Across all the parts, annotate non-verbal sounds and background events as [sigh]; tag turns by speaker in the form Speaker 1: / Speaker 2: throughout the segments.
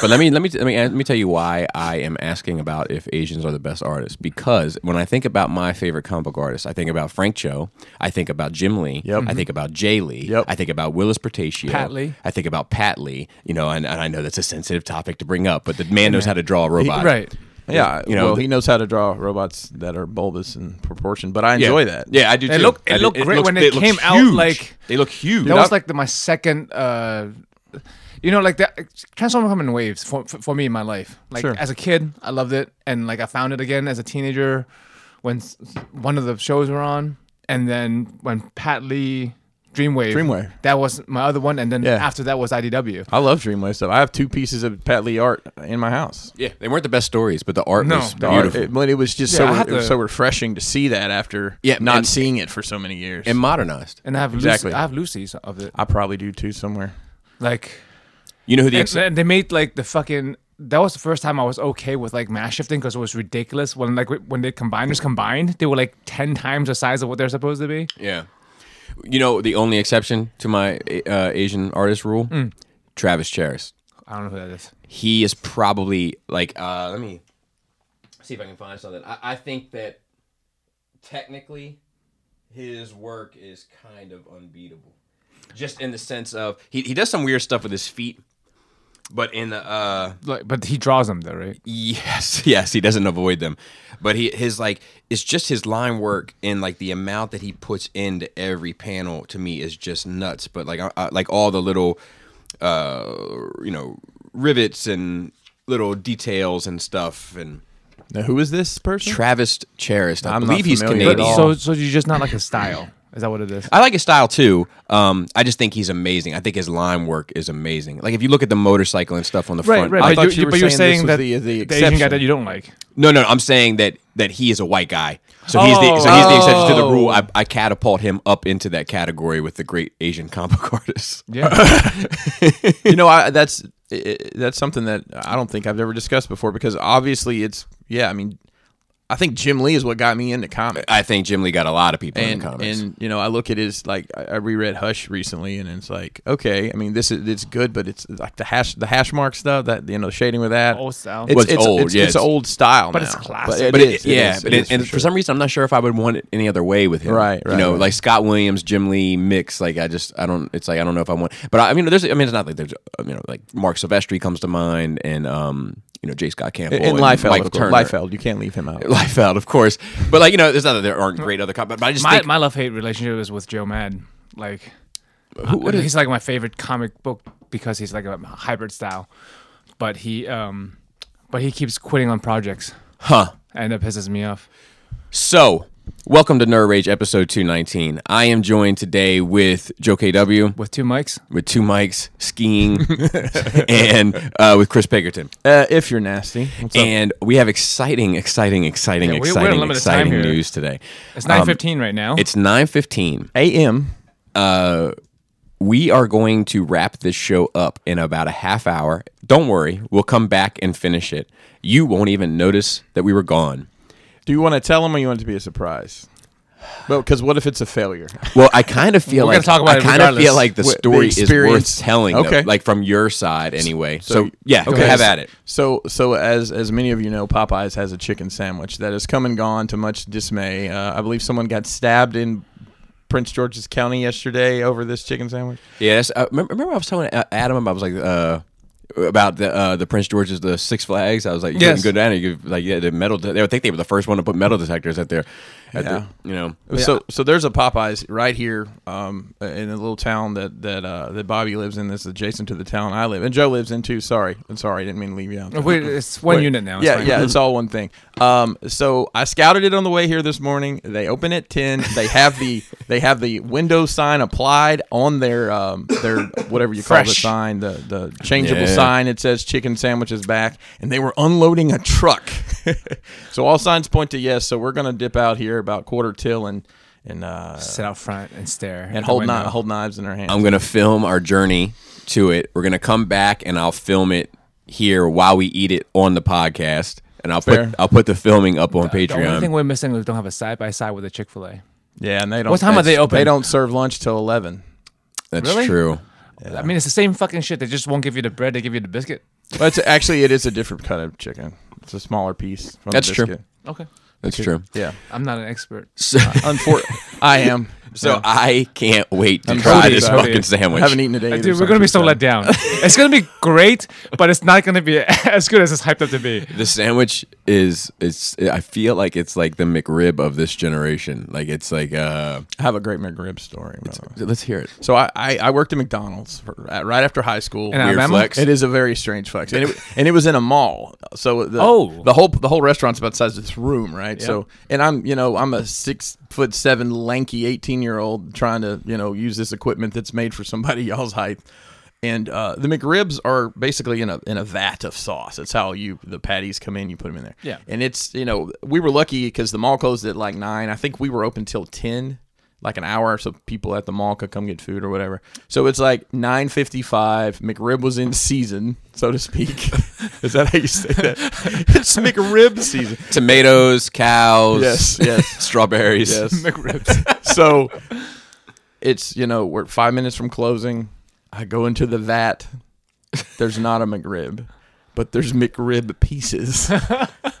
Speaker 1: But let me let me let me let me tell you why I am asking about if Asians are the best artists. Because when I think about my favorite comic book artists, I think about Frank Cho, I think about Jim Lee,
Speaker 2: Yep.
Speaker 1: I think about Jay Lee,
Speaker 2: Yep.
Speaker 1: I think about Willis Portacio,
Speaker 3: Pat Lee.
Speaker 1: I think about Pat Lee. You know, and, and I know that's a sensitive topic to bring up, but the man knows how to draw a robot,
Speaker 3: right.
Speaker 2: Yeah,
Speaker 1: You know,
Speaker 2: well,
Speaker 1: the-
Speaker 2: he knows how to draw robots that are bulbous in proportion, but I enjoy that.
Speaker 1: Yeah, I do.
Speaker 3: It
Speaker 1: too.
Speaker 3: looked- it
Speaker 1: I do-
Speaker 3: looked great
Speaker 1: looks-
Speaker 3: when it
Speaker 1: looks
Speaker 3: came out,
Speaker 1: huge.
Speaker 3: like-
Speaker 1: they look huge.
Speaker 3: That was like the, my second. Uh, you know, like that Transformers come in waves for, for for me in my life. Like
Speaker 2: Sure.
Speaker 3: as a kid, I loved it, and like I found it again as a teenager when s- one of the shows were on, and then when Pat Lee Dreamwave,
Speaker 2: Dreamwave.
Speaker 3: that was my other one, and then
Speaker 2: Yeah.
Speaker 3: after that was IDW.
Speaker 2: I love Dreamwave stuff. I have two pieces of Pat Lee art in my house.
Speaker 1: yeah, they weren't the best stories, but the art
Speaker 3: No.
Speaker 1: was
Speaker 2: The art-
Speaker 1: beautiful.
Speaker 2: it- but it was just
Speaker 3: Yeah, I
Speaker 2: so
Speaker 3: had
Speaker 2: it was
Speaker 3: to-
Speaker 2: so refreshing to see that after
Speaker 1: Yeah,
Speaker 2: not
Speaker 1: and-
Speaker 2: seeing it for so many years.
Speaker 1: and modernized.
Speaker 3: And I have
Speaker 2: Exactly.
Speaker 3: Lucy, I have Lucy's of it.
Speaker 2: I probably do too somewhere.
Speaker 3: Like
Speaker 1: You know who the
Speaker 3: and,
Speaker 1: ex-
Speaker 3: and they made like the fucking. That was the first time I was okay with like mass shifting because it was ridiculous when like when they combiners combined, they were like ten times the size of what they're supposed to be.
Speaker 1: Yeah. You know, the only exception to my uh, Asian artist rule, Travis Charis.
Speaker 3: I don't know who that is.
Speaker 1: He is probably like, uh, let me see if I can find something. I, I think that technically his work is kind of unbeatable. Just in the sense of, he, he does some weird stuff with his feet, but in the, uh,
Speaker 3: Like, but he draws them though, right?
Speaker 1: Yes, [laughs] yes, he doesn't avoid them, but he his like it's just his line work and like the amount that he puts into every panel to me is just nuts. But like I, I, like all the little, uh, you know, rivets and little details and stuff. And
Speaker 2: Now, who is this person?
Speaker 1: Travis Charist, I
Speaker 2: I'm not
Speaker 1: believe he's
Speaker 2: familiar at
Speaker 1: Canadian.
Speaker 2: all.
Speaker 3: so so you're just not like his style. Is that what it is?
Speaker 1: I like his style too. Um, I just think he's amazing. I think his line work is amazing. Like if you look at the motorcycle and stuff on the front, I
Speaker 2: thought
Speaker 3: But,
Speaker 2: you
Speaker 3: you,
Speaker 2: were
Speaker 3: but you're
Speaker 2: saying
Speaker 3: saying
Speaker 2: this
Speaker 3: that
Speaker 2: was the- the
Speaker 3: Asian guy
Speaker 2: exception.
Speaker 3: that you don't like.
Speaker 1: No, no, I'm saying that that he is a white guy, so he's the so he's the exception
Speaker 2: Oh.
Speaker 1: to the rule. I, I catapult him up into that category with the great Asian comic [laughs] book artists.
Speaker 3: Yeah,
Speaker 2: you know, I, that's i- i that's something that I don't think I've ever discussed before because obviously it's yeah. I mean, I think Jim Lee is what got me into comics.
Speaker 1: I think Jim Lee got a lot of people in
Speaker 2: And,
Speaker 1: the comics.
Speaker 2: and you know I look at his like I I reread Hush recently and it's like okay I mean this is it's good but it's like the hash the hash mark stuff that you know the shading with that
Speaker 3: Old style.
Speaker 2: it's,
Speaker 1: Well, it's old,
Speaker 2: it's,
Speaker 1: yeah,
Speaker 2: it's
Speaker 1: it's-
Speaker 2: old style
Speaker 3: but it's
Speaker 2: now.
Speaker 3: classic.
Speaker 2: it
Speaker 1: but it-
Speaker 2: is, it
Speaker 1: yeah,
Speaker 2: is,
Speaker 1: but
Speaker 2: it
Speaker 1: it-
Speaker 2: is
Speaker 1: and for
Speaker 2: sure.
Speaker 1: some reason, I'm not sure if I would want it any other way with him.
Speaker 2: Right,
Speaker 1: You
Speaker 2: right,
Speaker 1: know,
Speaker 2: right.
Speaker 1: like Scott Williams, Jim Lee mix. Like I just, I don't. It's like I don't know if I want. But I, I mean, there's. I mean, it's not like there's. uh, You know, like Mark Silvestri comes to mind, and um, you know, J. Scott Campbell
Speaker 2: and Liefeld
Speaker 1: Michael
Speaker 2: of course.
Speaker 1: Turner,
Speaker 2: Liefeld you can't leave him out
Speaker 1: Liefeld, of course. But like you know, there's not that there aren't great other comics. But I just
Speaker 3: my
Speaker 1: think
Speaker 3: my love hate relationship is with Joe Mad. Like,
Speaker 1: who- what is-
Speaker 3: he's like my favorite comic book because he's like a hybrid style, but he um, but he keeps quitting on projects,
Speaker 1: huh?
Speaker 3: and that pisses me off.
Speaker 1: So, welcome to Nerd Rage episode 219. I am joined today with Joe KW,
Speaker 3: With two mics,
Speaker 1: with two mics,
Speaker 3: [laughs]
Speaker 1: skiing, and uh, with Chris Pagerton.
Speaker 2: uh, if you're nasty what's up?
Speaker 1: And we have exciting, exciting, exciting,
Speaker 3: we- we're
Speaker 1: exciting,
Speaker 3: limited
Speaker 1: exciting
Speaker 3: time here.
Speaker 1: news today.
Speaker 3: it's
Speaker 1: Um,
Speaker 3: nine fifteen right now.
Speaker 1: It's 9.15.
Speaker 2: a.m.
Speaker 1: We are going to wrap this show up in about a half hour. Don't worry, we'll come back and finish it. You won't even notice that we were gone.
Speaker 2: Do you want to tell him or you want it to be a surprise? Because what if it's a failure?
Speaker 1: Well, I kind of feel
Speaker 3: We're
Speaker 1: like
Speaker 3: gonna talk about
Speaker 1: I
Speaker 3: it
Speaker 1: kind of
Speaker 3: regardless.
Speaker 1: feel like the
Speaker 2: Wh- the
Speaker 1: story is worth
Speaker 2: experience.
Speaker 1: telling, okay.
Speaker 2: Okay.
Speaker 1: like from your side anyway. So, yeah,
Speaker 2: okay.
Speaker 1: have at it.
Speaker 2: So, so as as many of you know, Popeyes has a chicken sandwich that has come and gone to much dismay. Uh, I believe someone got stabbed in Prince George's County yesterday over this chicken sandwich.
Speaker 1: Yes, uh, remember, remember I was telling uh, Adam I was like uh, about the uh, the Prince George's the Six Flags. I was like, you
Speaker 3: Yes.
Speaker 1: couldn't go down. and You could, like yeah, the metal. They would think they were the first one to put metal detectors at their, at
Speaker 2: Yeah.
Speaker 1: the, you know.
Speaker 3: Oh,
Speaker 2: So, so there's a Popeyes right here um, in a little town that that uh, that Bobby lives in. That's adjacent to the town I live, and Joe lives in too. Sorry, I'm sorry, I didn't mean to leave you out. there.
Speaker 3: Wait, it's one
Speaker 2: Wait.
Speaker 3: unit now. It's
Speaker 2: Yeah,
Speaker 3: fine.
Speaker 2: yeah,
Speaker 3: [laughs]
Speaker 2: it's all one thing. Um, so I scouted it on the way here this morning. They open at ten. They have the
Speaker 3: [laughs]
Speaker 2: they have the window sign applied on their um, their whatever you call the
Speaker 3: Fresh.
Speaker 2: sign, the the changeable
Speaker 1: Yeah.
Speaker 2: sign. It says chicken sandwiches back, and they were unloading a truck. [laughs] so all signs point to yes. So we're gonna dip out here about quarter till and and uh,
Speaker 3: sit out front and stare
Speaker 2: and hold
Speaker 3: not
Speaker 2: kni- hold knives in our hands.
Speaker 3: Oh.
Speaker 1: I'm gonna film our journey to it. We're gonna come back and I'll film it here while we eat it on the podcast, and I'll
Speaker 2: Fair.
Speaker 1: put I'll put the filming up on Patreon.
Speaker 3: The only thing we're missing is we don't have a side by side with a Chick Fil A.
Speaker 2: yeah, and they don't.
Speaker 3: What time are
Speaker 2: that's-
Speaker 3: they open?
Speaker 2: They don't serve lunch till eleven.
Speaker 1: That's
Speaker 3: Really?
Speaker 1: true.
Speaker 3: I mean, it's the same fucking shit. They just won't give you the bread; they give you the biscuit.
Speaker 2: Well, it's actually it is a different kind of chicken. It's a smaller piece. From
Speaker 1: That's
Speaker 2: the
Speaker 1: true.
Speaker 2: biscuit.
Speaker 3: Okay.
Speaker 1: That's true.
Speaker 2: Yeah.
Speaker 3: I'm not an expert.
Speaker 1: So,
Speaker 2: Unfor- [laughs] I am.
Speaker 1: so
Speaker 2: Yeah.
Speaker 1: I can't wait to
Speaker 2: I'm
Speaker 1: try
Speaker 2: totally
Speaker 1: this
Speaker 2: excited.
Speaker 1: fucking sandwich.
Speaker 2: I haven't eaten today.
Speaker 3: Uh, Dude, we're gonna be so let down. [laughs] it's gonna be great, but it's not gonna be [laughs] as good as it's hyped up to be.
Speaker 1: The sandwich is it's I feel like it's like the McRib of this generation. Like it's like uh
Speaker 2: I have a great McRib story. by the way.
Speaker 1: let's hear it.
Speaker 2: So I, I, I worked at McDonald's for, at, right after high school.
Speaker 3: In Alabama?
Speaker 1: flex.
Speaker 2: It is a very strange flex, and it, and it was in a mall. So the,
Speaker 3: Oh.
Speaker 2: the whole the whole restaurant's about the size of this room, right? So and I'm you know I'm a six foot seven lanky eighteen year old trying to you know use this equipment that's made for somebody [laughs] y'all's height. And uh, the McRibs are basically in a in a vat of sauce. That's how you the patties come in. You put them in there.
Speaker 3: Yeah.
Speaker 2: And it's you know we were lucky because the mall closed at like nine. I think we were open till ten, like an hour, so people at the mall could come get food or whatever. So it's like nine fifty five. McRib was in season, so to speak. Is that how you say that? [laughs] it's McRib season.
Speaker 1: Tomatoes, cows,
Speaker 2: Yes, yes,
Speaker 1: [laughs] strawberries.
Speaker 2: [laughs] yes.
Speaker 3: McRibs.
Speaker 2: so it's you know we're five minutes from closing. I go into the vat. There's not a McRib, but there's McRib [laughs] pieces.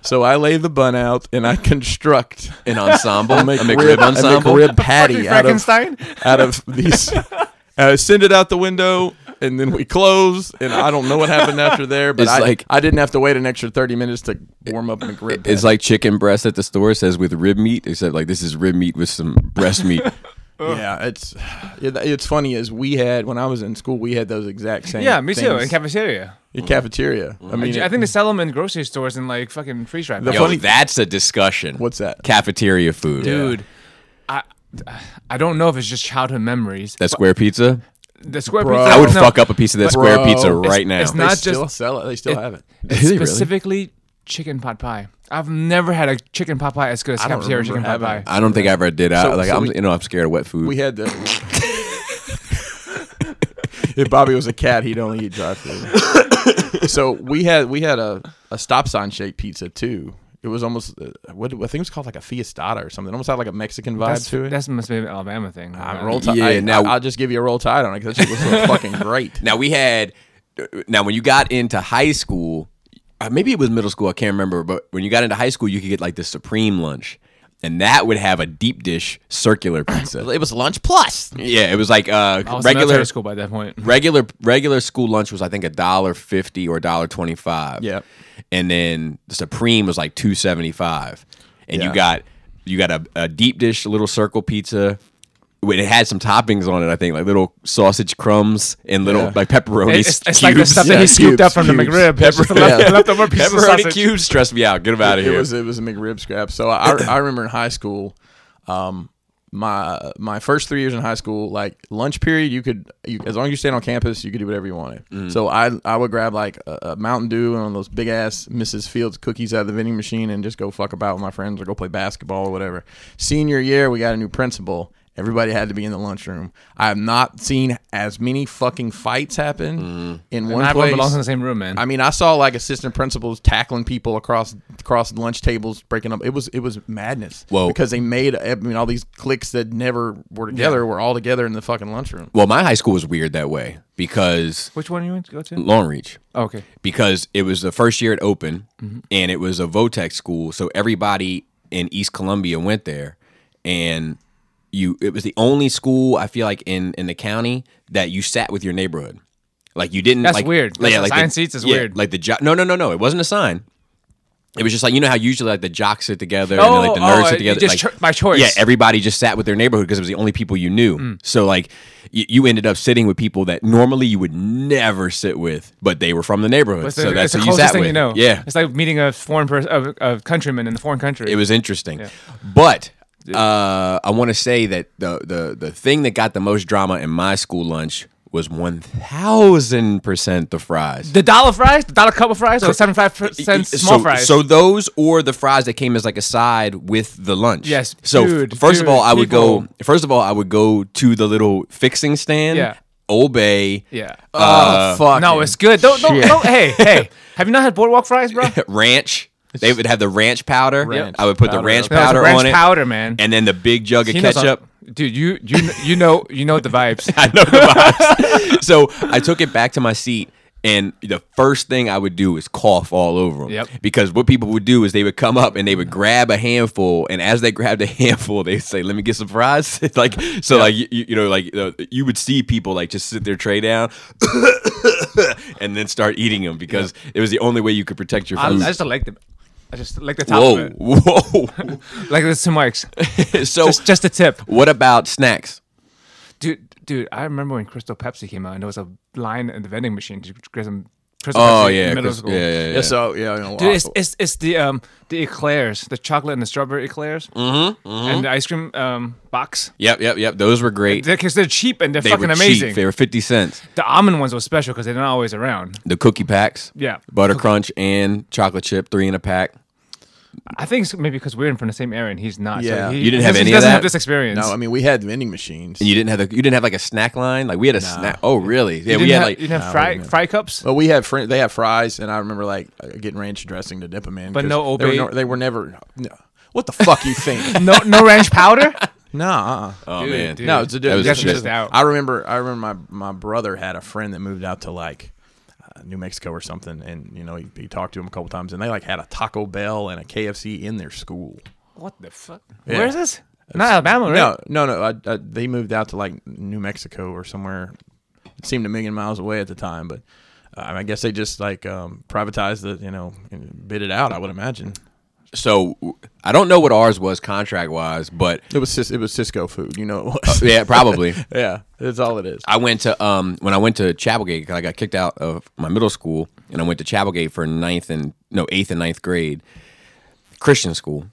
Speaker 2: so I lay the bun out and I construct
Speaker 1: An ensemble,
Speaker 2: a
Speaker 1: a McRib ensemble.
Speaker 2: a McRib patty out of
Speaker 3: Frankenstein.
Speaker 2: out of [laughs] these. I send it out the window, and then we close. And I don't know what happened after there, but
Speaker 1: It's
Speaker 2: I,
Speaker 1: like-
Speaker 2: I didn't have to wait an extra thirty minutes to warm up McRib.
Speaker 1: It's like chicken breast at the store It says with rib meat, except like this is rib meat with some breast
Speaker 2: [laughs]
Speaker 1: meat.
Speaker 2: Yeah, it's it- it's funny as we had when I was in school, we had those exact same.
Speaker 3: Yeah, me too. In
Speaker 2: things
Speaker 3: cafeteria.
Speaker 2: in cafeteria. I mean,
Speaker 3: I think they sell them in grocery stores and like fucking freeze dried.
Speaker 2: The
Speaker 1: Yo,
Speaker 2: funny-
Speaker 1: that's a discussion.
Speaker 2: What's that?
Speaker 1: Cafeteria food.
Speaker 3: dude. I I don't know if it's just childhood memories.
Speaker 1: That square pizza?
Speaker 3: The square
Speaker 2: Bro.
Speaker 3: pizza.
Speaker 1: I would
Speaker 3: no,
Speaker 1: fuck up a piece of that square
Speaker 2: Bro.
Speaker 1: pizza
Speaker 2: It's-
Speaker 1: right
Speaker 3: it's
Speaker 1: now.
Speaker 2: they
Speaker 3: not
Speaker 2: still
Speaker 3: just-
Speaker 2: sell it. They still have it.
Speaker 1: Do they really?
Speaker 3: Specifically, chicken pot pie. I've never had a chicken pot pie as good as
Speaker 2: I don't
Speaker 3: cafeteria
Speaker 2: remember
Speaker 3: chicken pot
Speaker 2: having
Speaker 3: pie.
Speaker 2: it.
Speaker 1: I don't think I ever did. I,
Speaker 2: So-
Speaker 1: like
Speaker 2: so
Speaker 1: I'm,
Speaker 2: we-
Speaker 1: you know, I'm scared of wet food.
Speaker 2: We had the. if Bobby was a cat, he'd only eat dry food. so we had we had a, a stop sign shaped pizza too. It was almost uh, what I think it was called like a fiestada or something. It almost had like a Mexican vibe
Speaker 3: That's,
Speaker 2: to it.
Speaker 3: that's must be an Alabama thing.
Speaker 2: I
Speaker 3: Uh,
Speaker 2: roll tide.
Speaker 1: Yeah,
Speaker 2: I,
Speaker 1: now-
Speaker 2: I, will just give you a roll tide on it because that shit was so fucking great.
Speaker 1: Now we had. Now when you got into high school, uh, maybe it was middle school. I can't remember. But when you got into high school, you could get like the supreme lunch, and that would have a deep dish circular
Speaker 2: [coughs]
Speaker 1: pizza.
Speaker 2: It was lunch plus.
Speaker 1: yeah, it was like uh,
Speaker 3: I was in
Speaker 1: regular
Speaker 3: military school by
Speaker 1: [laughs]
Speaker 3: that point.
Speaker 1: regular regular school lunch was I think a dollar fifty or a dollar twenty five.
Speaker 2: Yeah.
Speaker 1: and then the supreme was like two seventy five, and
Speaker 2: Yeah.
Speaker 1: you got you got a, a deep dish little circle pizza. When it had some toppings on it, I think like little sausage crumbs and little
Speaker 2: Yeah.
Speaker 1: like pepperoni
Speaker 3: It's,
Speaker 1: cubes.
Speaker 3: it's like the stuff that he
Speaker 2: Yeah,
Speaker 3: scooped up
Speaker 2: cubes,
Speaker 3: from the
Speaker 2: cubes.
Speaker 3: McRib. It's just the left-
Speaker 1: [laughs]
Speaker 2: yeah.
Speaker 3: leftover piece of
Speaker 1: pepperoni
Speaker 3: sausage.
Speaker 1: cubes stress me out. Get them out of
Speaker 2: it
Speaker 1: here.
Speaker 2: was it was a McRib scrap. So I, I remember in high school, um, my my first three years in high school, like lunch period, you could you, as long as you stayed on campus, you could do whatever you wanted. So I I would grab like a, a Mountain Dew and one of those big ass Mrs. Fields cookies out of the vending machine and just go fuck about with my friends or go play basketball or whatever. Senior year, we got a new principal. Everybody had to be in the lunchroom. I have not seen as many fucking fights happen in one
Speaker 3: And everyone
Speaker 2: place.
Speaker 3: belongs in the same room, man.
Speaker 2: I mean, I saw like assistant principals tackling people across across lunch tables, breaking up. It was it was madness.
Speaker 1: Whoa.
Speaker 2: because they made I mean all these cliques that never were together were all together in the fucking lunchroom.
Speaker 1: well, my high school was weird that way because
Speaker 3: Which one you went to go to?
Speaker 1: Long Reach.
Speaker 3: Oh, okay.
Speaker 1: because it was the first year it opened
Speaker 3: Mm-hmm.
Speaker 1: and it was a Votech school. So everybody in East Columbia went there. And you it was the only school I feel like in in the county that you sat with your neighborhood. Like you didn't
Speaker 3: That's
Speaker 1: like,
Speaker 3: weird.
Speaker 1: like-
Speaker 3: That's- assigned
Speaker 1: the,
Speaker 3: seats is
Speaker 1: yeah,
Speaker 3: weird.
Speaker 1: Like the jock no no no no. It wasn't a sign. It was just like you know how usually like the jocks sit together and then, like the
Speaker 3: Oh,
Speaker 1: nerds
Speaker 3: oh,
Speaker 1: sit
Speaker 3: you
Speaker 1: together.
Speaker 3: just
Speaker 1: like,
Speaker 3: cho- by choice.
Speaker 1: Yeah, everybody just sat with their neighborhood because it was the only people you knew.
Speaker 3: Mm.
Speaker 1: So like you, you ended up sitting with people that normally you would never sit with, but they were from the neighborhood.
Speaker 3: It's
Speaker 1: so
Speaker 3: the,
Speaker 1: that's
Speaker 3: it's the
Speaker 1: who you
Speaker 3: closest
Speaker 1: sat
Speaker 3: thing
Speaker 1: with.
Speaker 3: you know.
Speaker 1: Yeah,
Speaker 3: It's like meeting a foreign person, a, a countryman in a foreign country.
Speaker 1: it was interesting, but. Uh, I want to say that the, the the thing that got the most drama in my school lunch was one thousand percent the fries.
Speaker 3: the dollar fries, the dollar cup of fries, or the seventy-five cent small
Speaker 1: so,
Speaker 3: fries.
Speaker 1: So those or the fries that came as like a side with the lunch.
Speaker 3: Yes,
Speaker 1: So
Speaker 3: dude,
Speaker 1: first of all,
Speaker 3: dude,
Speaker 1: I would go.
Speaker 3: people.
Speaker 1: First of all, I would go to the little fixing stand. uh,
Speaker 3: Yeah.
Speaker 1: Obey.
Speaker 3: yeah.
Speaker 2: oh fuck!
Speaker 3: no, it's good. Don't, don't,
Speaker 2: shit.
Speaker 3: don't. Hey,
Speaker 1: [laughs]
Speaker 3: hey. Have you not had boardwalk fries, bro?
Speaker 1: Ranch. They would have the ranch powder.
Speaker 2: Ranch
Speaker 1: I would put the
Speaker 2: powder.
Speaker 1: ranch
Speaker 2: That
Speaker 3: was
Speaker 1: powder
Speaker 3: ranch
Speaker 1: on it.
Speaker 3: powder, man.
Speaker 1: And then the big jug of
Speaker 3: He knows
Speaker 1: ketchup.
Speaker 3: all- dude. You
Speaker 1: [laughs]
Speaker 3: you kn- you know you know the vibes. [laughs]
Speaker 1: I know the vibes. so I took it back to my seat And the first thing I would do is cough all over them.
Speaker 3: Yep.
Speaker 1: Because what people would do is they would come up and they would grab a handful, and as they grabbed a handful, they'd say, "Let me get some fries." [laughs] like so, like you, you know, like uh, you would see people like just sit their tray down [coughs] and then start eating them because it was the only way you could protect your
Speaker 3: I, I
Speaker 1: food.
Speaker 3: just don't like the. I just like the top
Speaker 1: whoa,
Speaker 3: of it.
Speaker 1: whoa! [laughs]
Speaker 3: Like there's two mics. [laughs]
Speaker 1: so,
Speaker 3: Just just
Speaker 1: [laughs]
Speaker 3: a tip,
Speaker 1: what about snacks?
Speaker 3: dude. Dude, I remember when Crystal Pepsi came out, and there was a line at the vending machine to get some Crystal
Speaker 1: Oh
Speaker 3: Pepsi in
Speaker 1: yeah,
Speaker 3: middle
Speaker 1: Chris-
Speaker 3: school.
Speaker 1: yeah, yeah, yeah.
Speaker 2: Yeah, so yeah, you know,
Speaker 3: Dude,
Speaker 2: I-
Speaker 3: it's, it's it's the um the eclairs, the chocolate and the strawberry eclairs, mm-hmm, and the ice cream um box.
Speaker 1: Yep, yep, yep. Those were great.
Speaker 3: Because they're cheap and they're
Speaker 1: They
Speaker 3: fucking
Speaker 1: were
Speaker 3: amazing.
Speaker 1: cheap. They were fifty cents.
Speaker 3: The almond ones were special because they're not always around.
Speaker 1: The cookie packs.
Speaker 3: Yeah.
Speaker 1: Butter crunch and chocolate chip, three in a pack.
Speaker 3: I think it's maybe because we're in from the same area and he's not.
Speaker 2: Yeah.
Speaker 3: so he,
Speaker 1: You didn't
Speaker 3: he
Speaker 1: have
Speaker 3: doesn't-
Speaker 1: any
Speaker 3: he
Speaker 1: of
Speaker 3: doesn't
Speaker 1: that?
Speaker 3: have this experience.
Speaker 2: no, I mean we had vending machines.
Speaker 1: And you didn't have the, you didn't have like a snack line. Like we had a snack. Oh, really? Yeah,
Speaker 3: you
Speaker 1: we
Speaker 3: didn't
Speaker 1: had
Speaker 3: have,
Speaker 1: like
Speaker 3: you didn't have fry fry cups.
Speaker 2: Well, we had fr- they had fries, and I remember like uh, getting ranch dressing to dip them in.
Speaker 3: But
Speaker 2: 'cause
Speaker 3: no
Speaker 2: they were,
Speaker 3: Obey?
Speaker 2: no- they were never. No. What the fuck you
Speaker 3: [laughs]
Speaker 2: think?
Speaker 3: No no
Speaker 1: [laughs]
Speaker 3: ranch powder.
Speaker 2: nah. uh-uh.
Speaker 1: oh
Speaker 3: Dude,
Speaker 1: man,
Speaker 3: dude.
Speaker 2: No, it's a
Speaker 1: That was
Speaker 2: different.
Speaker 1: shit.
Speaker 2: different-
Speaker 3: Out.
Speaker 2: I remember. I remember my my brother had a friend that moved out to like uh, New Mexico or something, and you know he, he talked to him a couple times, and they like had a Taco Bell and a KFC in their school.
Speaker 3: What the fuck?
Speaker 2: Yeah.
Speaker 3: Where is this? Not Alabama, right?
Speaker 2: No, no, no. I, I, they moved out to like New Mexico or somewhere. It seemed a million miles away at the time, but uh, I guess they just like um, privatized the, you know, and bid it out. I would imagine
Speaker 1: So I don't know what ours was contract wise, but
Speaker 2: it was Cis- it was Cisco food. You know, it was. [laughs]
Speaker 1: yeah,
Speaker 3: [laughs]
Speaker 1: probably.
Speaker 2: Uh, yeah, that's all it is.
Speaker 1: I went to um when I went to Chapelgate 'cause I got kicked out of my middle school and I went to Chapelgate for ninth and no eighth and ninth grade Christian school.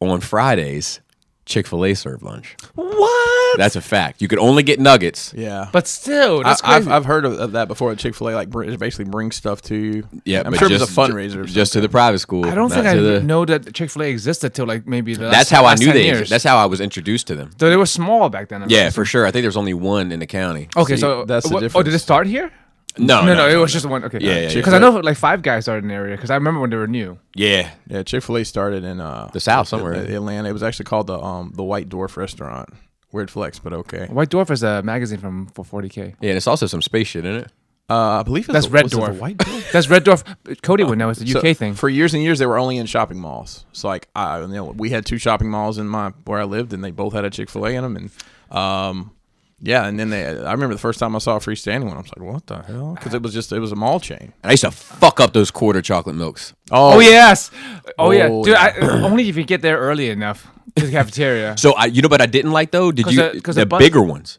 Speaker 1: On Fridays, Chick Fil A served lunch.
Speaker 3: What?
Speaker 1: That's a fact. You could only get nuggets.
Speaker 2: Yeah,
Speaker 3: But still, that's
Speaker 2: I,
Speaker 3: crazy.
Speaker 2: I've, I've heard of, of that before. Chick Fil A like br- basically brings stuff to you.
Speaker 1: Yeah,
Speaker 2: I'm
Speaker 1: but
Speaker 2: sure it was
Speaker 1: just,
Speaker 2: a fundraiser. or
Speaker 1: just to the private school.
Speaker 3: I don't
Speaker 1: not
Speaker 3: think I
Speaker 1: to the-
Speaker 3: know that Chick Fil A existed till like maybe the
Speaker 1: That's
Speaker 3: last-
Speaker 1: how I
Speaker 3: last
Speaker 1: knew
Speaker 3: 10
Speaker 1: they.
Speaker 3: years.
Speaker 1: That's how I was introduced to them.
Speaker 3: Though they were small back then. I
Speaker 1: Yeah,
Speaker 3: guess.
Speaker 1: for sure. I think there's only one in the county.
Speaker 3: Okay,
Speaker 2: See,
Speaker 3: so
Speaker 2: that's the
Speaker 3: what- Oh, did it
Speaker 2: difference.
Speaker 3: start here?
Speaker 1: Oh, No,
Speaker 3: no, no, it was just one. Okay,
Speaker 1: Yeah, yeah, yeah.
Speaker 3: Because I know like five guys are in the area because I remember when they were new.
Speaker 1: Yeah,
Speaker 2: Yeah, Chick Fil A started in uh,
Speaker 1: the South somewhere.
Speaker 2: uh, Atlanta. It was actually called the um the White Dwarf Restaurant. Weird flex, but okay.
Speaker 3: White Dwarf is a magazine from for 40k.
Speaker 1: yeah, and it's also some space shit in it.
Speaker 2: Uh, I believe it's
Speaker 3: That's
Speaker 2: the-
Speaker 3: Red
Speaker 2: was it the
Speaker 3: Dwarf.
Speaker 2: White Dwarf.
Speaker 3: That's Red Dwarf. Cody would know. It's a
Speaker 2: So,
Speaker 3: UK thing.
Speaker 2: For years and years, they were only in shopping malls. So like, I you know, we had two shopping malls in my where I lived, and they both had a Chick Fil A in them. And um, yeah, and then they. I remember the first time I saw a freestanding one, I was like, what the hell? Because it was just it was a mall chain.
Speaker 1: And I used to fuck up those quarter chocolate milks.
Speaker 3: Oh yes. Oh, yeah,
Speaker 2: Oh,
Speaker 3: dude. I, [clears throat] only if you get there early enough to the cafeteria.
Speaker 1: So I, you know, what I didn't like though. Did
Speaker 3: 'Cause
Speaker 1: you
Speaker 3: the-
Speaker 1: the,
Speaker 3: 'cause the butter-
Speaker 1: bigger ones?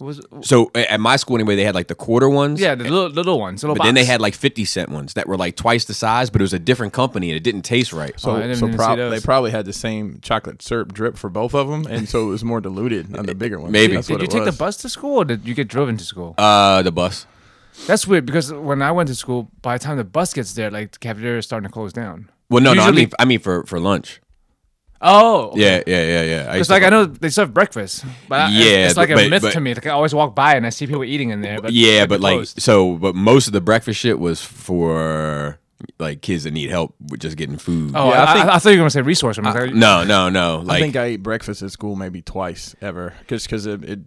Speaker 3: was
Speaker 1: So a- at my school anyway, they had like the quarter ones.
Speaker 3: yeah the little little ones. Little
Speaker 1: But then they
Speaker 3: box.
Speaker 1: had like fifty cent ones that were like twice the size, but it was a different company and it didn't taste right.
Speaker 2: So,
Speaker 3: Oh, I didn't
Speaker 2: so
Speaker 3: even
Speaker 2: prob-
Speaker 3: see those.
Speaker 2: they probably had the same chocolate syrup drip for both of them, and so it was more diluted
Speaker 3: [laughs]
Speaker 2: on the bigger one.
Speaker 1: Maybe.
Speaker 2: That's
Speaker 3: Did
Speaker 2: what
Speaker 3: you
Speaker 2: it
Speaker 3: take the
Speaker 2: was.
Speaker 3: bus to school or did you get driven to school?
Speaker 1: Uh, the bus.
Speaker 3: That's weird because when I went to school, by the time the bus gets there, like the cafeteria is starting to close down.
Speaker 1: Well, no, no. I
Speaker 3: Usually-
Speaker 1: mean, I mean for for lunch.
Speaker 3: Oh,
Speaker 1: Yeah, yeah, yeah, yeah.
Speaker 3: It's like I know they serve breakfast, but I-
Speaker 1: Yeah,
Speaker 3: it's like a
Speaker 1: but-
Speaker 3: myth
Speaker 1: but-
Speaker 3: to me. Like I always walk by and I see people eating in there. But
Speaker 1: yeah,
Speaker 3: they're
Speaker 1: but like
Speaker 3: closed.
Speaker 1: so, but most of the breakfast shit was for like kids that need help with just getting food.
Speaker 3: oh,
Speaker 2: Yeah, I
Speaker 3: I, I,
Speaker 2: think-
Speaker 3: I thought you were gonna say resource. I'm like,
Speaker 1: no, no, no. Like,
Speaker 2: I think I ate breakfast at school maybe twice ever, because it, it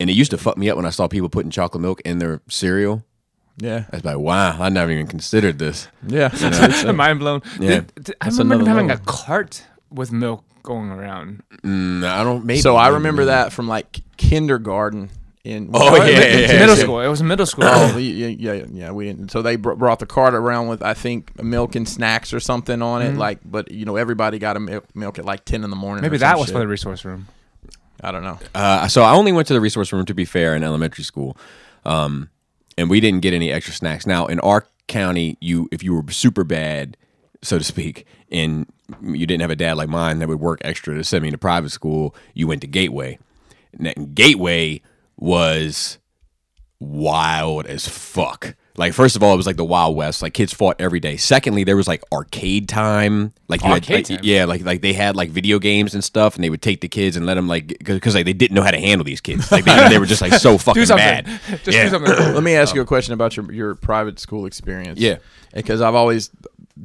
Speaker 1: and it used to fuck me up when I saw people putting chocolate milk in their cereal.
Speaker 2: yeah
Speaker 1: I was like, wow, I never even considered this.
Speaker 2: [laughs] yeah.
Speaker 3: [laughs] mind blown.
Speaker 1: Yeah.
Speaker 3: Did- did- I remember them
Speaker 2: another
Speaker 3: having a
Speaker 2: level.
Speaker 3: cart with milk going around.
Speaker 1: [laughs] Mm, I don't. Maybe.
Speaker 2: so I remember that from like kindergarten in
Speaker 1: Oh, yeah, yeah, yeah.
Speaker 3: middle [clears throat] school. It was middle school.
Speaker 2: Oh, yeah, yeah, yeah, yeah. We didn't. So they br- brought the cart around with I think milk and snacks or something on it. Like, but you know, everybody got a milk, milk at like ten in the morning.
Speaker 3: Mm-hmm. Maybe
Speaker 2: or some
Speaker 3: that was
Speaker 2: shit.
Speaker 3: for the resource room.
Speaker 2: I don't know.
Speaker 1: Uh, so I only went to the resource room to be fair in elementary school, um, and we didn't get any extra snacks. Now in our county, you if you were super bad, so to speak, and you didn't have a dad like mine that would work extra to send me to private school, you went to Gateway. And that Gateway was wild as fuck. Like first of all, it was like the Wild West. Like kids fought every day. Secondly, there was like arcade time. Like you had,
Speaker 3: Arcade
Speaker 1: like,
Speaker 3: time?
Speaker 1: yeah, like like they had like video games and stuff, and they would take the kids and let them like because like they didn't know how to handle these kids. Like they, they were just like so fucking
Speaker 3: [laughs] Do something. [laughs]
Speaker 1: bad.
Speaker 3: Just
Speaker 1: yeah.
Speaker 3: do something.
Speaker 2: Let me ask you a question about your your private school experience.
Speaker 1: Yeah.
Speaker 2: because I've always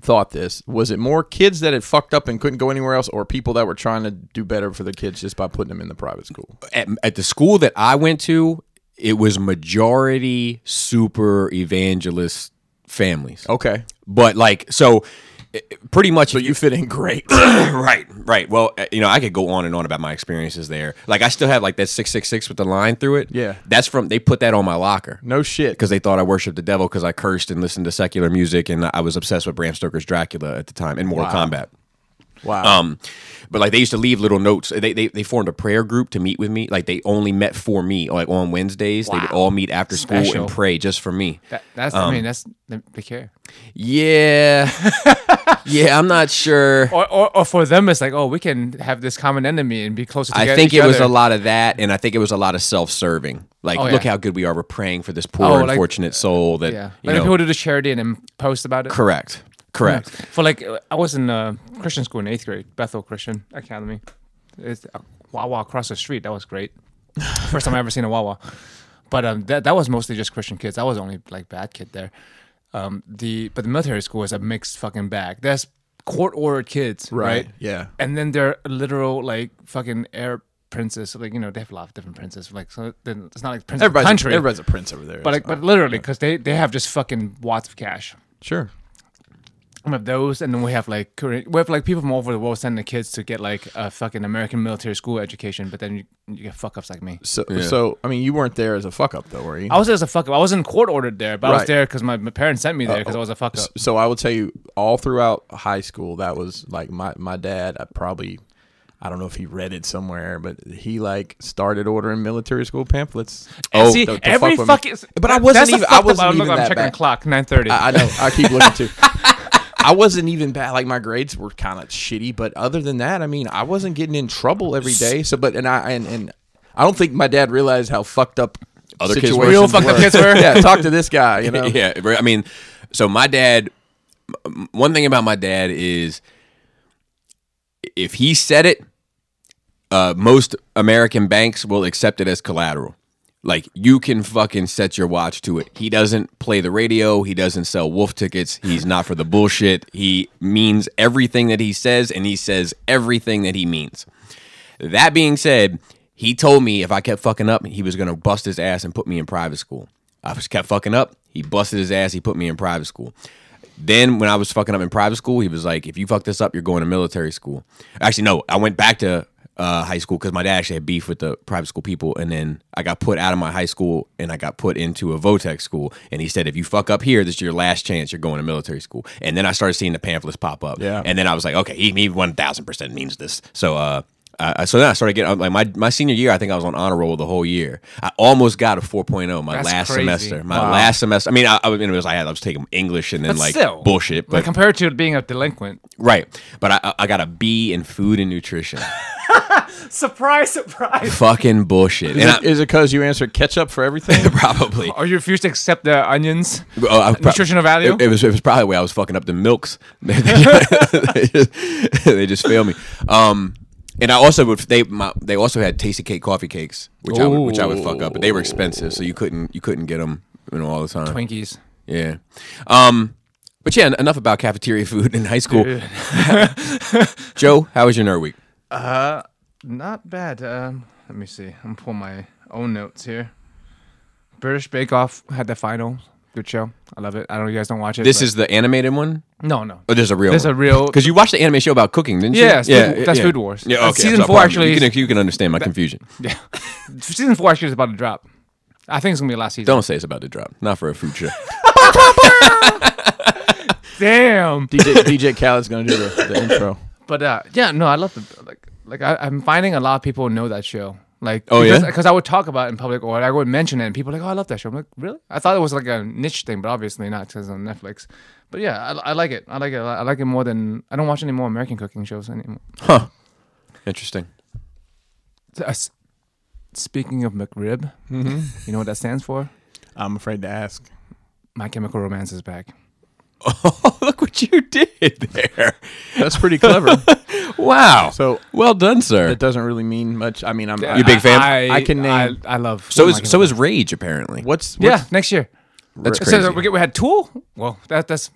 Speaker 2: thought this: was it more kids that had fucked up and couldn't go anywhere else, or people that were trying to do better for their kids just by putting them in the private school?
Speaker 1: At, at the school that I went to, it was majority super evangelist families.
Speaker 2: Okay.
Speaker 1: But like so i- pretty much
Speaker 2: But you fit in
Speaker 1: [coughs]
Speaker 2: great.
Speaker 1: right, right. Well, uh, you know, I could go on and on about my experiences there. Like I still have like that 666 with the line through it.
Speaker 2: Yeah.
Speaker 1: That's from they put that on my locker.
Speaker 2: No shit.
Speaker 1: because they thought I worshipped the devil because I cursed and listened to secular music and I was obsessed with Bram Stoker's Dracula at the time and Mortal Kombat.
Speaker 2: wow.
Speaker 1: Um, but like they used to leave little notes. They, they they formed a prayer group to meet with me. Like they only met for me. Like on Wednesdays, they would all meet after school
Speaker 3: Special.
Speaker 1: and pray just for me.
Speaker 3: That, that's I
Speaker 1: Um,
Speaker 3: mean that's they, they care.
Speaker 1: Yeah, [laughs] yeah. I'm not sure.
Speaker 3: Or, or or for them it's like oh we can have this common enemy and be closer.
Speaker 1: I
Speaker 3: together-
Speaker 1: think
Speaker 3: each
Speaker 1: it was
Speaker 3: other.
Speaker 1: a lot of that, and I think it was a lot of self-serving. Like,
Speaker 3: Oh,
Speaker 1: look
Speaker 3: yeah.
Speaker 1: how good we are. We're praying for this poor,
Speaker 3: Oh, like-
Speaker 1: unfortunate soul that
Speaker 3: Yeah,
Speaker 1: you
Speaker 3: like
Speaker 1: know.
Speaker 3: people do the charity and then post about it.
Speaker 1: correct, correct.
Speaker 3: For like, uh, I was in uh, Christian school in eighth grade, Bethel Christian Academy. It's a Wawa across the street. That was great. [laughs] First time I ever seen a Wawa. But um, that that was mostly just Christian kids. I was the only like bad kid there. Um, the but the military school is a mixed fucking bag. There's court ordered kids, right?
Speaker 2: Yeah.
Speaker 3: And then there are literal like fucking Arab princes. Like you know they have a lot of different princes. Like so then it's not like prince of the
Speaker 2: Everybody's,
Speaker 3: country.
Speaker 2: everybody's a prince over there. uh,
Speaker 3: but like but literally because they they have just fucking watts of cash.
Speaker 2: sure.
Speaker 3: We have those, and then we have like Korean, we have like people from all over the world sending their kids to get like a fucking American military school education, but then you, you get fuck ups like me.
Speaker 2: So, so I mean, you weren't there as a fuck up though, were you?
Speaker 3: I was there as a fuck up. I wasn't court ordered there, but I was
Speaker 2: Right. Uh, oh,
Speaker 3: there because my, my parents sent me there because I was a fuck up.
Speaker 2: so I will tell you, all throughout high school, that was like my my dad. I probably, I don't know if he read it somewhere, but he like started ordering military school pamphlets.
Speaker 1: Oh,
Speaker 3: See,
Speaker 2: to- to
Speaker 3: every
Speaker 2: fuck with me.
Speaker 3: fucking.
Speaker 2: But I wasn't
Speaker 3: that's a
Speaker 2: even- I
Speaker 3: fucked up
Speaker 2: wasn't
Speaker 3: outlook.
Speaker 2: even
Speaker 3: I'm
Speaker 2: that
Speaker 3: checking
Speaker 2: bad.
Speaker 3: the clock. Nine thirty.
Speaker 2: I, I know. I keep looking
Speaker 3: [laughs]
Speaker 2: too. I wasn't even bad. Like my grades were kind of shitty, but other than that, I mean, I wasn't getting in trouble every day. So, but and I and and I don't think my dad realized how fucked up
Speaker 1: Other kids were.
Speaker 2: situations
Speaker 1: Real
Speaker 3: fucked up kids
Speaker 2: [laughs]
Speaker 3: were.
Speaker 2: yeah, talk to this
Speaker 1: [laughs]
Speaker 2: guy. You know,
Speaker 1: yeah, right. I mean, so my dad. m- One thing about my dad is, if he said it, uh, most American banks will accept it as collateral. Like you can fucking set your watch to it. He doesn't play the radio. He doesn't sell wolf tickets. He's not for the bullshit. He means everything that he says, and he says everything that he means. That being said, he told me if I kept fucking up, he was gonna bust his ass and put me in private school. I just kept fucking up. He busted his ass. He put me in private school. Then when I was fucking up in private school, he was like, "If you fuck this up, you're going to military school." Actually, no, I went back to uh, high school because my dad actually had beef with the private school people, and then I got put out of my high school and I got put into a Votech school. And he said, "If you fuck up here, this is your last chance. You're going to military school." And then I started seeing the pamphlets pop up.
Speaker 2: Yeah.
Speaker 1: And then I was like, "Okay, he, he one thousand percent means this." So, uh, I, so then I started getting like my, my senior year. I think I was on honor roll the whole year. I almost got a 4.0 my
Speaker 3: That's
Speaker 1: last
Speaker 3: crazy.
Speaker 1: semester. My last semester. I mean, I, I was, it was I had I was taking English and then
Speaker 3: But
Speaker 1: like
Speaker 3: still,
Speaker 1: bullshit, but
Speaker 3: like compared to being a delinquent.
Speaker 1: right. But I- I, I got a B in food and nutrition.
Speaker 3: Surprise, surprise.
Speaker 1: Fucking bullshit.
Speaker 2: Is
Speaker 1: And
Speaker 2: it-
Speaker 1: I,
Speaker 2: is it because you answered ketchup for everything?
Speaker 1: [laughs] probably.
Speaker 3: Or you refuse to accept the onions.
Speaker 1: Oh, I was prob-
Speaker 3: Nutritional value?
Speaker 1: It, it was it was probably where I was fucking up the milks. [laughs] they, just, they just failed me. Um, and I also would they my, they also had tasty cake coffee cakes, which I would, which I would fuck up, but they were expensive, so you couldn't you couldn't get them you know all the time.
Speaker 3: Twinkies.
Speaker 1: Yeah. Um, but yeah, en- enough about cafeteria food in high school. [laughs] Joe, how was your nerd week?
Speaker 3: Not bad. Um, let me see. I'm pull my own notes here. British Bake Off had the final. Good show. I love it. I don't know you guys don't watch it.
Speaker 1: This
Speaker 3: but-
Speaker 1: is the animated one.
Speaker 3: no, no.
Speaker 1: Or there's a real.
Speaker 3: There's
Speaker 1: [laughs]
Speaker 3: a real-
Speaker 1: because you watched the anime show about cooking, didn't you?
Speaker 3: Yeah, it's Food- that's Food Wars.
Speaker 1: Yeah, okay.
Speaker 3: Uh,
Speaker 1: I'm
Speaker 3: season
Speaker 1: sorry,
Speaker 3: four
Speaker 1: pardon me.
Speaker 3: actually
Speaker 1: You
Speaker 3: is-
Speaker 1: can, you can understand my confusion.
Speaker 3: Yeah. season four actually is about to drop. I think it's gonna be the last season.
Speaker 1: Don't say it's about to drop. Not for a food
Speaker 3: [laughs]
Speaker 1: show.
Speaker 3: Damn.
Speaker 2: DJ, DJ Khaled's gonna do the, the intro.
Speaker 3: But uh, yeah, no, I love the like. Like I, I'm finding a lot of people know that show. Like,
Speaker 1: Oh,
Speaker 3: because,
Speaker 1: yeah?
Speaker 3: because I would talk about it in public or I would mention it, and people are like, "Oh, I love that show." I'm like, "Really?" I thought it was like a niche thing, but obviously not because it's on Netflix. But yeah, I, I like it. I like it. a lot. I like it more than I don't watch any more American cooking shows anymore.
Speaker 1: Interesting.
Speaker 3: Uh, s- speaking of McRib,
Speaker 1: Mm-hmm.
Speaker 3: you know what that stands for?
Speaker 2: I'm afraid to ask.
Speaker 3: My Chemical Romance is back.
Speaker 1: [laughs] Oh, look what you did there!
Speaker 2: That's pretty clever.
Speaker 1: Wow.
Speaker 2: So-
Speaker 1: well done, sir.
Speaker 2: It doesn't really mean much. I mean, I'm
Speaker 1: You big fan?
Speaker 3: I,
Speaker 2: I can name-
Speaker 3: I, I love.
Speaker 1: so
Speaker 3: My
Speaker 1: is
Speaker 3: Chemical
Speaker 1: so is Rage apparently.
Speaker 2: What's, what's
Speaker 3: Yeah, next year.
Speaker 1: That's
Speaker 3: It says
Speaker 1: crazy.
Speaker 3: we, get- we had Tool. Well, that that's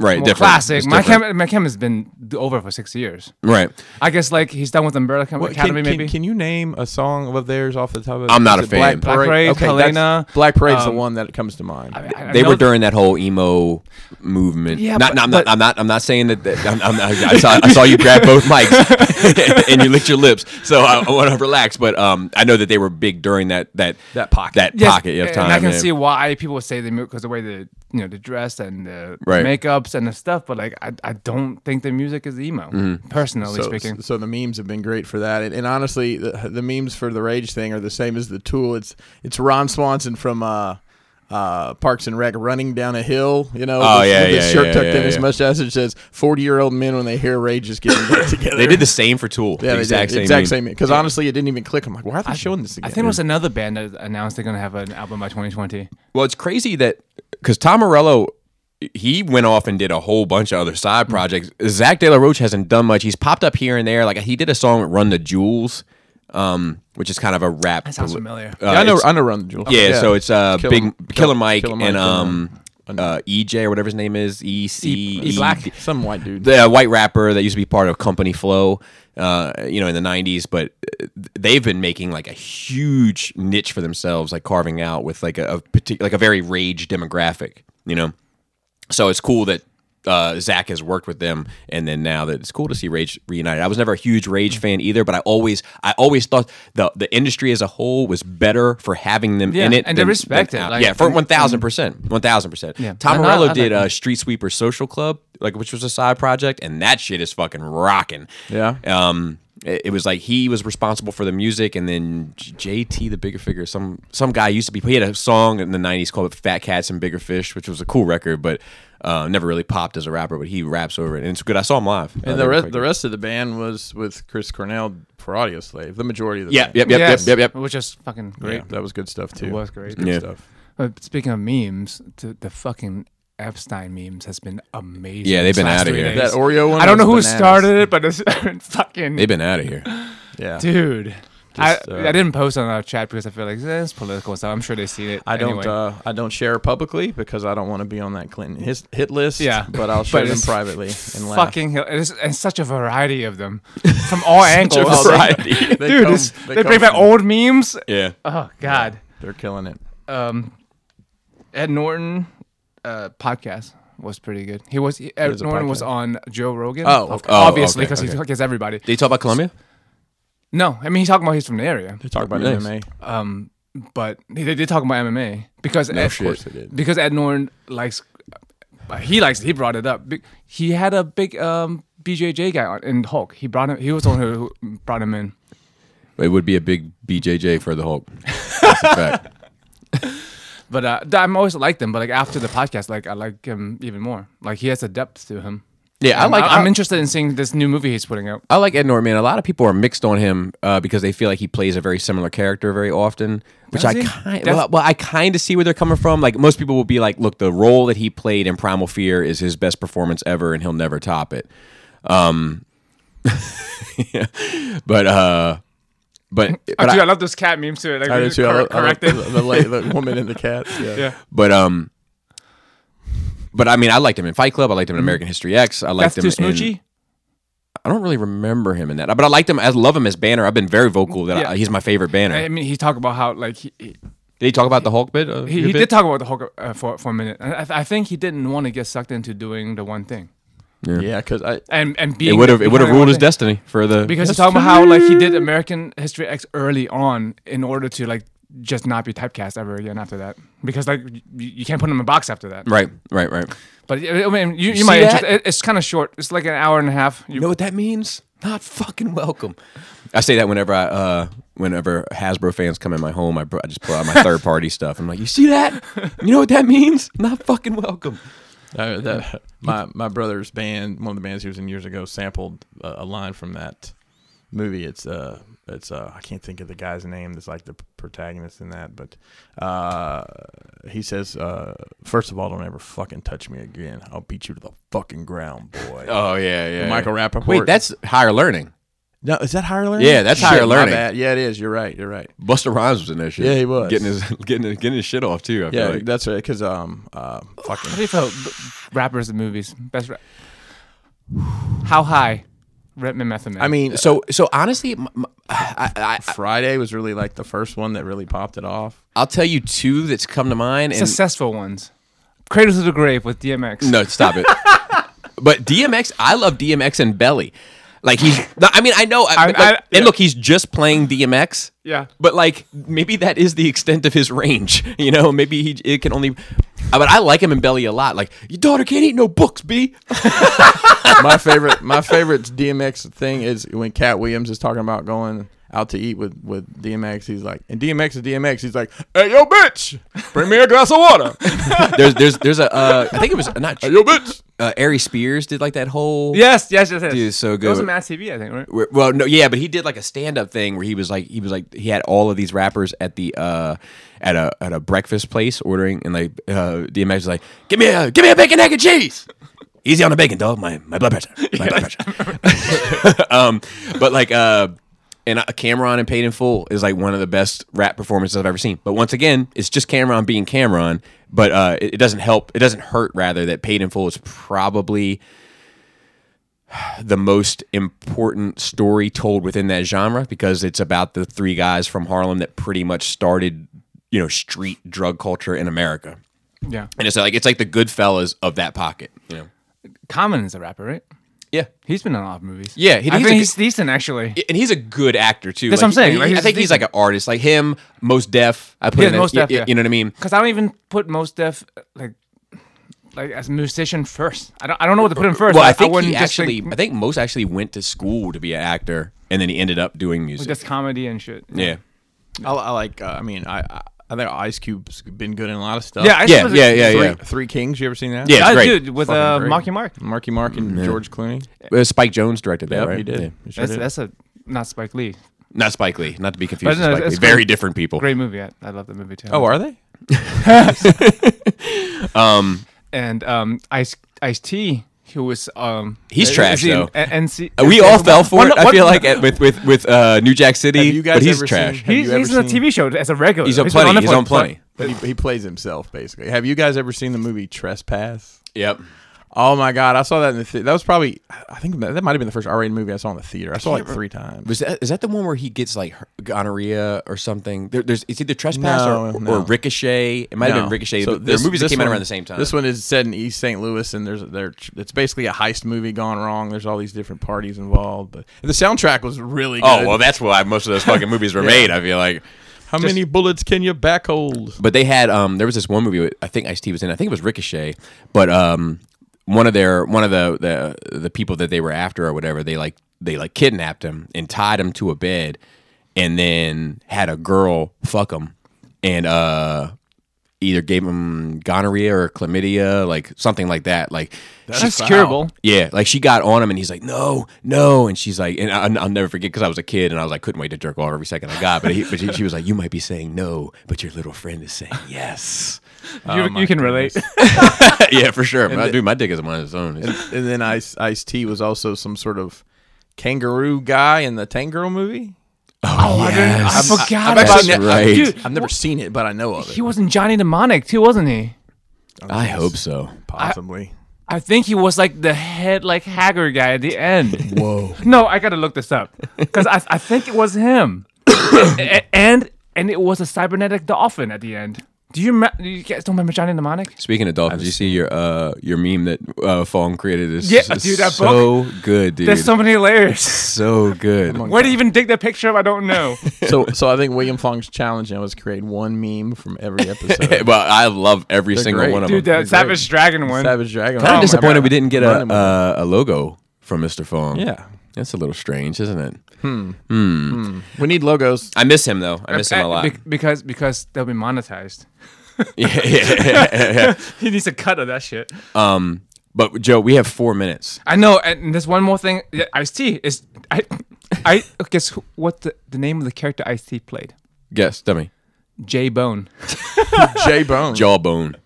Speaker 1: Right,
Speaker 3: more
Speaker 1: different.
Speaker 3: classic.
Speaker 1: It's
Speaker 3: My
Speaker 1: different.
Speaker 3: cam, my cam has been d- over for six years.
Speaker 1: Right.
Speaker 3: I guess like he's done with Umbrella Acad-
Speaker 2: What-
Speaker 3: Academy,
Speaker 2: can, can,
Speaker 3: maybe.
Speaker 2: can you name a song of theirs off the top of?
Speaker 1: I'm not a
Speaker 2: is it
Speaker 1: fan.
Speaker 2: Black
Speaker 3: Black
Speaker 2: Parade.
Speaker 3: Parade,
Speaker 2: Okay,
Speaker 3: Helena,
Speaker 2: that's, Black Parade's the
Speaker 3: um,
Speaker 2: one that comes to mind.
Speaker 3: I- I
Speaker 1: They
Speaker 3: know
Speaker 1: were
Speaker 3: th-
Speaker 1: during that whole emo movement.
Speaker 3: Yeah,
Speaker 1: not,
Speaker 3: but-
Speaker 1: not, I'm,
Speaker 3: but-
Speaker 1: not, I'm not. I'm not saying that. that I'm, I'm, I, saw,
Speaker 3: [laughs]
Speaker 1: I saw you grab both mics [laughs] and you licked your lips, so I, I want to relax. But um, I know that they were big during that that
Speaker 2: That pocket.
Speaker 1: that
Speaker 3: Yes,
Speaker 1: pocket of time.
Speaker 3: And I can
Speaker 1: yeah.
Speaker 3: see why people would say they move because the way the you know the dress and the
Speaker 1: Right.
Speaker 3: makeups and the stuff. But like, I, I don't think the music is emo,
Speaker 1: Mm-hmm.
Speaker 2: so,
Speaker 3: personally speaking.
Speaker 2: so the memes have been great for that, and, and honestly, the, the memes for the rage thing are the same as the tool. It's it's Ron Swanson from uh, uh, Parks and Rec running down a hill, you know,
Speaker 1: Oh,
Speaker 2: with,
Speaker 1: yeah,
Speaker 2: with his
Speaker 1: yeah,
Speaker 2: shirt
Speaker 1: yeah,
Speaker 2: tucked
Speaker 1: yeah,
Speaker 2: in his
Speaker 1: yeah.
Speaker 2: mustache. It says forty year old men when they hear rage is getting
Speaker 1: [laughs]
Speaker 2: back together.
Speaker 1: They did the same for Tool.
Speaker 2: yeah,
Speaker 1: the exact same. meme.
Speaker 2: exact same. Because honestly, it didn't even click. I'm like, why are they showing this
Speaker 3: I
Speaker 2: again?
Speaker 3: think it was another band that announced they're gonna have an album by 2020.
Speaker 1: Well, it's crazy that because Tom Morello, he went off and did a whole bunch of other side projects. Zach De La Roche hasn't done much. He's popped up here and there. Like he did a song with Run the Jewels, um, which is kind of a rap.
Speaker 3: That sounds familiar.
Speaker 1: Uh,
Speaker 2: yeah, I know.
Speaker 1: it's-
Speaker 2: I know. Run the jewels.
Speaker 1: yeah, so it's uh,
Speaker 2: Killer-
Speaker 1: Big Killer Mike
Speaker 2: Killer
Speaker 1: and
Speaker 2: Killer
Speaker 1: um,
Speaker 2: Mike.
Speaker 1: uh, EJ or whatever his name is, E C
Speaker 3: E Black.
Speaker 2: some white dude.
Speaker 1: the uh, white rapper that used to be part of Company Flow, uh, you know, in the '90s. But uh, they've been making like a huge niche for themselves, like carving out with like a, a particular, like a very rage demographic, you know. So it's cool that uh, Zach has worked with them, and then now that it's cool to see Rage reunited. I was never a huge
Speaker 3: Mm.
Speaker 1: Rage fan either, but I always, I always thought the the industry as a whole was better for having them
Speaker 3: Yeah,
Speaker 1: in it
Speaker 3: and they respect it,
Speaker 1: out.
Speaker 3: like- mm,
Speaker 1: yeah, for one thousand percent, one thousand percent.
Speaker 3: Yeah.
Speaker 1: Tom
Speaker 3: And I-
Speaker 1: Morello
Speaker 3: I
Speaker 1: did
Speaker 3: like-
Speaker 1: uh, Street Sweeper Social Club, like which was a side project, and that shit is fucking rocking.
Speaker 2: Yeah.
Speaker 1: Um, it, it was like he was responsible for the music, and then J- JT, the bigger figure, some some guy used to be. He had a song in the '90s called "Fat Cats and Bigger Fish," which was a cool record, but uh, never really popped as a rapper. But he raps over it, and it's good. I saw him live. Uh,
Speaker 2: and
Speaker 1: they
Speaker 2: the
Speaker 1: were
Speaker 2: rest,
Speaker 1: quite
Speaker 2: the
Speaker 1: good.
Speaker 2: rest of the band was with Chris Cornell for Audio Slave. The majority of the
Speaker 1: Yep,
Speaker 2: band.
Speaker 1: yep, yep,
Speaker 3: Yes,
Speaker 1: yep, yep, yep.
Speaker 3: Which is fucking great.
Speaker 2: Yeah, that was good stuff too.
Speaker 3: It was great.
Speaker 2: Good
Speaker 1: Yeah.
Speaker 2: stuff.
Speaker 3: But speaking of memes, the, the fucking Epstein memes has been amazing.
Speaker 1: Yeah, they've
Speaker 3: these
Speaker 1: been
Speaker 3: last
Speaker 1: outta
Speaker 3: three
Speaker 1: here.
Speaker 3: days.
Speaker 2: That Oreo one.
Speaker 3: I don't
Speaker 2: was
Speaker 3: know who
Speaker 2: bananas.
Speaker 3: started it, but it's [laughs] fucking
Speaker 1: They've been out of here.
Speaker 2: Yeah.
Speaker 3: dude.
Speaker 2: Just,
Speaker 3: I,
Speaker 2: uh,
Speaker 3: I didn't post on our chat because I feel like eh, it's political stuff. I'm sure they've seen it.
Speaker 2: I don't.
Speaker 3: anyway.
Speaker 2: Uh, I don't share publicly because I don't want to be on that Clinton his, hit list.
Speaker 3: Yeah.
Speaker 2: But I'll share them
Speaker 3: it's
Speaker 2: privately and laugh.
Speaker 3: fucking hill. It's, and such a variety of them from
Speaker 2: [laughs]
Speaker 3: all angles.
Speaker 1: a variety.
Speaker 3: [laughs]
Speaker 2: They
Speaker 3: dude.
Speaker 2: come-
Speaker 3: it's- they
Speaker 2: come
Speaker 3: bring back
Speaker 2: from-
Speaker 3: old memes.
Speaker 1: Yeah.
Speaker 3: Oh God,
Speaker 2: They're killing it.
Speaker 3: um, Ed Norton uh, podcast was pretty good. He was he-
Speaker 2: is
Speaker 3: Ed
Speaker 2: a
Speaker 3: Norton was
Speaker 2: podcast.
Speaker 3: on Joe Rogan.
Speaker 2: Oh, okay.
Speaker 1: Oh,
Speaker 3: obviously
Speaker 1: okay,
Speaker 3: because
Speaker 1: okay.
Speaker 3: he gets everybody.
Speaker 1: Did you talk about Columbia?
Speaker 3: No, I mean he's talking about he's from the area,
Speaker 2: They talk about
Speaker 1: Nice.
Speaker 2: MMA.
Speaker 3: um, but they, they did talk about MMA because
Speaker 1: No
Speaker 3: Ed-
Speaker 1: shit. Of course
Speaker 2: they did.
Speaker 3: because Ed Norton likes he likes he brought it up. Be- He had a big um, BJJ guy on, in Hulk. He brought him. He was the one who who brought him in.
Speaker 1: It would be a big BJJ for the Hulk. That's a [laughs] fact.
Speaker 3: But uh, th- I'm always liked him. But like after the podcast, like I like him even more. Like he has a depth to him.
Speaker 1: Yeah, I
Speaker 3: I'm-
Speaker 1: like.
Speaker 3: I'm
Speaker 1: I-
Speaker 3: interested in seeing this new movie he's putting out.
Speaker 1: I like Ed Norton, man. A lot of people are mixed on him uh, because they feel like he plays a very similar character very often, which
Speaker 3: Does
Speaker 1: I
Speaker 3: he?
Speaker 1: kind
Speaker 3: That's-
Speaker 1: well, well, I kind of see where they're coming from. Like most people will be like, "Look, the role that he played in Primal Fear is his best performance ever, and he'll never top it." Um, [laughs] but uh, but but
Speaker 3: oh, dude, [laughs] I,
Speaker 1: I,
Speaker 3: love those cat memes too. Like,
Speaker 2: I do too. I
Speaker 3: cor-
Speaker 2: love- I love
Speaker 3: corrected.
Speaker 2: the, the, la- the woman and the cat. Yeah.
Speaker 3: Yeah.
Speaker 1: but um, but I mean, I liked him in Fight Club. I liked him in American History X. I liked
Speaker 3: Death
Speaker 1: him
Speaker 3: to
Speaker 1: in-
Speaker 3: Mm-hmm. Smoochie.
Speaker 1: I don't really remember him in that, but I liked him. I love him as Banner. I've been very vocal that I,
Speaker 3: Mm, Yeah.
Speaker 1: he's my favorite Banner.
Speaker 3: I mean, he talked about how like he he,
Speaker 1: Did he talk about the Hulk bit? Uh,
Speaker 3: he,
Speaker 1: your
Speaker 3: he
Speaker 1: bit?
Speaker 3: did talk about the Hulk uh, for for a minute. And I, I think he didn't want to get sucked into doing the one thing
Speaker 2: Yeah. Because I.
Speaker 3: and and being
Speaker 1: It would have it
Speaker 3: becoming
Speaker 1: would have ruled
Speaker 3: one
Speaker 1: his
Speaker 3: thing.
Speaker 1: destiny for the
Speaker 3: because he's talking about how like he did American History X early on in order to like just not be typecast ever again after that because like you, you can't put him in a box after that.
Speaker 1: right, right, right.
Speaker 3: But I mean, you, you,
Speaker 1: see
Speaker 3: might.
Speaker 1: that?
Speaker 3: Interest, it, it's kind of short. It's like an hour and a half. You,
Speaker 1: You know what that means? Not fucking welcome. I say that whenever I uh whenever Hasbro fans come in my home, I, br- I just pull out my third party stuff. I'm like, you see that? You know what that means? Not fucking welcome.
Speaker 2: I Oh, that, [laughs] my my brother's band, one of the bands he was in years ago, sampled uh, a line from that movie. It's uh, it's uh, I can't think of the guy's name. That's like the p- protagonist in that, but uh, he says, uh, first of all, don't ever fucking touch me again. I'll beat you to the fucking ground, boy.
Speaker 1: Oh yeah, yeah.
Speaker 2: Michael Rappaport.
Speaker 1: Wait, that's higher learning.
Speaker 2: No, is that higher learning?
Speaker 1: Yeah, that's
Speaker 2: Shit,
Speaker 1: higher
Speaker 2: my
Speaker 1: learning.
Speaker 2: bad. Yeah, it is. You're right. You're right.
Speaker 1: Buster Rhymes was in that shit.
Speaker 2: Yeah, he was.
Speaker 1: getting his [laughs] getting his, getting his shit off too. I feel
Speaker 2: Yeah,
Speaker 1: like.
Speaker 2: that's right. Because um, uh,
Speaker 3: What
Speaker 1: [sighs]
Speaker 3: do you feel? b- Rappers and movies. Best rap. How high? Rhythm and Method Man.
Speaker 2: I mean,
Speaker 1: so so honestly, m- m- I, I,
Speaker 2: Friday was really like the first one that really popped it off.
Speaker 1: I'll tell you two that's come to mind. And
Speaker 3: successful ones. Cradle to the Grave with DMX.
Speaker 1: no, stop
Speaker 3: [laughs]
Speaker 1: it. but DMX, I love DMX and Belly. Like he's, no, I mean, I know, I,
Speaker 3: I-
Speaker 1: like-
Speaker 3: I- yeah.
Speaker 1: and look, he's just playing DMX.
Speaker 3: Yeah.
Speaker 1: but like maybe that is the extent of his range. [laughs] You know, maybe he it can only. uh, But I like him in Belly a lot. Like your daughter can't eat no books, b. [laughs]
Speaker 2: my favorite my favorite DMX thing is when Cat Williams is talking about going out to eat with with DMX. He's like, and DMX is DMX. He's like, hey yo, bitch, bring me a glass of water. [laughs]
Speaker 1: there's there's there's a uh, I think it was not
Speaker 2: hey yo, bitch.
Speaker 1: uh, Ari Spears did like that whole
Speaker 3: Yes, yes, yes, yes.
Speaker 1: Dude, so
Speaker 3: That was
Speaker 1: good.
Speaker 3: on Mass TV, I think, right?
Speaker 1: Where- well no yeah but he did like a stand-up thing where he was like he was like he had all of these rappers at the uh at a at a breakfast place ordering and like uh dmx was like give me a give me a bacon egg and cheese easy on the bacon dog my my blood pressure my blood pressure [laughs] um but like uh and uh, Cameron and Paid in Full is like one of the best rap performances I've ever seen. But once again, it's just Cameron being Cameron. But uh, it, it doesn't help. It doesn't hurt rather that Paid in Full is probably the most important story told within that genre because it's about the three guys from Harlem that pretty much started, you know, street drug culture in America.
Speaker 3: Yeah.
Speaker 1: And it's like it's like the Goodfellas of that pocket. You know?
Speaker 3: Common is a rapper, right?
Speaker 1: Yeah.
Speaker 3: He's been in a lot of movies.
Speaker 1: Yeah, he-
Speaker 3: I
Speaker 1: he's
Speaker 3: think
Speaker 1: a-
Speaker 3: he's decent, actually.
Speaker 1: And he's a good actor too.
Speaker 3: That's
Speaker 1: Like,
Speaker 3: what I'm saying,
Speaker 1: he-
Speaker 3: right? He's
Speaker 1: I think he's like an artist, like him, most deaf. I put
Speaker 3: Yeah,
Speaker 1: in that-
Speaker 3: Mos Def,
Speaker 1: y- y-
Speaker 3: yeah.
Speaker 1: You know what I mean?
Speaker 3: Because I don't even put Most Def like like as a musician first. I don't I don't know what to put him first.
Speaker 1: Well, I
Speaker 3: I
Speaker 1: think
Speaker 3: wouldn't
Speaker 1: he
Speaker 3: just think-
Speaker 1: actually, I think most actually went to school to be an actor, and then he ended up doing music.
Speaker 3: just comedy and shit.
Speaker 1: yeah,
Speaker 2: I, I like. Uh, I mean, I, I I think Ice Cube's been good in a lot of stuff.
Speaker 3: Yeah, I
Speaker 1: yeah,
Speaker 3: suppose
Speaker 1: yeah,
Speaker 3: it's-
Speaker 1: yeah,
Speaker 2: Three,
Speaker 1: yeah.
Speaker 2: Three Kings. You ever seen that?
Speaker 1: Yeah, it's
Speaker 3: Oh,
Speaker 1: great.
Speaker 3: dude, with
Speaker 2: Fucking
Speaker 3: uh,
Speaker 2: great.
Speaker 3: Marky Mark.
Speaker 2: Marky Mark and George Clooney.
Speaker 1: Uh, Spike Jones directed that,
Speaker 2: Yep,
Speaker 1: right?
Speaker 2: he did.
Speaker 1: Yeah.
Speaker 2: He sure
Speaker 3: That's
Speaker 2: did.
Speaker 3: that's a not Spike Lee.
Speaker 1: Not Spike Lee, not to be confused.
Speaker 3: But no,
Speaker 1: with Spike
Speaker 3: it's
Speaker 1: Lee. Very
Speaker 3: great.
Speaker 1: different people.
Speaker 3: Great movie. I, I love that movie too.
Speaker 2: oh, are they?
Speaker 3: and um, Ice Ice T, who was um,
Speaker 1: He's
Speaker 3: is
Speaker 1: trash,
Speaker 3: he in
Speaker 1: though.
Speaker 3: N- NC
Speaker 1: Uh, We all fell for
Speaker 3: One-
Speaker 1: it. I
Speaker 3: one-
Speaker 1: feel like at, with with with uh, New Jack City,
Speaker 2: Have you guys
Speaker 1: but he's
Speaker 2: ever
Speaker 1: trash.
Speaker 2: seen-
Speaker 3: he's,
Speaker 2: Have you
Speaker 3: he's
Speaker 2: ever
Speaker 3: in a
Speaker 2: seen-
Speaker 3: TV show as a regular.
Speaker 1: He's on
Speaker 3: been
Speaker 1: plenty. He's
Speaker 3: Netflix,
Speaker 1: on
Speaker 3: but-
Speaker 1: plenty.
Speaker 2: But he, he plays himself basically. Have you guys ever seen the movie Trespass?
Speaker 1: Yep.
Speaker 2: Oh my god, I saw that in the th- that was probably I think that, that might have been the first R-rated movie I saw in the theater. I saw it like three times.
Speaker 1: Was that is that the one where he gets like her- gonorrhea or something? There, there's it's either trespass or,
Speaker 2: No,
Speaker 1: or,
Speaker 2: no.
Speaker 1: Ricochet. It might have been
Speaker 2: No.
Speaker 1: Ricochet.
Speaker 2: So
Speaker 1: but there are movies that came out
Speaker 2: one-
Speaker 1: around the same time.
Speaker 2: This one is set in East St. Louis, and there's there it's basically a heist movie gone wrong. There's all these different parties involved, but the soundtrack was really good.
Speaker 1: oh well, that's why most of those fucking movies [laughs] were made. I feel like.
Speaker 2: how many bullets can you back hold?
Speaker 1: But they had um there was this one movie with- I think Ice T was in I think it was Ricochet, but um one of their one of the the the people that they were after or whatever they like they like kidnapped him and tied him to a bed and then had a girl fuck him and uh either gave him gonorrhea or chlamydia like something like that like she-
Speaker 3: That's curable.
Speaker 1: yeah, like she got on him, and he's like, "No, no," and she's like, and I, I'll never forget because I was a kid, and I was like, couldn't wait to jerk off every second I got. But, he, but she, she was like, "You might be saying no, but your little friend is saying yes."
Speaker 2: Oh
Speaker 1: Oh
Speaker 3: You, you can relate. [laughs]
Speaker 1: yeah, for sure. My, dude, my dick is on its own. It's-
Speaker 2: And then Ice Ice T was also some sort of kangaroo guy in the Tango movie.
Speaker 1: oh,
Speaker 3: I
Speaker 1: yes.
Speaker 3: forgot
Speaker 2: I've
Speaker 3: about
Speaker 1: That's
Speaker 2: actually
Speaker 3: that.
Speaker 2: ne-
Speaker 1: right.
Speaker 3: Dude,
Speaker 2: I've never seen it, but I know of it.
Speaker 3: he was in Johnny Mnemonic too, wasn't he?
Speaker 1: I hope so.
Speaker 2: Possibly.
Speaker 3: I think he was like the head, like haggard guy at
Speaker 1: [laughs]
Speaker 3: the end.
Speaker 1: Whoa.
Speaker 3: No, I gotta look this [laughs] up because I, I think it was him, A- a- and and it was a cybernetic dolphin at the end. Do you remember? You guys don't remember Johnny Mnemonic?
Speaker 1: Speaking of dolphins, you see your uh your meme that uh Fong created is
Speaker 3: Yeah,
Speaker 1: is
Speaker 3: dude, that
Speaker 1: so good, dude.
Speaker 3: There's so many layers.
Speaker 1: so good.
Speaker 3: Where do you even dig the picture up? I don't [laughs] know.
Speaker 2: so so I think William Fong's challenge now is create one meme from [laughs] every episode.
Speaker 1: well, I love every single
Speaker 2: great.
Speaker 1: one of
Speaker 3: Dude,
Speaker 1: them.
Speaker 3: the Savage Dragon one.
Speaker 2: Savage Dragon.
Speaker 1: Kind of
Speaker 3: Oh my
Speaker 1: disappointed
Speaker 3: God.
Speaker 1: we didn't get
Speaker 2: Run
Speaker 1: a
Speaker 2: him.
Speaker 1: uh, a logo from Mr. Fong.
Speaker 2: Yeah.
Speaker 1: That's a little strange, isn't it?
Speaker 2: We need [laughs] logos.
Speaker 1: I miss him though. I miss
Speaker 3: Uh,
Speaker 1: him a lot.
Speaker 3: [laughs] Be- because because they'll be monetized. [laughs]
Speaker 1: yeah, yeah, yeah,
Speaker 3: he needs a cut of that shit.
Speaker 1: yeah. Um, but Joe, we have four minutes.
Speaker 3: I know. And there's one more thing. Yeah, Ice T is I. I oh, guess who, what the, the name of the character Ice T played?
Speaker 1: Guess, dummy.
Speaker 3: J Bone.
Speaker 2: J Bone.
Speaker 1: Jawbone.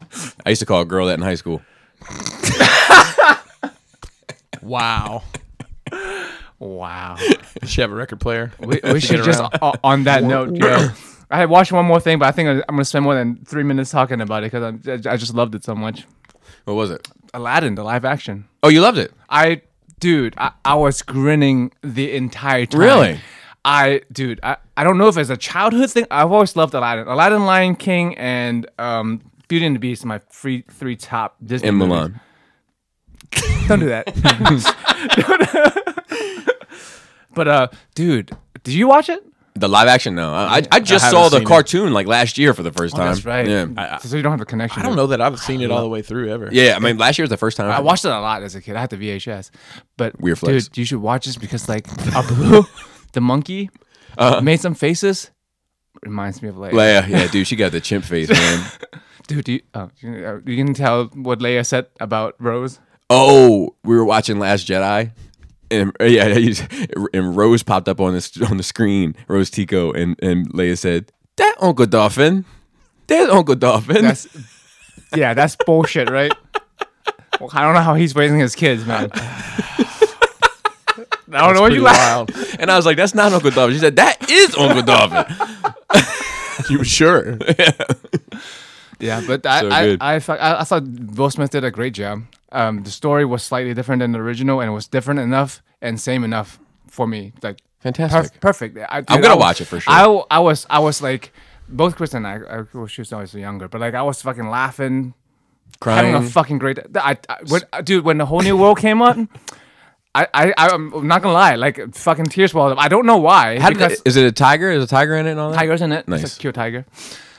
Speaker 1: I used to call a girl that in high school.
Speaker 2: Wow.
Speaker 3: [laughs] Wow.
Speaker 2: She have a record player.
Speaker 3: We, we should just o- on that note. Go. I had watched one more thing, but I think I'm going to spend more than three minutes talking about it because I just loved it so much.
Speaker 1: What was it?
Speaker 3: Aladdin, the live action.
Speaker 1: Oh, you loved it.
Speaker 3: I, dude, I, I was grinning the entire time.
Speaker 1: Really?
Speaker 3: I, dude, I, I don't know if it's a childhood thing. I've always loved Aladdin. Aladdin, Lion King, and um, Beauty and the Beast, are my three, three top Disney
Speaker 1: In
Speaker 3: movies.
Speaker 1: Milan.
Speaker 3: Don't
Speaker 1: [laughs]
Speaker 3: do that. [laughs] but, uh, dude, did you watch it?
Speaker 1: The live action? No, I, I- I just
Speaker 2: haven't
Speaker 1: saw the
Speaker 2: seen it.
Speaker 1: cartoon like last year for the first time.
Speaker 3: Oh, That's right.
Speaker 1: Yeah,
Speaker 3: so you don't have the connection.
Speaker 2: I don't know that I've seen it all the way through ever.
Speaker 1: yeah. I mean, last year was the first time
Speaker 3: I watched it a lot as a kid. I had the VHS, but
Speaker 1: Weird flex.
Speaker 3: dude, you should watch this
Speaker 1: [laughs]
Speaker 3: because like Abu, the monkey, made some faces. Reminds me of Leia.
Speaker 1: Uh-huh. Leia. [laughs] Yeah, dude, she got the chimp
Speaker 3: [laughs]
Speaker 1: face, man.
Speaker 3: Dude, do you, oh, you uh, you can tell what Leia said about Rose.
Speaker 1: Oh, we were watching Last Jedi. And [laughs] uh, yeah, you- and Rose popped up on this on the screen. Rose Tico and and Leia said, "That Uncle Dolphin, there's Uncle Dolphin." [laughs]
Speaker 3: That's [laughs] yeah, that's bullshit, right? Well, I don't know how he's raising his
Speaker 1: [laughs]
Speaker 3: kids, man. I don't know what
Speaker 2: Pretty
Speaker 3: you laugh.
Speaker 2: wild.
Speaker 1: and I was like, "That's not Uncle Dolphin." She said, "That is Uncle
Speaker 3: [laughs]
Speaker 1: Dolphin."
Speaker 2: [laughs] you sure?
Speaker 3: Yeah, but I
Speaker 1: So
Speaker 3: I,
Speaker 1: good.
Speaker 3: I, fuck- I I thought Will Smith did a great job. Um, the story was slightly different than the original, and it was different enough and same enough for me. Like
Speaker 1: Fantastic.
Speaker 3: perf- perfect. I, dude,
Speaker 1: gonna
Speaker 3: I was-
Speaker 1: watch it for sure.
Speaker 3: I, w- I was I was like both Chris and I. I well, she was always younger, but like I was fucking laughing, having a fucking great. I, I when, dude when the whole new world came up. I, I, I'm not gonna lie, like fucking tears welled up. I don't know why.
Speaker 1: How did
Speaker 3: because
Speaker 1: that, is it a tiger? Is a tiger in it? And all that?
Speaker 3: tiger's in it. It's
Speaker 1: Nice.
Speaker 3: a cute tiger.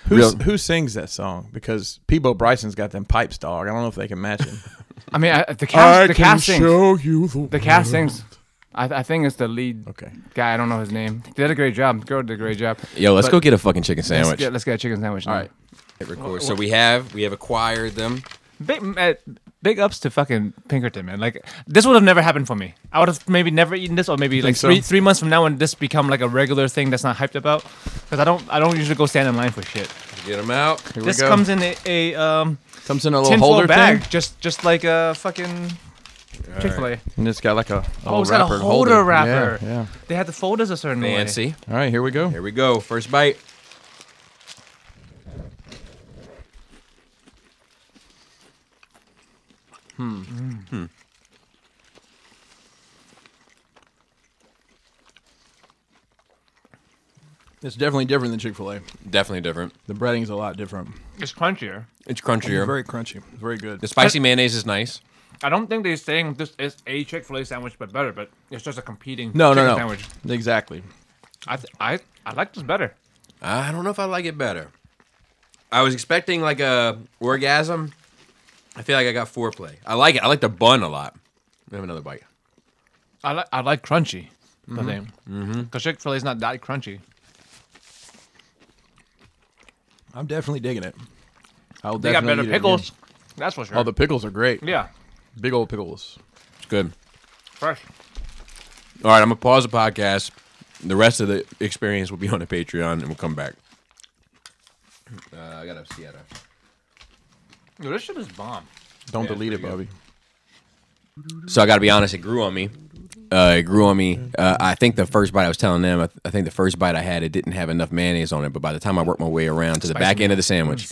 Speaker 2: Who's,
Speaker 1: Real-
Speaker 2: who sings that song? Because Peebo Bryson's got them pipes, dog. I don't know if they can match him.
Speaker 3: I mean, I, the cast, the cast sings.
Speaker 2: you the.
Speaker 3: The cast sings. I, I think it's the lead
Speaker 2: Okay.
Speaker 3: guy. I don't know his name. They did a great job. Girl did a great job.
Speaker 1: Yo, let's
Speaker 3: But
Speaker 1: go get a fucking chicken
Speaker 3: Let's
Speaker 1: sandwich.
Speaker 3: get, let's get a chicken sandwich. All
Speaker 2: right.
Speaker 1: Hit record. So we have we have acquired them.
Speaker 3: Big, uh, big ups to fucking Pinkerton, man. Like this would have never happened for me. I would have maybe never eaten this, or maybe like
Speaker 2: Think so?
Speaker 3: three three months from now, when this become like a regular thing that's not hyped about. Because I don't I don't usually go stand in line for shit.
Speaker 1: Get them out. Here
Speaker 3: This comes in a, a um,
Speaker 2: Comes in a little
Speaker 3: tinfoil
Speaker 2: holder
Speaker 3: bag,
Speaker 2: thing,
Speaker 3: just just like a fucking Chick Fil A.
Speaker 2: and it's got like a, a
Speaker 3: Oh,
Speaker 2: little
Speaker 3: it's got a
Speaker 2: wrapper to
Speaker 3: holder
Speaker 2: hold it.
Speaker 3: wrapper.
Speaker 2: Yeah, yeah.
Speaker 3: They had the folders a certain way.
Speaker 1: Fancy.
Speaker 2: All right, here we go.
Speaker 1: Here we go. First bite.
Speaker 2: It's definitely different than Chick Fil A.
Speaker 1: Definitely different.
Speaker 2: The breading's a lot different.
Speaker 3: It's crunchier.
Speaker 1: It's crunchier.
Speaker 2: Very crunchy. It's very good.
Speaker 1: the spicy mayonnaise is nice.
Speaker 3: I don't think they're saying this is a Chick Fil A sandwich, but better. But it's just a competing
Speaker 2: no,
Speaker 3: chicken
Speaker 2: no, no.
Speaker 3: sandwich.
Speaker 2: Exactly.
Speaker 3: I, th- I I like this better.
Speaker 1: I don't know if I like it better. I was expecting like a orgasm. I feel like I got foreplay. I like it. I like the bun a lot. I have another bite.
Speaker 3: I like I like crunchy. The
Speaker 2: Mm-hmm.
Speaker 3: name because Chick Fil A is not that crunchy.
Speaker 2: I'm definitely digging it. I'll
Speaker 3: They got
Speaker 2: definitely
Speaker 3: better
Speaker 2: eat it
Speaker 3: pickles.
Speaker 2: again.
Speaker 3: That's for sure.
Speaker 2: Oh, the pickles are great.
Speaker 3: yeah,
Speaker 2: Big old pickles.
Speaker 1: It's good.
Speaker 3: fresh.
Speaker 1: All right, I'm gonna pause the podcast. The rest of the experience will be on the Patreon, and we'll come back. Uh, I got a Sierra.
Speaker 3: Yo, this shit is bomb.
Speaker 2: Don't
Speaker 1: it's
Speaker 2: delete it,
Speaker 1: pretty
Speaker 2: Bobby.
Speaker 1: So I got to be honest, it grew on me. Uh, it grew on me. Uh, I think the first bite I was telling them, I, th- I think the first bite I had, it didn't have enough mayonnaise on it. But by the time I worked my way around to the back end of the sandwich,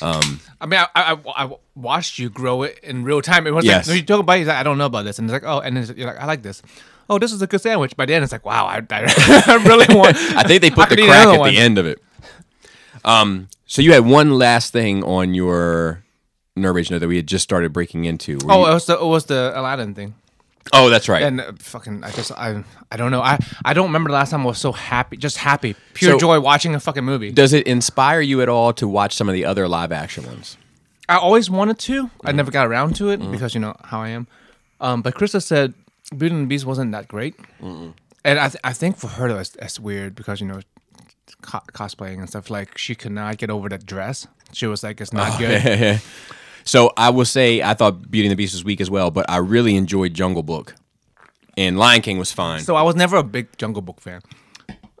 Speaker 3: I mean, I, I, I, I watched you grow it in real time. It was
Speaker 1: Yes.
Speaker 3: like when you talk about it, he's like, I don't know about this, and it's like, oh, and then you're like, I like this. Oh, this is a good sandwich. By the end, it's like, wow, I, I, [laughs] really
Speaker 2: [laughs]
Speaker 3: want.
Speaker 1: I
Speaker 3: [laughs]
Speaker 1: think they
Speaker 3: I
Speaker 1: put the
Speaker 3: could eat
Speaker 1: crack
Speaker 3: another
Speaker 1: at
Speaker 3: one.
Speaker 1: the end of it. Um, so you had one last thing on your nerve agent that we had just started breaking into. Were
Speaker 3: Oh,
Speaker 1: you-
Speaker 3: it was the it was the Aladdin thing.
Speaker 1: oh, that's right.
Speaker 3: and uh, fucking I just I I don't know I I don't remember the last time I was so happy just happy pure
Speaker 1: So-
Speaker 3: joy watching a fucking movie.
Speaker 1: Does it inspire you at all to watch some of the other live action ones? [laughs]
Speaker 3: I always wanted to. I never got around to it because you know how I am. Um, but Krista said Beauty and the Beast wasn't that great, and I th- I think for her that's, that's weird because you know co- cosplaying and stuff like she could not get over that dress. She was like it's not good.
Speaker 1: so I will say I thought Beauty and the Beast was weak as well, but I really enjoyed Jungle Book, and Lion King was fine.
Speaker 3: So I was never a big Jungle Book fan.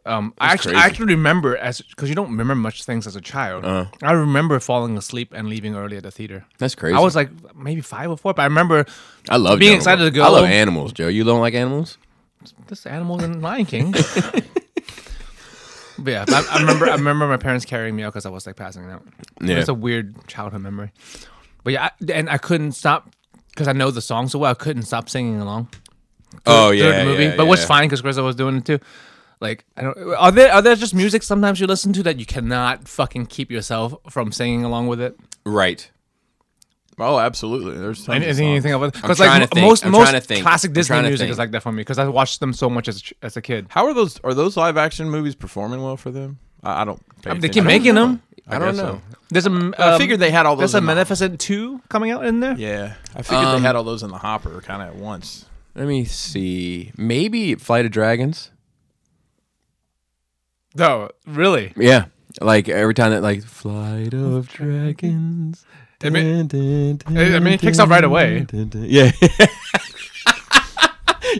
Speaker 3: Um, I actually, I
Speaker 1: crazy. Uh.
Speaker 3: actually remember as because you don't remember much things as a child. I remember falling asleep and leaving early at the theater.
Speaker 1: That's crazy.
Speaker 3: I was like maybe five or four, but I remember
Speaker 1: I love
Speaker 3: being
Speaker 1: Jungle
Speaker 3: excited
Speaker 1: Book.
Speaker 3: to go.
Speaker 1: I love animals, Joe. You don't like animals?
Speaker 3: this animal in
Speaker 1: [laughs]
Speaker 3: Lion King. [laughs] but yeah, I, I remember. I remember my parents carrying me out because I was like passing out.
Speaker 1: Yeah.
Speaker 3: it's a weird childhood memory. But yeah, I, and I couldn't stop because I know the song so well. I couldn't stop singing along.
Speaker 1: oh
Speaker 3: through
Speaker 1: yeah,
Speaker 3: the movie,
Speaker 1: yeah,
Speaker 3: but what's
Speaker 1: yeah.
Speaker 3: fine because Chris was doing it too. Like I don't. Are there are there just music sometimes you listen to that you cannot fucking keep yourself from singing along with it?
Speaker 1: Right.
Speaker 2: Oh, absolutely. There's tons
Speaker 3: Any-
Speaker 2: of
Speaker 3: Anything,
Speaker 2: songs.
Speaker 3: anything of it? Because
Speaker 1: I'm
Speaker 3: like
Speaker 1: trying to think.
Speaker 3: most
Speaker 1: I'm trying to
Speaker 3: most
Speaker 1: think.
Speaker 3: classic
Speaker 1: I'm
Speaker 3: Disney
Speaker 1: trying to
Speaker 3: music
Speaker 1: think.
Speaker 3: is like that for me because I watched them so much as a ch- as a kid.
Speaker 2: How are those? Are those live action movies performing well for them? I, I don't. pay
Speaker 3: I mean, Um, they keep
Speaker 2: attention.
Speaker 3: making them.
Speaker 2: I,
Speaker 1: I don't
Speaker 2: guess
Speaker 1: know.
Speaker 2: so.
Speaker 3: There's a. Um,
Speaker 2: I figured they had all those.
Speaker 3: There's a
Speaker 2: in the-
Speaker 3: Magnificent Two coming out in there.
Speaker 2: yeah, I figured
Speaker 1: Um,
Speaker 2: they had all those in the hopper, kind of at once.
Speaker 1: Let me see. Maybe Flight of Dragons.
Speaker 3: No, really.
Speaker 1: Yeah. Like every time that like Flight of Dragons. [laughs]
Speaker 3: I mean-
Speaker 1: Dun, dun,
Speaker 3: I mean, it kicks off right away.
Speaker 1: dun, dun. Yeah. [laughs]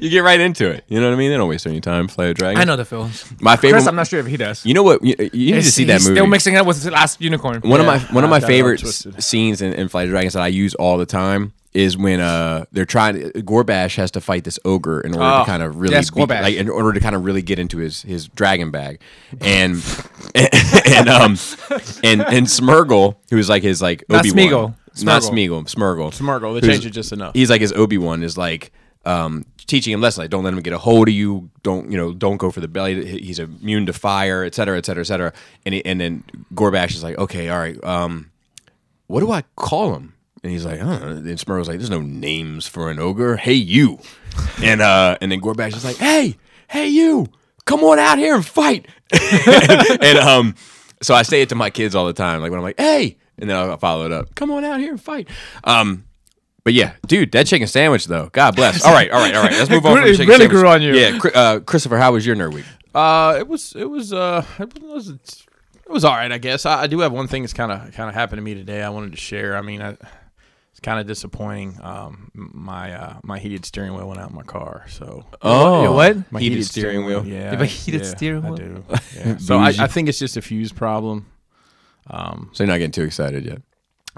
Speaker 1: you get right into it. You know what I mean? They don't waste any time. Flight of Dragons.
Speaker 3: I know the films.
Speaker 1: My favorite.
Speaker 3: Chris, I'm not sure if he does.
Speaker 1: You know what? You, you need to see that
Speaker 3: he's
Speaker 1: movie.
Speaker 3: Still mixing it up with the last unicorn.
Speaker 1: one
Speaker 2: Yeah,
Speaker 1: of my one of my
Speaker 2: I've got it all
Speaker 1: favorite s-
Speaker 2: twisted.
Speaker 1: scenes in, in Flight of Dragons that I use all the time is when uh they're trying to, Gorbash has to fight this ogre in order
Speaker 2: Oh,
Speaker 1: to kind of really
Speaker 3: yes,
Speaker 1: be-
Speaker 3: Gorbash.
Speaker 1: like in order to kind of really get into his his dragon bag and [laughs] and, um and and Smeargle who's like his like
Speaker 3: Not
Speaker 1: Obi-Wan
Speaker 3: Smeagol.
Speaker 1: not
Speaker 3: Smeargle.
Speaker 1: Smeagol Smeargle
Speaker 2: Smeargle, they
Speaker 1: Who's-
Speaker 2: changed it just enough.
Speaker 1: he's like his Obi Wan is like um, teaching him lessons like don't let him get a hold of you, don't you know, don't go for the belly. He- He's immune to fire, et cetera, et cetera, et cetera. And he, and then Gorbash is like, okay, all right, um, what do I call him? And he's like, I don't know. And Smurl's like, there's no names for an ogre. Hey you, and uh, and then Gorbash is like, hey, hey you, come on out here and fight. [laughs] and um, so I say it to my kids all the time, like when I'm like, hey, and then I'll follow it up, come on out here and fight. Um, but yeah, dude, that chicken sandwich though. God bless. All right, all right, all right. Let's move on.
Speaker 3: It
Speaker 1: From the chicken
Speaker 3: really
Speaker 1: sandwich.
Speaker 3: grew on you.
Speaker 1: Yeah, Chri- uh, Christopher, how was your nerd week?
Speaker 2: Uh, it was it was uh it was it was all right, I guess. I, I do have one thing that's kind of kind of happened to me today. I wanted to share. I mean, I, it's kind of disappointing. Um, my uh my heated steering wheel went out in my car, so
Speaker 1: Oh,
Speaker 3: Your what?
Speaker 2: my
Speaker 1: Heated steering wheel.
Speaker 2: Yeah,
Speaker 3: You have a heated
Speaker 2: yeah,
Speaker 3: steering wheel?
Speaker 2: I
Speaker 3: [laughs]
Speaker 2: do. Yeah. so I, I think it's just a fuse problem.
Speaker 1: So you're not getting too excited yet.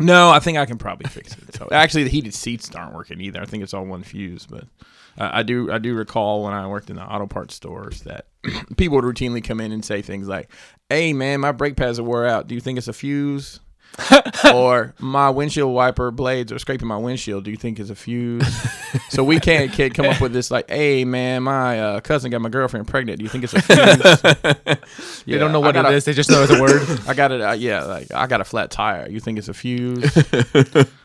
Speaker 2: No, I think I can probably fix it. So actually, the heated seats aren't working either. I think it's all one fuse. But uh, I, I do I do recall when I worked in the auto parts stores that [clears throat] people would routinely come in and say things like, "Hey man, my brake pads are wore out. Do you think it's a
Speaker 3: [laughs]
Speaker 2: fuse?" or my windshield wiper blades are scraping my windshield. Do you think it's a fuse? so we can't kid come up with this like, "Hey man, my uh, cousin got my girlfriend pregnant. Do you think it's a fuse?"
Speaker 3: [laughs] They don't know what it
Speaker 2: it is.
Speaker 3: is. They just know it's
Speaker 1: [laughs]
Speaker 3: a word.
Speaker 2: [laughs] I got it. Uh, yeah, like I got a flat tire. You think it's a fuse?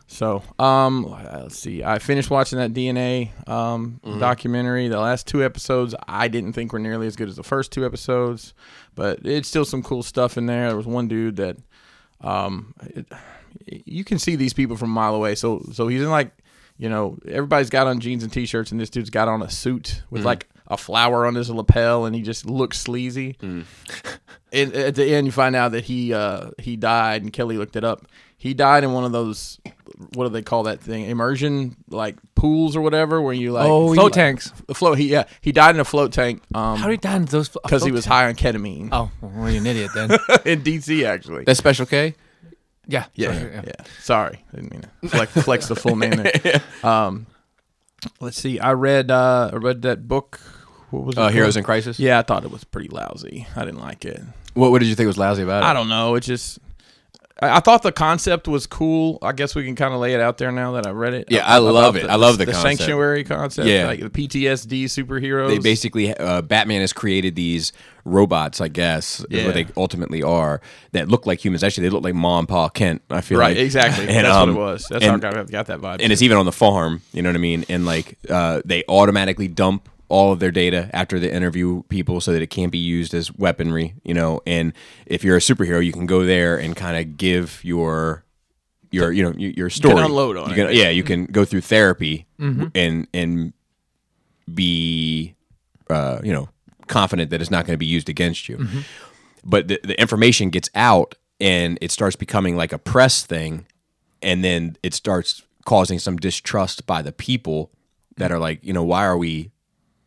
Speaker 2: so, um, uh, let's see. I finished watching that DNA um, documentary. The last two episodes, I didn't think were nearly as good as the first two episodes, but it's still some cool stuff in there. There was one dude that, um, it, you can see these people from a mile away. So, so he's in like, you know, everybody's got on jeans and t-shirts, and this dude's got on a suit
Speaker 3: Mm.
Speaker 2: with like a flower on his lapel, and he just looks sleazy
Speaker 3: Mm.
Speaker 2: [laughs] and at the end you find out that he uh he died and kelly looked it up he died in one of those what do they call that thing immersion like pools or whatever where you like
Speaker 3: Oh, float tanks.
Speaker 2: the float he yeah he died in a float tank um
Speaker 3: How do you down those?
Speaker 2: because he was high on ketamine
Speaker 3: Oh, well, you're an idiot then.
Speaker 2: [laughs] in dc actually
Speaker 1: That's Special K.
Speaker 3: yeah.
Speaker 2: yeah,
Speaker 3: sorry,
Speaker 2: yeah. Sorry, didn't mean
Speaker 1: [laughs]
Speaker 2: to flex, flex the full name there. Um, let's see. I read uh, I read that book. What was it?
Speaker 1: Uh, Heroes
Speaker 2: called?
Speaker 1: in Crisis.
Speaker 2: Yeah, I thought it was pretty lousy. I didn't like it.
Speaker 1: What, what did you think was lousy about it?
Speaker 2: I don't know. It just I, I thought the concept was cool. I guess we can kind of lay it out there now that I read it.
Speaker 1: Yeah, I
Speaker 2: About
Speaker 1: love it. I love the
Speaker 2: the
Speaker 1: concept.
Speaker 2: sanctuary concept.
Speaker 1: Yeah.
Speaker 2: like the PTSD superheroes.
Speaker 1: they basically uh, Batman has created these robots, I guess, is
Speaker 2: Yeah.
Speaker 1: what they ultimately are that look like humans. Actually, they look like Ma and Pa Kent. I feel
Speaker 2: right
Speaker 1: like. [laughs]
Speaker 2: exactly.
Speaker 1: And,
Speaker 2: That's
Speaker 1: um,
Speaker 2: what it was. That's
Speaker 1: and,
Speaker 2: how I got, got that vibe.
Speaker 1: and it's even on the farm. You know what I mean? And like uh, they automatically dump all of their data after they interview people so that it can't be used as weaponry. You know, and if you're a superhero, you can go there and kind of give your your you know your your story.
Speaker 2: unload on
Speaker 1: You
Speaker 2: it.
Speaker 1: can- Yeah, you can go through therapy and and be uh, you know confident that it's not going to be used against you but the, the information gets out and it starts becoming like a press thing and then it starts causing some distrust by the people that are like you know why are we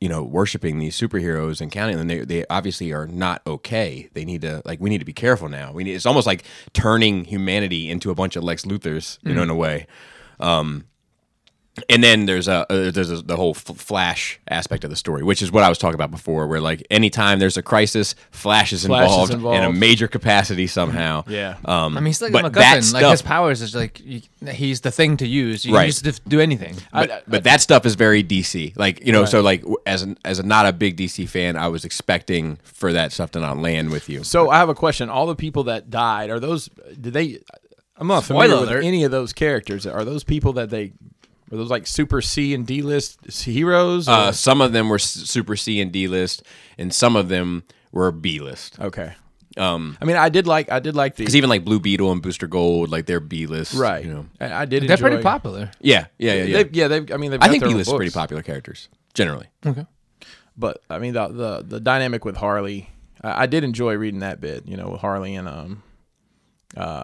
Speaker 1: you know worshiping these superheroes and counting them they, they obviously are not okay they need to like we need to be careful now we need it's almost like turning humanity into a bunch of lex luthers you know in a way Um, and then there's a uh, there's a, the whole f- flash aspect of the story, which is what I was talking about before, where like anytime there's a crisis, Flash is,
Speaker 2: Flash
Speaker 1: involved,
Speaker 2: is
Speaker 1: in a
Speaker 2: involved.
Speaker 1: major capacity somehow.
Speaker 2: Yeah.
Speaker 1: um,
Speaker 3: I mean, he's like
Speaker 1: but
Speaker 3: a
Speaker 1: that
Speaker 3: MacGuffin.
Speaker 1: stuff,
Speaker 3: Like his powers is like you, he's the thing to use. You
Speaker 1: Right.
Speaker 3: can just def- do anything.
Speaker 1: but, but that stuff is very DC. Like you know, so like w- as an, as a not a big DC fan, I was expecting for that stuff to not land with you.
Speaker 2: So I have a question. All the people that died are those? Did they? I'm not
Speaker 3: Spoiler
Speaker 2: familiar with
Speaker 3: alert.
Speaker 2: any of those characters. Are those people that they? Are those like super C and D list heroes? or-
Speaker 1: Uh, some of them were s- super C and D list, and some of them were B list.
Speaker 2: okay. Um, I mean, I did like I did like the
Speaker 1: Because even like Blue Beetle and Booster Gold, like they're B list,
Speaker 2: right.
Speaker 1: You know,
Speaker 2: I, I did.
Speaker 3: They're
Speaker 2: enjoy,
Speaker 3: pretty popular.
Speaker 1: yeah, yeah, yeah. yeah.
Speaker 2: They've, yeah, they've. I mean, they've.
Speaker 1: I
Speaker 2: got
Speaker 1: think
Speaker 2: their
Speaker 1: B
Speaker 2: own
Speaker 1: list is pretty
Speaker 2: books. Hmm.
Speaker 1: popular characters generally.
Speaker 2: But I mean, the the, the dynamic with Harley, I, I did enjoy reading that bit. You know, with Harley and um, um,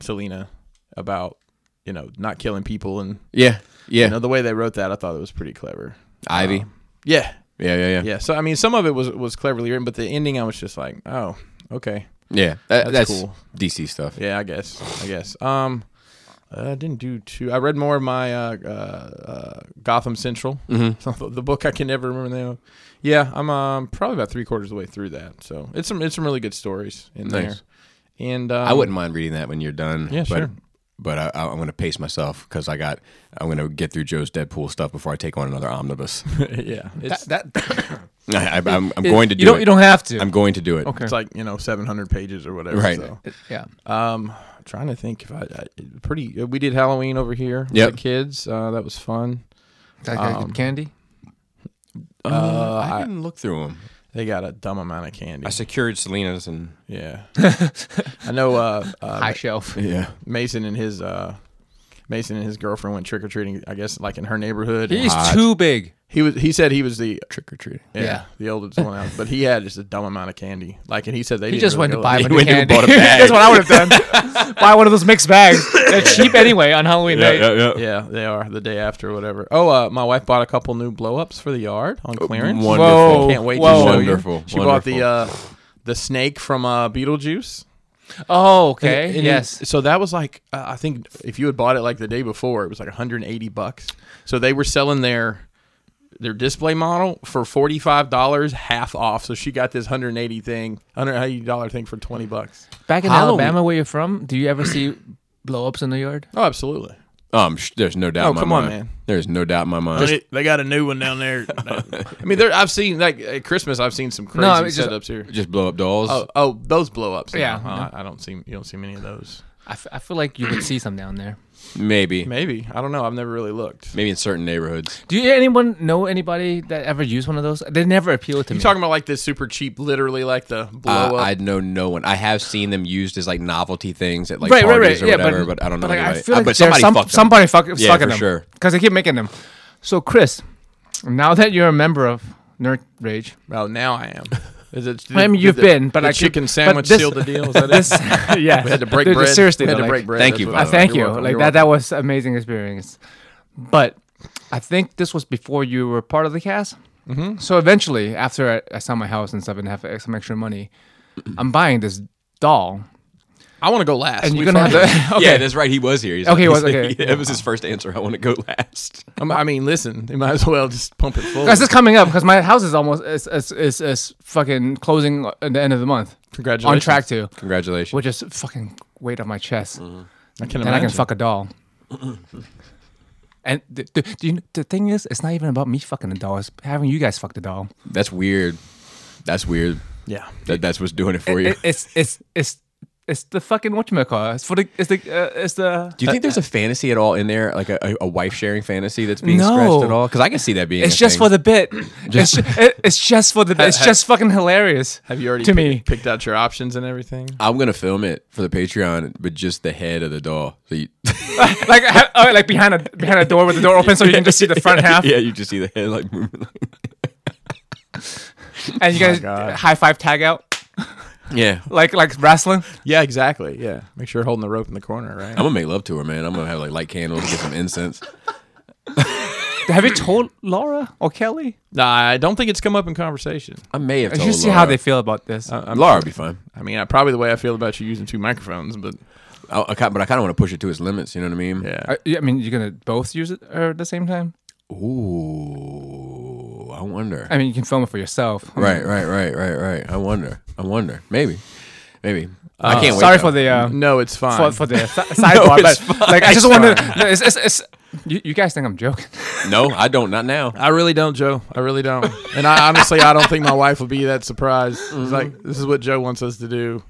Speaker 2: Selena about you know not killing people and
Speaker 1: Yeah, yeah.
Speaker 2: you know the way they wrote that. I thought it was pretty clever.
Speaker 1: Ivy.
Speaker 2: Yeah,
Speaker 1: yeah, yeah, yeah, yeah.
Speaker 2: yeah. So I mean, some of it was was cleverly written, but the ending, I was just like, oh, okay,
Speaker 1: That- that's,
Speaker 2: That's cool. Um,
Speaker 1: DC stuff.
Speaker 2: yeah, I guess, I guess. Um, I didn't do too. I read more of my uh, uh, uh, Gotham Central, [laughs] mm-hmm. the book I can never remember the name. Of. Yeah, I'm um, probably about three quarters of the way through that. So it's some it's some really good stories in
Speaker 1: Nice.
Speaker 2: there. And um,
Speaker 1: I wouldn't mind reading that when you're done.
Speaker 2: Yeah,
Speaker 1: but,
Speaker 2: sure.
Speaker 1: But I, I- I'm going to pace myself because I got I'm going to get through Joe's Deadpool stuff before I take on another omnibus. [laughs]
Speaker 2: [laughs] yeah, it's, [coughs]
Speaker 3: That, that
Speaker 1: I, I, am I'm going to do
Speaker 3: you don't
Speaker 1: it.
Speaker 3: you don't have to.
Speaker 1: I'm going to do it.
Speaker 3: okay.
Speaker 2: it's like you know 700 pages or whatever.
Speaker 1: Right.
Speaker 2: So.
Speaker 3: yeah.
Speaker 2: Um, trying to think if I, I pretty we did Halloween over here with
Speaker 1: Yep.
Speaker 2: the kids. Uh, that was fun.
Speaker 3: That
Speaker 2: um,
Speaker 3: guy get candy.
Speaker 1: Uh, I didn't look through them.
Speaker 2: They got a dumb amount of candy.
Speaker 1: I secured Selena's and
Speaker 3: [laughs]
Speaker 2: yeah, I know. Uh, uh,
Speaker 3: High shelf.
Speaker 1: yeah.
Speaker 2: Mason and his uh, Mason and his girlfriend went trick or treating. I guess like in her neighborhood.
Speaker 3: He's
Speaker 1: Hot.
Speaker 3: too big.
Speaker 2: He was. He said he was the
Speaker 1: Trick or treating.
Speaker 2: yeah,
Speaker 3: Yeah.
Speaker 2: the oldest one out, but he had just a dumb amount of candy. Like, and [laughs] he said they
Speaker 3: He
Speaker 2: didn't
Speaker 3: just
Speaker 2: really
Speaker 3: went to
Speaker 2: go
Speaker 3: buy
Speaker 2: like-
Speaker 1: He
Speaker 3: a bunch of
Speaker 1: went to the
Speaker 3: candy.
Speaker 1: bought a bag.
Speaker 3: [laughs] That's what I would
Speaker 2: [laughs]
Speaker 3: have done. buy one of those mixed bags. They're cheap anyway on Halloween night.
Speaker 2: Yeah, they are the day after or whatever. Oh, uh, my wife bought a couple new blow ups for the yard on clearance.
Speaker 1: wonderful.
Speaker 3: Whoa.
Speaker 2: Can't wait
Speaker 3: Oh, Whoa.
Speaker 2: to show you.
Speaker 1: Wonderful,
Speaker 2: She bought the
Speaker 1: wonderful.
Speaker 2: uh, the snake from uh, Beetlejuice.
Speaker 3: Oh, okay.
Speaker 2: And- and
Speaker 3: yes.
Speaker 2: So that was like uh, I think if you had bought it like the day before, it was like 180 bucks. So they were selling their their display model for forty five dollars, half off. So she got this 180 thing, 180 dollar thing for 20 bucks.
Speaker 3: Back in
Speaker 1: Halloween-
Speaker 3: Alabama, where you're from, do you ever see [clears throat] blow ups in the yard?
Speaker 2: Oh, absolutely.
Speaker 1: Um, sh- there's no doubt.
Speaker 2: Oh,
Speaker 1: in my
Speaker 2: come on,
Speaker 1: mind.
Speaker 2: man.
Speaker 1: There's no doubt in my mind.
Speaker 2: they got a new one down there. [laughs] I mean, there, I've seen like at Christmas, I've seen some crazy
Speaker 3: I mean, just-
Speaker 2: setups here.
Speaker 1: Just blow up dolls.
Speaker 2: Oh, oh, those blow ups. Uh-huh.
Speaker 3: Yeah.
Speaker 2: I, I don't see. You don't see many of those.
Speaker 3: I, f- I feel like you would see some down there.
Speaker 1: maybe.
Speaker 2: Maybe I don't know. I've never really looked.
Speaker 1: Maybe in certain neighborhoods.
Speaker 3: Do you anyone know anybody that ever used one of those? They never appeal to
Speaker 2: You
Speaker 3: me.
Speaker 2: talking about like this super cheap, literally like the blow
Speaker 1: Uh,
Speaker 2: up?
Speaker 1: I know no one. I have seen them used as like novelty things at like
Speaker 3: right, right,
Speaker 1: parties
Speaker 3: right.
Speaker 1: or
Speaker 3: yeah,
Speaker 1: whatever,
Speaker 3: but,
Speaker 1: but, I don't know.
Speaker 3: but like,
Speaker 1: anybody.
Speaker 3: I feel
Speaker 1: Uh,
Speaker 3: like
Speaker 1: but
Speaker 3: there's
Speaker 1: somebody
Speaker 3: some,
Speaker 1: fucked them.
Speaker 3: somebody fuck,
Speaker 1: Yeah,
Speaker 3: fucking
Speaker 1: for
Speaker 3: them
Speaker 1: sure.
Speaker 3: because they keep making them. So Chris, now that you're a member of Nerd Rage,
Speaker 2: Oh, now I am. [laughs] Is it?
Speaker 3: I mean
Speaker 2: did
Speaker 3: you've
Speaker 2: the-
Speaker 3: been, but
Speaker 2: did
Speaker 3: I could-
Speaker 2: chicken
Speaker 3: but
Speaker 2: sandwich
Speaker 3: this-
Speaker 2: sealed the deal. Is that
Speaker 3: This, [laughs]
Speaker 2: it?
Speaker 3: yeah,
Speaker 2: We had to break
Speaker 3: Dude,
Speaker 2: bread.
Speaker 3: Seriously,
Speaker 2: we had to
Speaker 3: though, like,
Speaker 2: break bread.
Speaker 1: Thank
Speaker 2: That's
Speaker 1: you,
Speaker 2: what
Speaker 1: by
Speaker 3: I
Speaker 1: the way.
Speaker 3: Uh, thank
Speaker 2: You're
Speaker 3: you.
Speaker 2: welcome.
Speaker 3: Like
Speaker 2: You're
Speaker 3: that. That
Speaker 2: welcome.
Speaker 3: was amazing experience. But I think this was before you were part of the cast. Mm-hmm. So eventually, after I, I sell my house and stuff and have some extra money, I'm buying this doll,
Speaker 2: I want to go last.
Speaker 3: and
Speaker 2: We
Speaker 3: you're gonna have
Speaker 2: finally-
Speaker 3: to. [laughs] okay.
Speaker 1: Yeah, that's right. He was here. He's
Speaker 3: Okay, he
Speaker 1: he's
Speaker 3: was, okay.
Speaker 1: [laughs] yeah, it was his first answer. I want to go last.
Speaker 2: [laughs] I'm- I mean, listen, you might as well just pump it full.
Speaker 3: Guys, this is coming up because my house is almost is, is, is, is fucking closing at the end of the month.
Speaker 2: Congratulations.
Speaker 3: On track to,
Speaker 1: Congratulations.
Speaker 3: which is fucking weight on my chest.
Speaker 2: I can
Speaker 3: Then I
Speaker 2: imagine.
Speaker 3: can fuck a doll. and the, the, do you kn- the thing is, it's not even about me fucking a doll. It's having you guys fuck the doll.
Speaker 1: That's weird. That's weird.
Speaker 2: Yeah.
Speaker 1: That, that's what's doing it for you.
Speaker 3: It- it's it's it's it's the fucking whatchamacallit. It's for the it's the uh, it's the
Speaker 1: [laughs] Do you think there's a fantasy at all in there, like a, a- a wife sharing fantasy that's being
Speaker 3: No.
Speaker 1: scratched at all? Because I can see that being.
Speaker 3: it's
Speaker 1: a
Speaker 3: just
Speaker 1: thing.
Speaker 3: for the bit. it's, ju- it- it's just for the bit. It's just fucking hilarious.
Speaker 2: Have you already
Speaker 3: to
Speaker 2: pick-
Speaker 3: me?
Speaker 2: picked out your options and everything?
Speaker 1: I'm gonna film it for the Patreon, but just the head of the doll. So you,
Speaker 3: like ha- oh, like behind a behind a door with the door open so [laughs] you can just see the front
Speaker 1: [laughs]
Speaker 3: half.
Speaker 1: yeah, you just see the head like [laughs] moving.
Speaker 3: And you guys
Speaker 2: God.
Speaker 3: high five tag out
Speaker 1: yeah,
Speaker 3: like like wrestling.
Speaker 2: Yeah, exactly. Yeah. Make sure you're holding the rope in the corner, right?
Speaker 1: I'm gonna make love to her, man. I'm gonna have like light candles, get some incense.
Speaker 3: Have you told Laura or Kelly?
Speaker 2: Nah, I don't think it's come up in conversation.
Speaker 1: I may have.
Speaker 3: I
Speaker 1: Told
Speaker 3: should see
Speaker 1: Laura. Uh,
Speaker 3: how they feel about this.
Speaker 1: Laura would be fine.
Speaker 2: I mean, I, probably the way I feel about you using two microphones, but
Speaker 1: I, I, ki- but I kind of want to push it to its limits. You know what I mean?
Speaker 2: Yeah.
Speaker 3: Are- Uh, yeah, I mean, you're gonna both use it or at the same time.
Speaker 1: Ooh, I wonder.
Speaker 3: I mean, you can film it for yourself.
Speaker 1: Right, right, right, right, right. I wonder. I wonder. Maybe, maybe. I can't. wait,
Speaker 3: Sorry
Speaker 1: though.
Speaker 3: for the uh,
Speaker 2: no, it's fine.
Speaker 3: for, for the si- sidebar,
Speaker 1: it's
Speaker 3: but like I just wanted. no, It's, it's, it's, you, you guys think I'm joking? [laughs]
Speaker 1: No, I don't. Not now.
Speaker 2: I really don't, Joe. I
Speaker 1: [laughs]
Speaker 2: really don't. And I honestly, I don't think my wife would be that surprised.
Speaker 1: Mm-hmm.
Speaker 2: It's like this is what Joe wants us to do.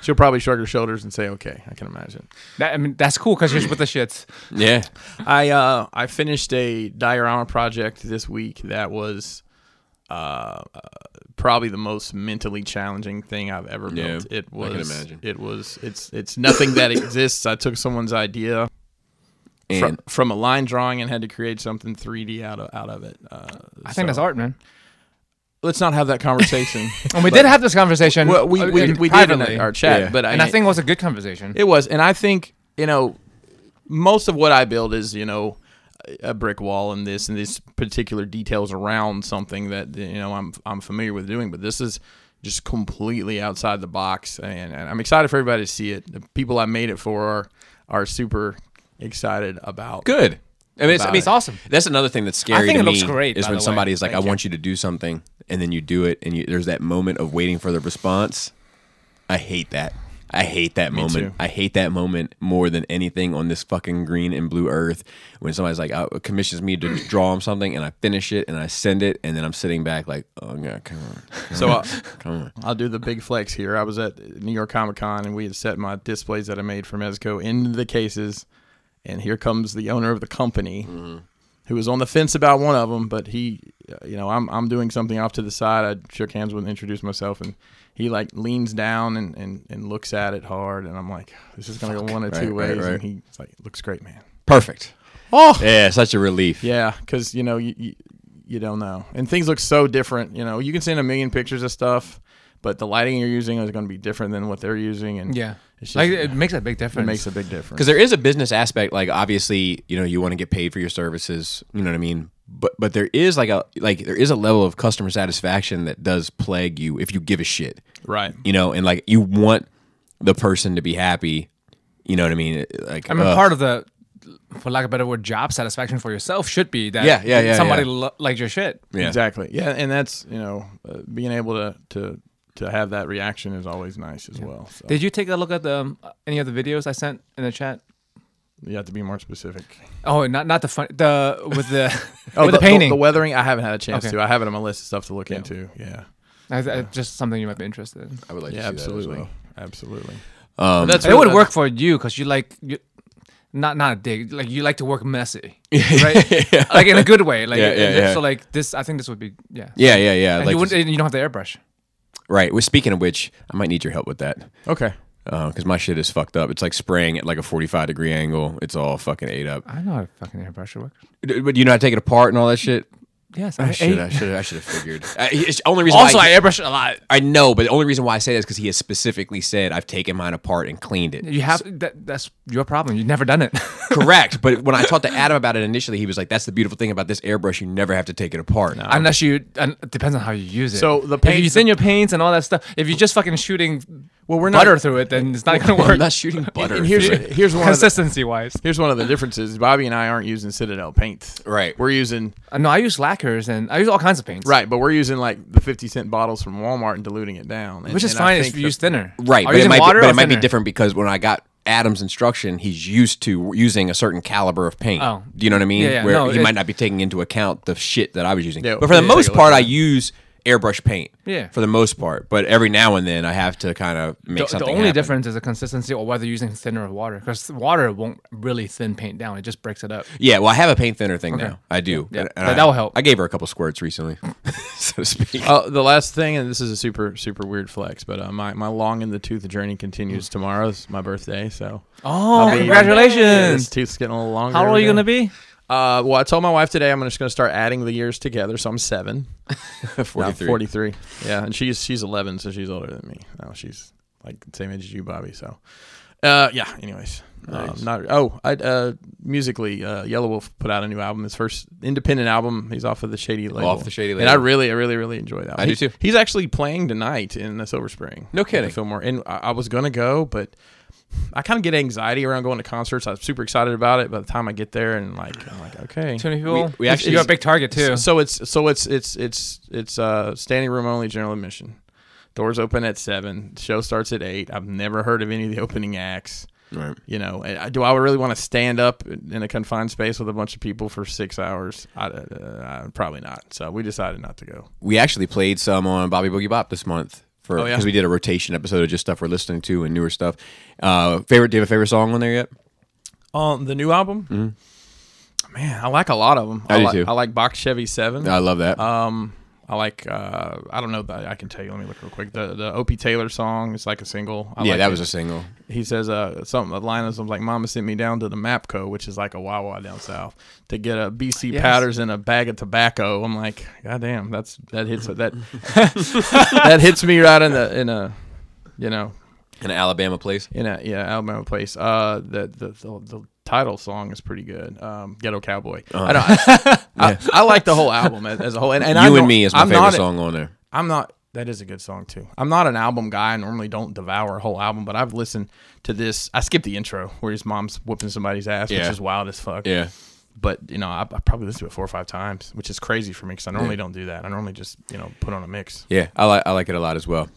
Speaker 2: She'll probably shrug her shoulders and say, "Okay, I can imagine."
Speaker 3: That, I mean, that's cool because you're just with the shits.
Speaker 1: Yeah.
Speaker 2: I uh, I finished a diorama project this week that was uh, uh, probably the most mentally challenging thing I've ever
Speaker 1: Yeah,
Speaker 2: built. It
Speaker 1: I
Speaker 2: was.
Speaker 1: can imagine.
Speaker 2: It was. It's. It's nothing that exists. I took someone's idea from,
Speaker 1: And
Speaker 2: from a line drawing and had to create something 3D out of out of it. Uh,
Speaker 3: I think that's
Speaker 2: so-
Speaker 3: art, man.
Speaker 2: Let's not have
Speaker 1: [laughs]
Speaker 2: that conversation.
Speaker 3: And we did have this conversation.
Speaker 2: well, we
Speaker 3: uh,
Speaker 2: we,
Speaker 3: in-
Speaker 2: we did in
Speaker 3: privately,
Speaker 2: our chat,
Speaker 1: Yeah.
Speaker 2: but I,
Speaker 3: and I think it was a good conversation.
Speaker 2: It was, and I think you know most of what I build is you know a brick wall and this and these particular details around something that you know I'm I'm familiar with doing, but this is just completely outside the box, and, and I'm excited for everybody to see it. The people I made it for are are super excited about.
Speaker 1: good. I mean, it's, I mean,
Speaker 2: About
Speaker 3: it's awesome.
Speaker 1: That's another thing that's scary.
Speaker 3: think
Speaker 1: to
Speaker 3: it looks
Speaker 1: me,
Speaker 3: great,
Speaker 1: Is
Speaker 3: by
Speaker 1: when
Speaker 3: the way.
Speaker 1: somebody is like,
Speaker 3: Thank
Speaker 1: "I want you to do something," and then you do it, and you, there's that moment of waiting for the response. I hate that. I hate that moment.
Speaker 2: too.
Speaker 1: I hate that moment more than anything on this fucking green and blue earth. When somebody's like uh, commissions me to [clears throat] draw them something, and I finish it and I send it, and then I'm sitting back like, "Oh god, come on, come
Speaker 2: So.
Speaker 1: on,
Speaker 2: Uh,
Speaker 1: come on."
Speaker 2: I'll do the big flex here. I was at New York Comic Con and we had set my displays that I made for Mezco into the cases. And here comes the owner of the company
Speaker 1: Mm-hmm.
Speaker 2: who was on the fence about one of them, but he, uh, you know, I'm, I'm doing something off to the side. I shook hands with and introduced myself and he like leans down and, and, and looks at it hard. And I'm like, this is going to go one of
Speaker 1: Right,
Speaker 2: two
Speaker 1: right,
Speaker 2: ways.
Speaker 1: right.
Speaker 2: And he's like, looks great, man.
Speaker 1: Perfect.
Speaker 2: Oh,
Speaker 1: Yeah, such a relief.
Speaker 2: yeah, because you know you, you you don't know, and things look so different. You know, you can send a million pictures of stuff, but the lighting you're using is going to be different than what they're using, and
Speaker 3: yeah,
Speaker 2: it's just,
Speaker 3: like
Speaker 2: it,
Speaker 3: it makes a big difference.
Speaker 2: makes a big difference.
Speaker 1: because there is a business aspect like obviously you know you want to get paid for your services you know what i mean but but there is like a like there is a level of customer satisfaction that does plague you if you give a shit
Speaker 2: Right.
Speaker 1: you know and like you want the person to be happy you know what i mean like
Speaker 3: I mean,
Speaker 1: uh,
Speaker 3: part of the, for lack of a better word, job satisfaction for yourself should be that
Speaker 1: Yeah, yeah, yeah,
Speaker 3: somebody
Speaker 1: yeah.
Speaker 3: lo- likes your shit.
Speaker 1: yeah.
Speaker 2: Exactly. Yeah, and that's you know uh, being able to to to have that reaction is always nice as well. So
Speaker 3: Did you take a look at the um, any of the videos I sent in the chat?
Speaker 2: you have to be more specific.
Speaker 3: Oh, not not the fun, the with the
Speaker 2: Oh,
Speaker 3: with the, painting.
Speaker 2: the, weathering. I haven't had a chance
Speaker 3: Okay.
Speaker 2: to. I have it on my list of stuff to look into. Yeah.
Speaker 3: I, I, just something you might be interested in.
Speaker 1: i would like
Speaker 2: Yeah. Absolutely. Absolutely.
Speaker 1: um,
Speaker 2: That's
Speaker 3: it would work for you because you like you, not not a dig like you like to work messy, [laughs] right? Like in a good way. Like
Speaker 1: Yeah,
Speaker 3: and
Speaker 1: yeah, yeah.
Speaker 3: So like this, I think this would be yeah.
Speaker 1: yeah yeah yeah
Speaker 3: And
Speaker 1: like
Speaker 3: you, wouldn't, and you don't have the airbrush.
Speaker 1: right well, speaking of which i might need your help with that
Speaker 2: Okay.
Speaker 1: because my shit is fucked up. It's like spraying at like a forty-five degree angle. It's all fucking ate up.
Speaker 3: I know how to fucking airbrush should work.
Speaker 1: D- But you know how to take it apart and all that shit.
Speaker 3: Yes,
Speaker 1: I
Speaker 3: I,
Speaker 1: should.
Speaker 3: Oh, I-
Speaker 1: I should. I should have
Speaker 3: [laughs]
Speaker 1: figured. I, it's the only reason.
Speaker 3: also
Speaker 1: why
Speaker 3: I airbrush a lot.
Speaker 1: I know, but the only reason why I say that is because he has specifically said I've taken mine apart and cleaned it.
Speaker 3: [laughs] You have that, that's your problem. You've never done it. [laughs]
Speaker 1: Correct. But when I talked to Adam about it initially, he was like, "That's the beautiful thing about this airbrush. You never have to take it apart."
Speaker 3: Unless you, and it depends on how you use it.
Speaker 2: So the
Speaker 3: if you
Speaker 2: paints-
Speaker 3: send your paints and all that stuff, if you're just fucking shooting well, we're butter through it, then it's not [laughs] gonna
Speaker 1: I'm
Speaker 3: work.
Speaker 1: not shooting butter.
Speaker 2: And here's
Speaker 1: through it.
Speaker 3: [laughs]
Speaker 2: here's one of the,
Speaker 3: Consistency wise,
Speaker 2: Here's one of the differences. Bobby and I aren't using Citadel paint.
Speaker 1: Right.
Speaker 2: We're using
Speaker 3: uh, no, I use lacquers and I use all kinds of paints.
Speaker 2: right, but we're using like the fifty cent bottles from Walmart and diluting it down. And-
Speaker 3: which is
Speaker 2: and I
Speaker 3: fine if
Speaker 2: think
Speaker 3: you
Speaker 2: the-
Speaker 3: use thinner.
Speaker 1: right. But
Speaker 3: Are you
Speaker 1: it
Speaker 3: using
Speaker 1: might
Speaker 3: water
Speaker 1: be, but
Speaker 3: or
Speaker 1: it might be
Speaker 3: thinner?
Speaker 1: different because when I got Adam's instruction, he's used to using a certain caliber of paint.
Speaker 3: Oh.
Speaker 1: Do you know what I mean?
Speaker 3: Yeah, yeah,
Speaker 1: Where
Speaker 3: no,
Speaker 1: he
Speaker 3: it-
Speaker 1: might not be taking into account the shit that I was using.
Speaker 2: Yeah,
Speaker 1: but for the
Speaker 2: yeah, take
Speaker 1: most
Speaker 2: a look
Speaker 1: part,
Speaker 2: at
Speaker 1: I
Speaker 2: it.
Speaker 1: use airbrush paint.
Speaker 3: Yeah.
Speaker 1: For the most part, but every now and then I have to kind of make
Speaker 3: The, the
Speaker 1: something.
Speaker 3: only
Speaker 1: happen.
Speaker 3: difference is the consistency or whether you're using thinner or water because water won't really thin paint down. It just breaks it up.
Speaker 1: Yeah, well, I have a paint thinner thing now. I do.
Speaker 3: Yeah.
Speaker 1: And- and
Speaker 3: That-
Speaker 1: I-
Speaker 3: that'll help.
Speaker 1: I gave her a couple squirts recently, [laughs] so to speak. [laughs]
Speaker 2: Uh, the last thing, and this is a super super weird flex, but uh, my my long in the tooth journey continues. Tomorrow's my birthday, so
Speaker 3: Oh,
Speaker 2: I'll be- Yeah, this
Speaker 3: congratulations!
Speaker 2: tooth's getting a little longer.
Speaker 3: How old are
Speaker 2: every
Speaker 3: you gonna
Speaker 2: day.
Speaker 3: be?
Speaker 2: Uh, well, I told my wife today I'm just gonna start adding the years together, so I'm seven. Now,
Speaker 1: 43.
Speaker 2: 43. Yeah, and she's she's 11, so she's older than me. Now she's like the same age as you, Bobby. So, uh, yeah. Anyways, um, not oh, I uh, musically, uh, Yellow Wolf put out a new album, his first independent album. He's off of the Shady Label.
Speaker 1: Off the Shady
Speaker 2: And I
Speaker 1: Label.
Speaker 2: really, I really, really enjoy that.
Speaker 1: I do too.
Speaker 2: He's actually playing tonight in the Silver Spring.
Speaker 1: No
Speaker 2: at the
Speaker 1: kidding.
Speaker 2: Fillmore, and I, I was gonna go, but I kind of get anxiety around going to concerts. I'm super excited about it. By the time I get there, and like, I'm like, okay,
Speaker 3: Too many people.
Speaker 1: We- we actually-
Speaker 3: you got a big target too.
Speaker 2: So it's so it's it's it's it's uh standing room only general admission. Doors open at seven. Show starts at eight. I've never heard of any of the opening acts.
Speaker 1: Right.
Speaker 2: You know, and I- do I really want to stand up in a confined space with a bunch of people for six hours? I, uh, uh, probably not. So we decided not to go.
Speaker 1: we actually played some on Bobby Boogie Bop this month for
Speaker 2: Oh,
Speaker 1: because
Speaker 2: yeah.
Speaker 1: we did a rotation episode of just stuff we're listening to and newer stuff. Uh, favorite? Do you have a favorite song on there yet?
Speaker 2: On the new album, man, I like a lot of them.
Speaker 1: Mm-hmm. I do
Speaker 2: like,
Speaker 1: too.
Speaker 2: I like Box Chevy Seven.
Speaker 1: I love that.
Speaker 2: Um, Mm. I like. Uh, I don't know. That I can tell you. Let me look real quick. The the Opie Taylor song is like a single. I
Speaker 1: yeah,
Speaker 2: like
Speaker 1: that
Speaker 2: it.
Speaker 1: was a single.
Speaker 2: He says uh something. A line is something like, "Mama sent me down to the Mapco, which is like a Wawa down south, to get a BC powders and a bag of tobacco." I'm like, God damn, that's that hits that that hits me right in the in a you know
Speaker 1: An Alabama place.
Speaker 2: in a yeah Alabama place. Uh, the the the, the title song is pretty good. Um, Ghetto Cowboy.
Speaker 1: [laughs]
Speaker 2: I, don't, I, I, I like the whole album as, as a whole. And, and I
Speaker 1: Uh, you
Speaker 2: don't-
Speaker 1: and me is my
Speaker 2: I'm
Speaker 1: favorite
Speaker 2: not-
Speaker 1: song on there.
Speaker 2: I'm not. That is a good song too. I'm not an album guy. I normally don't devour a whole album, but I've listened to this. I skipped the intro where his mom's whipping somebody's ass, which
Speaker 1: Yeah.
Speaker 2: is wild as fuck.
Speaker 1: Yeah,
Speaker 2: But you know, I, I probably listened to it four or five times, which is crazy for me because I normally don't do that. I normally just you know put on a mix.
Speaker 1: yeah, I like I like it a lot as well.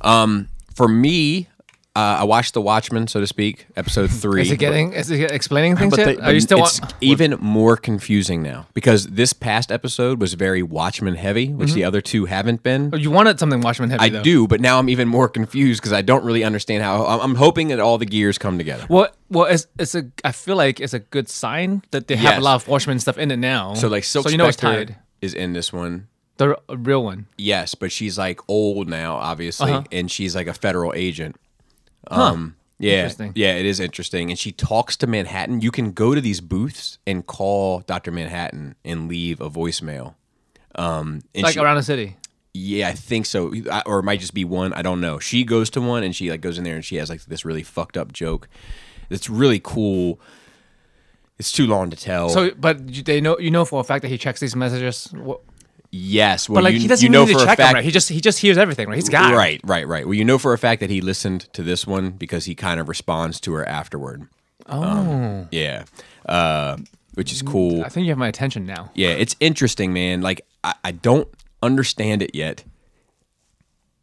Speaker 1: Um, for me, uh, I watched The Watchmen, so to speak,
Speaker 2: [laughs]
Speaker 1: episode three.
Speaker 3: is it getting? Is it explaining
Speaker 1: Uh,
Speaker 3: things
Speaker 2: But
Speaker 3: yet?
Speaker 2: they-
Speaker 3: Are you still?
Speaker 1: it's even more confusing now because this past episode was very Watchmen heavy, which the other two haven't been.
Speaker 3: you wanted something Watchmen heavy
Speaker 1: I
Speaker 3: Mm-hmm. Oh, though.
Speaker 1: do, but now I'm even more confused because I don't really understand how. I'm, I'm hoping that all the gears come together.
Speaker 3: Well, well, it's it's a. I feel like it's a good sign that they have
Speaker 1: Yes.
Speaker 3: a lot of Watchmen stuff in it now.
Speaker 1: So like Silk
Speaker 3: so you know it's
Speaker 1: Spectre
Speaker 3: tied.
Speaker 1: is in this one.
Speaker 3: The r- real one.
Speaker 1: Yes, but she's like old now, obviously,
Speaker 3: Uh-huh.
Speaker 1: and she's like a federal agent. Um yeah.
Speaker 3: Interesting.
Speaker 1: Yeah, it is interesting. And she talks to Manhattan. You can go to these booths and call Dr. Manhattan and leave a voicemail. Um and
Speaker 3: Like
Speaker 1: she-
Speaker 3: around the city.
Speaker 1: yeah, I think so I- or it might just be one, I don't know. She goes to one and she like goes in there and she has like this really fucked up joke. It's really cool. It's too long to tell.
Speaker 3: So, but you, they know you know for a fact that he checks these messages. Well,
Speaker 1: yes, well,
Speaker 3: but like
Speaker 1: you,
Speaker 3: he doesn't
Speaker 1: you know
Speaker 3: need
Speaker 1: for
Speaker 3: to
Speaker 1: a
Speaker 3: check
Speaker 1: fact
Speaker 3: them, right? He just he just hears everything, right? He's got it.
Speaker 1: Right, right, right. Well, you know for a fact that he listened to this one because he kind of responds to her afterward. Oh, yeah, uh, which
Speaker 3: Mm,
Speaker 1: is cool.
Speaker 3: I think you have my attention now.
Speaker 1: Yeah, it's interesting, man. Like I, I don't understand it yet,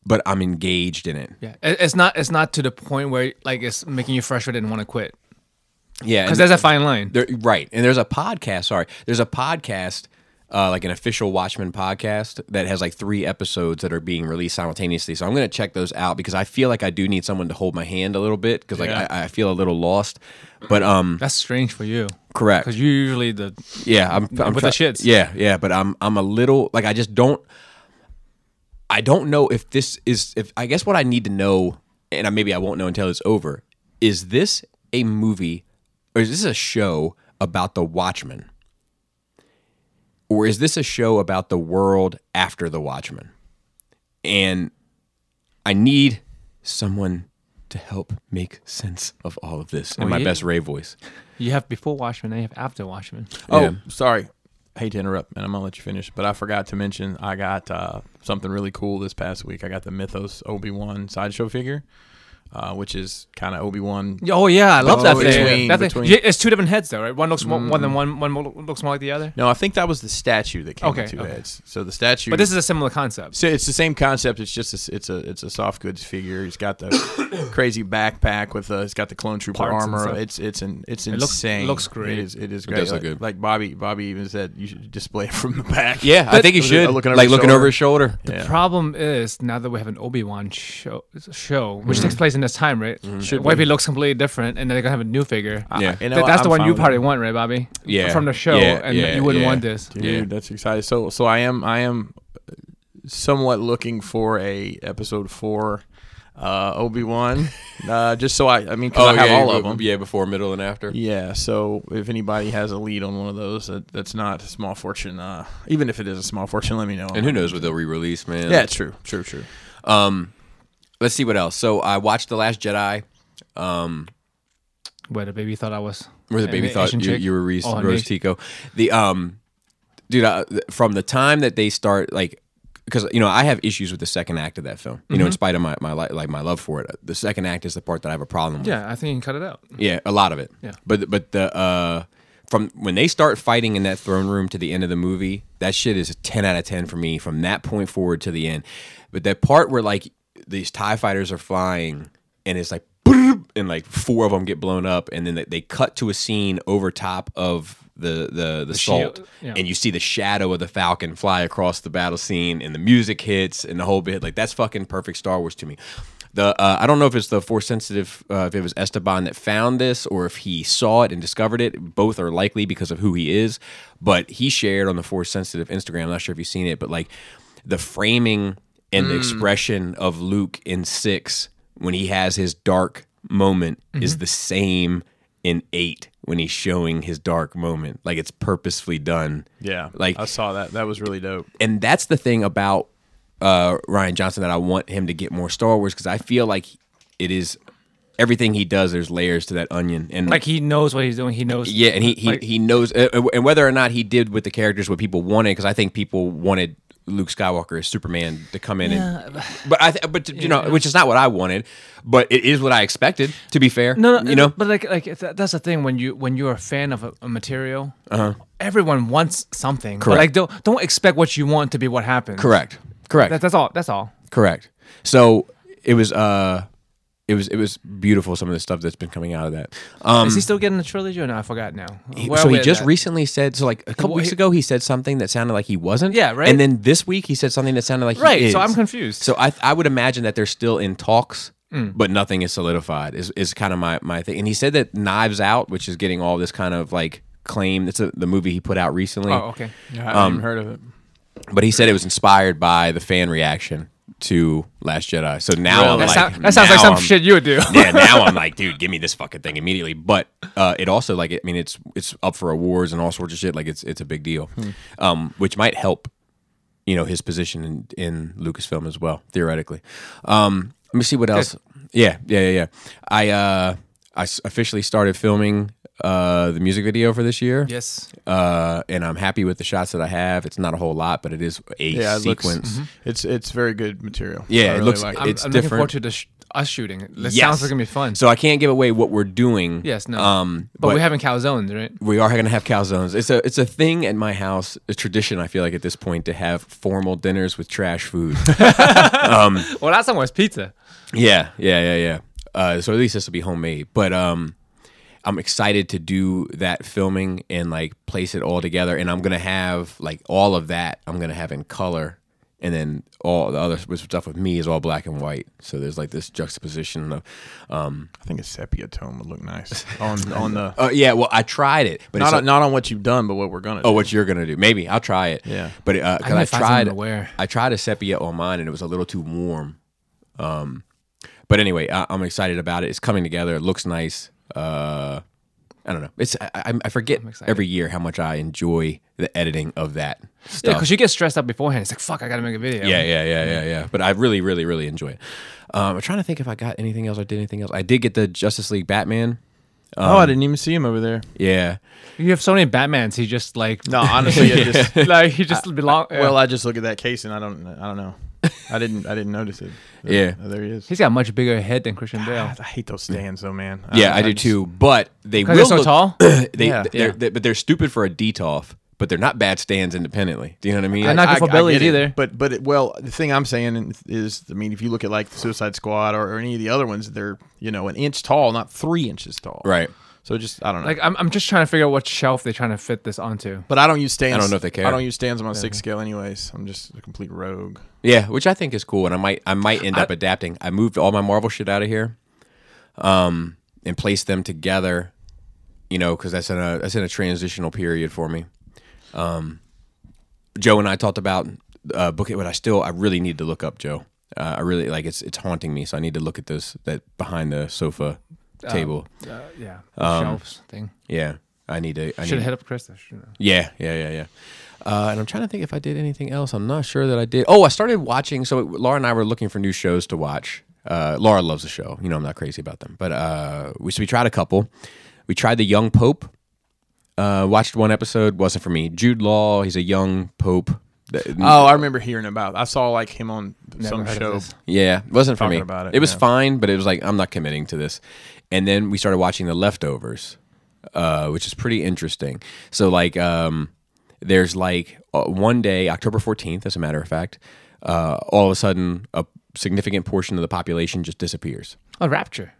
Speaker 1: but I'm engaged in it.
Speaker 3: Yeah, It- it's not it's not to the point where like it's making you frustrated and want to quit
Speaker 1: Yeah,
Speaker 3: because
Speaker 1: and-
Speaker 3: there's a fine line.
Speaker 1: There, right. And there's a podcast. Sorry. There's a podcast, uh, like an official Watchmen podcast that has like three episodes that are being released simultaneously. So I'm going to check those out because I feel like I do need someone to hold my hand a little bit because like
Speaker 2: Yeah.
Speaker 1: I, I feel a little lost. But um,
Speaker 3: That's strange for you.
Speaker 1: Correct.
Speaker 3: Because you usually the
Speaker 1: yeah, I'm, I'm
Speaker 3: With the
Speaker 1: try-
Speaker 3: shits.
Speaker 1: Yeah, yeah. But I'm I'm a little like I just don't. I don't know if this is if I guess what I need to know, and I, maybe I won't know until it's over. Is this a movie, or is this a show about the Watchmen, or is this a show about the world after the Watchmen? And I need someone to help make sense of all of this in my
Speaker 3: yeah.
Speaker 1: best Ray voice.
Speaker 3: you have before Watchmen and you have after Watchmen.
Speaker 2: Oh,
Speaker 1: Yeah.
Speaker 2: sorry. Hate to interrupt, man. I'm gonna let you finish, but I forgot to mention I got uh, something really cool this past week. I got the Mythos Obi Wan sideshow figure, uh, which is kind of Obi Wan.
Speaker 3: Oh yeah, I love that
Speaker 2: between-
Speaker 3: thing. Mm. That thing-
Speaker 2: between-
Speaker 3: Yeah, it's two different heads though, right? One looks more, one than one, one more looks more like the other.
Speaker 2: No, I think that was the statue that came
Speaker 3: Okay,
Speaker 2: with two
Speaker 3: okay.
Speaker 2: heads. So the statue,
Speaker 3: But this is a similar concept.
Speaker 2: So it's the same concept. It's just a, s- it's a it's a soft goods figure. He's got
Speaker 3: [coughs]
Speaker 2: the crazy backpack with the. He's got the clone trooper
Speaker 3: Parts and
Speaker 2: armor.
Speaker 3: stuff.
Speaker 2: It's it's an it's
Speaker 3: looks-
Speaker 2: insane.
Speaker 3: looks
Speaker 2: It
Speaker 3: great.
Speaker 2: is it is great.
Speaker 1: does look
Speaker 2: like,
Speaker 1: good.
Speaker 2: like Bobby Bobby even said you should display it from the back.
Speaker 1: Yeah, I think he
Speaker 2: Was it
Speaker 1: should.
Speaker 2: looking over
Speaker 1: like
Speaker 2: his
Speaker 1: looking
Speaker 2: shoulder?
Speaker 1: over his shoulder.
Speaker 2: Yeah.
Speaker 3: Problem is now that we have an Obi Wan show, show,
Speaker 1: Mm-hmm.
Speaker 3: which takes place in this time, right? Should Where he looks completely different, and then they're gonna have a new figure.
Speaker 2: I-
Speaker 1: Yeah.
Speaker 2: Ah, you know,
Speaker 3: Th- that's
Speaker 2: I'm
Speaker 3: the one
Speaker 2: fine
Speaker 3: you
Speaker 2: with
Speaker 3: probably
Speaker 2: it.
Speaker 3: want, right, Bobby?
Speaker 1: Yeah,
Speaker 3: From the show,
Speaker 1: yeah,
Speaker 3: and
Speaker 1: yeah,
Speaker 3: you wouldn't
Speaker 1: yeah.
Speaker 3: want this.
Speaker 2: Dude,
Speaker 1: Yeah.
Speaker 2: that's exciting. So so I am I am somewhat looking for a episode four uh, Obi Wan, uh, just so I I mean 'cause I have
Speaker 1: Oh, yeah,
Speaker 2: all
Speaker 1: b-
Speaker 2: of them.
Speaker 1: Yeah, before, middle, and after.
Speaker 2: Yeah, so if anybody has a lead on one of those, that, that's not a small fortune. Uh, even if it is a small fortune, let me know.
Speaker 1: And who knows what they'll re-release, man.
Speaker 2: Yeah, true, true, true.
Speaker 1: Let's see what else. So I watched The Last Jedi,
Speaker 3: Where the baby thought I was.
Speaker 1: where the
Speaker 3: an
Speaker 1: baby thought
Speaker 3: Asian
Speaker 1: you,
Speaker 3: chick.
Speaker 1: you were Reese,
Speaker 3: Oh, an
Speaker 1: Rose
Speaker 3: Asian-
Speaker 1: uh, Tico. The um, dude, I, th- from the time that they start like because you know I have issues with the second act of that film. You
Speaker 3: Mm-hmm.
Speaker 1: know, in spite of my my li- like my love for it, the second act is the part that I have a problem with.
Speaker 3: Yeah, I think you can cut it out.
Speaker 1: Yeah, a lot of it.
Speaker 3: Yeah.
Speaker 1: But but the uh from when they start fighting in that throne room to the end of the movie, that shit is a ten out of ten for me from that point forward to the end. But that part where like these Tie fighters are flying and it's like boop, and like four of them get blown up, and then they, they cut to a scene over top of the the the, salt,
Speaker 3: shield, yeah.
Speaker 1: and you see the shadow of the Falcon fly across the battle scene, and the music hits, and the whole bit like that's fucking perfect Star Wars to me the uh, I don't know if it's the force sensitive uh, if it was Esteban that found this or if he saw it and discovered it. Both are likely because of who he is, but he shared on the force sensitive Instagram. I'm not sure if you've seen it, but like the framing and the expression of Luke in six when he has his dark moment is the same in eight when he's showing his dark moment. Like it's purposefully done.
Speaker 2: Yeah,
Speaker 1: Like-
Speaker 2: I saw that. That was really dope.
Speaker 1: and that's the thing about uh, Ryan Johnson that I want him to get more Star Wars because I feel like it is everything he does. There's layers to that onion, and
Speaker 3: Like he knows what he's doing. He knows.
Speaker 1: yeah, and he he,
Speaker 3: like-
Speaker 1: he knows, uh, uh, and whether or not he did with the characters what people wanted, because I think people wanted Luke Skywalker as Superman to come in, and but I th- but you know, which is not what I wanted, but it is what I expected. To be fair,
Speaker 3: No, no,
Speaker 1: you know,
Speaker 3: But like, like th- that's the thing when you when you're a fan of a, a material, everyone wants something. But
Speaker 1: Uh-huh. Correct.
Speaker 3: like, don't don't expect what you want to be what happens.
Speaker 1: correct, correct.
Speaker 3: That, that's all. That's all.
Speaker 1: Correct. So it was uh it was it was beautiful some of the stuff that's been coming out of that. Um
Speaker 3: Is he still getting the trilogy or not? I forgot now.
Speaker 1: he-
Speaker 3: Where are
Speaker 1: so
Speaker 3: we
Speaker 1: he
Speaker 3: at
Speaker 1: just
Speaker 3: that?
Speaker 1: recently said so like a couple
Speaker 3: Well,
Speaker 1: weeks
Speaker 3: he-
Speaker 1: ago he said something that sounded like he wasn't.
Speaker 3: Yeah, right.
Speaker 1: And then this week he said something that sounded like he
Speaker 3: right. So
Speaker 1: is.
Speaker 3: I'm confused. Mm.
Speaker 1: So I I would imagine that they're still in talks. But nothing is solidified is, is kind of my, my thing. And he said that Knives Out, which is getting all this kind of like claim, it's a, the movie he put out recently.
Speaker 3: oh, okay.
Speaker 2: Yeah, I
Speaker 1: Um,
Speaker 2: haven't even heard of it.
Speaker 1: But he said it was inspired by the fan reaction to Last Jedi. So now I'm
Speaker 3: That,
Speaker 1: like,
Speaker 3: sound- that sounds like
Speaker 1: now
Speaker 3: some
Speaker 1: I'm-
Speaker 3: shit you
Speaker 1: [laughs]
Speaker 3: would do. [laughs]
Speaker 1: yeah, now I'm like, dude, give me this fucking thing immediately. But uh, it also like, I mean, it's it's up for awards and all sorts of shit. Like, it's it's a big deal, um, which might help, you know, his position in, in Lucasfilm as well, theoretically. Um, let me see what else. Yeah, yeah, yeah, yeah. I uh, I s- officially started filming uh, the music video for this year.
Speaker 3: yes.
Speaker 1: Uh, and I'm happy with the shots that I have. It's not a whole lot, but it is a
Speaker 2: Yeah, it
Speaker 1: sequence.
Speaker 2: looks. mm-hmm. It's it's very good material.
Speaker 1: Yeah,
Speaker 2: I
Speaker 1: it
Speaker 2: really
Speaker 1: looks-
Speaker 2: Like
Speaker 1: it-
Speaker 3: I'm,
Speaker 1: It's
Speaker 3: I'm looking
Speaker 1: different.
Speaker 3: forward to the sh- us shooting. it. This
Speaker 1: Yes.
Speaker 3: sounds like it's gonna be fun.
Speaker 1: So I can't give away what we're doing.
Speaker 3: yes, no.
Speaker 1: Um,
Speaker 3: but, we're having calzones, right?
Speaker 1: we are going to have calzones. It's a it's a thing at my house, a tradition. I feel like at this point to have formal dinners with trash
Speaker 3: [laughs]
Speaker 1: food.
Speaker 3: Well, last time was pizza.
Speaker 1: yeah, yeah, yeah, yeah. Uh, so at least this will be homemade. But um, I'm excited to do that filming and like place it all together. And I'm gonna have like all of that. I'm gonna have in color, and then all the other stuff with me is all black and white. So there's like this juxtaposition of. Um,
Speaker 2: I think a sepia tone would look
Speaker 1: [laughs]
Speaker 2: nice on on the
Speaker 1: uh, yeah, well, I tried it, but
Speaker 2: not
Speaker 1: it's
Speaker 2: on, not on what you've done, but what we're gonna.
Speaker 1: Oh,
Speaker 2: do.
Speaker 1: what you're gonna do? Maybe I'll try it.
Speaker 2: Yeah.
Speaker 1: but uh,
Speaker 3: need
Speaker 1: cause I,
Speaker 3: to find something
Speaker 1: tried
Speaker 3: to wear.
Speaker 1: I tried a sepia on mine and it was a little too warm. Um, but anyway, I, I'm excited about it. It's coming together. It looks nice. Uh, I don't know. It's I, I, I forget
Speaker 3: excited.
Speaker 1: every year how much I enjoy the editing of that
Speaker 3: Yeah,
Speaker 1: stuff.
Speaker 3: because you get stressed out beforehand. It's like fuck, I gotta make a video.
Speaker 1: Yeah, yeah, yeah, yeah, yeah. But I really, really, really enjoy it. Um, I'm trying to think if I got anything else. I did anything else. I did get the Justice League Batman. um,
Speaker 2: oh, I didn't even see him over there.
Speaker 1: Yeah,
Speaker 3: You have so many Batmans. He just like
Speaker 2: No, honestly, I
Speaker 1: [laughs]
Speaker 2: just
Speaker 3: [laughs] like he just belong. yeah.
Speaker 2: well, I just look at that case and I don't I don't know. I didn't I didn't notice it.
Speaker 1: [laughs]
Speaker 2: But,
Speaker 1: Yeah.
Speaker 2: uh, there he is.
Speaker 3: he's got a much bigger head than Christian Bale.
Speaker 2: God, I hate those stands though, man.
Speaker 1: yeah, I, do
Speaker 2: just-
Speaker 1: too. But they will
Speaker 3: Because they're so
Speaker 1: look,
Speaker 3: tall.
Speaker 1: [clears throat] they,
Speaker 2: Yeah.
Speaker 1: they're,
Speaker 2: Yeah.
Speaker 1: they- but they're stupid for a DTOF, but they're not bad stands independently. Do you know what I mean?
Speaker 3: I'm not good for Billy's
Speaker 2: get it,
Speaker 3: either.
Speaker 2: But but it, well, the thing I'm saying is, I mean, if you look at like the Suicide Squad or, or any of the other ones, they're you know an inch tall, not three inches tall.
Speaker 1: right.
Speaker 2: So just I don't know.
Speaker 3: Like I'm, I'm just trying to figure out what shelf they're trying to fit this onto.
Speaker 2: but I don't use stands.
Speaker 1: I don't know if they care. Mm.
Speaker 2: I don't use stands on a six scale, anyways. I'm just a complete rogue.
Speaker 1: Yeah, which I think is cool, and I might I might end up adapting. I moved all my Marvel shit out of here, um, and placed them together. You know, because that's in a that's in a transitional period for me. Um, Joe and I talked about uh, book it, but I still I really need to look up Joe. Uh, I really like it's it's haunting me, so I need to look at this that behind the sofa table.
Speaker 3: Uh, yeah, shelves thing.
Speaker 1: yeah, I need to. Um, I
Speaker 3: Should
Speaker 1: need,
Speaker 3: have hit up Chris. I should know.
Speaker 1: Yeah, yeah, yeah, yeah. Uh, and I'm trying to think if I did anything else. I'm not sure that I did. Oh, I started watching. So Laura and I were looking for new shows to watch. Uh, Laura loves the show. You know, I'm not crazy about them, but uh, we so we tried a couple. We tried the Young Pope. Uh, watched one episode. Wasn't for me. Jude Law. He's a young pope. That-
Speaker 2: Oh, I remember hearing about. I saw like him on some
Speaker 3: heard of
Speaker 2: show.
Speaker 3: this.
Speaker 1: Yeah, it wasn't for
Speaker 2: Talking
Speaker 1: me.
Speaker 2: about it,
Speaker 1: was
Speaker 2: yeah.
Speaker 1: fine, but it was like I'm not committing to this. And then we started watching The Leftovers, uh, which is pretty interesting. So like, um, there's like uh, one day, October 14th, as a matter of fact, uh, all of a sudden, a significant portion of the population just disappears.
Speaker 3: Oh, Rapture.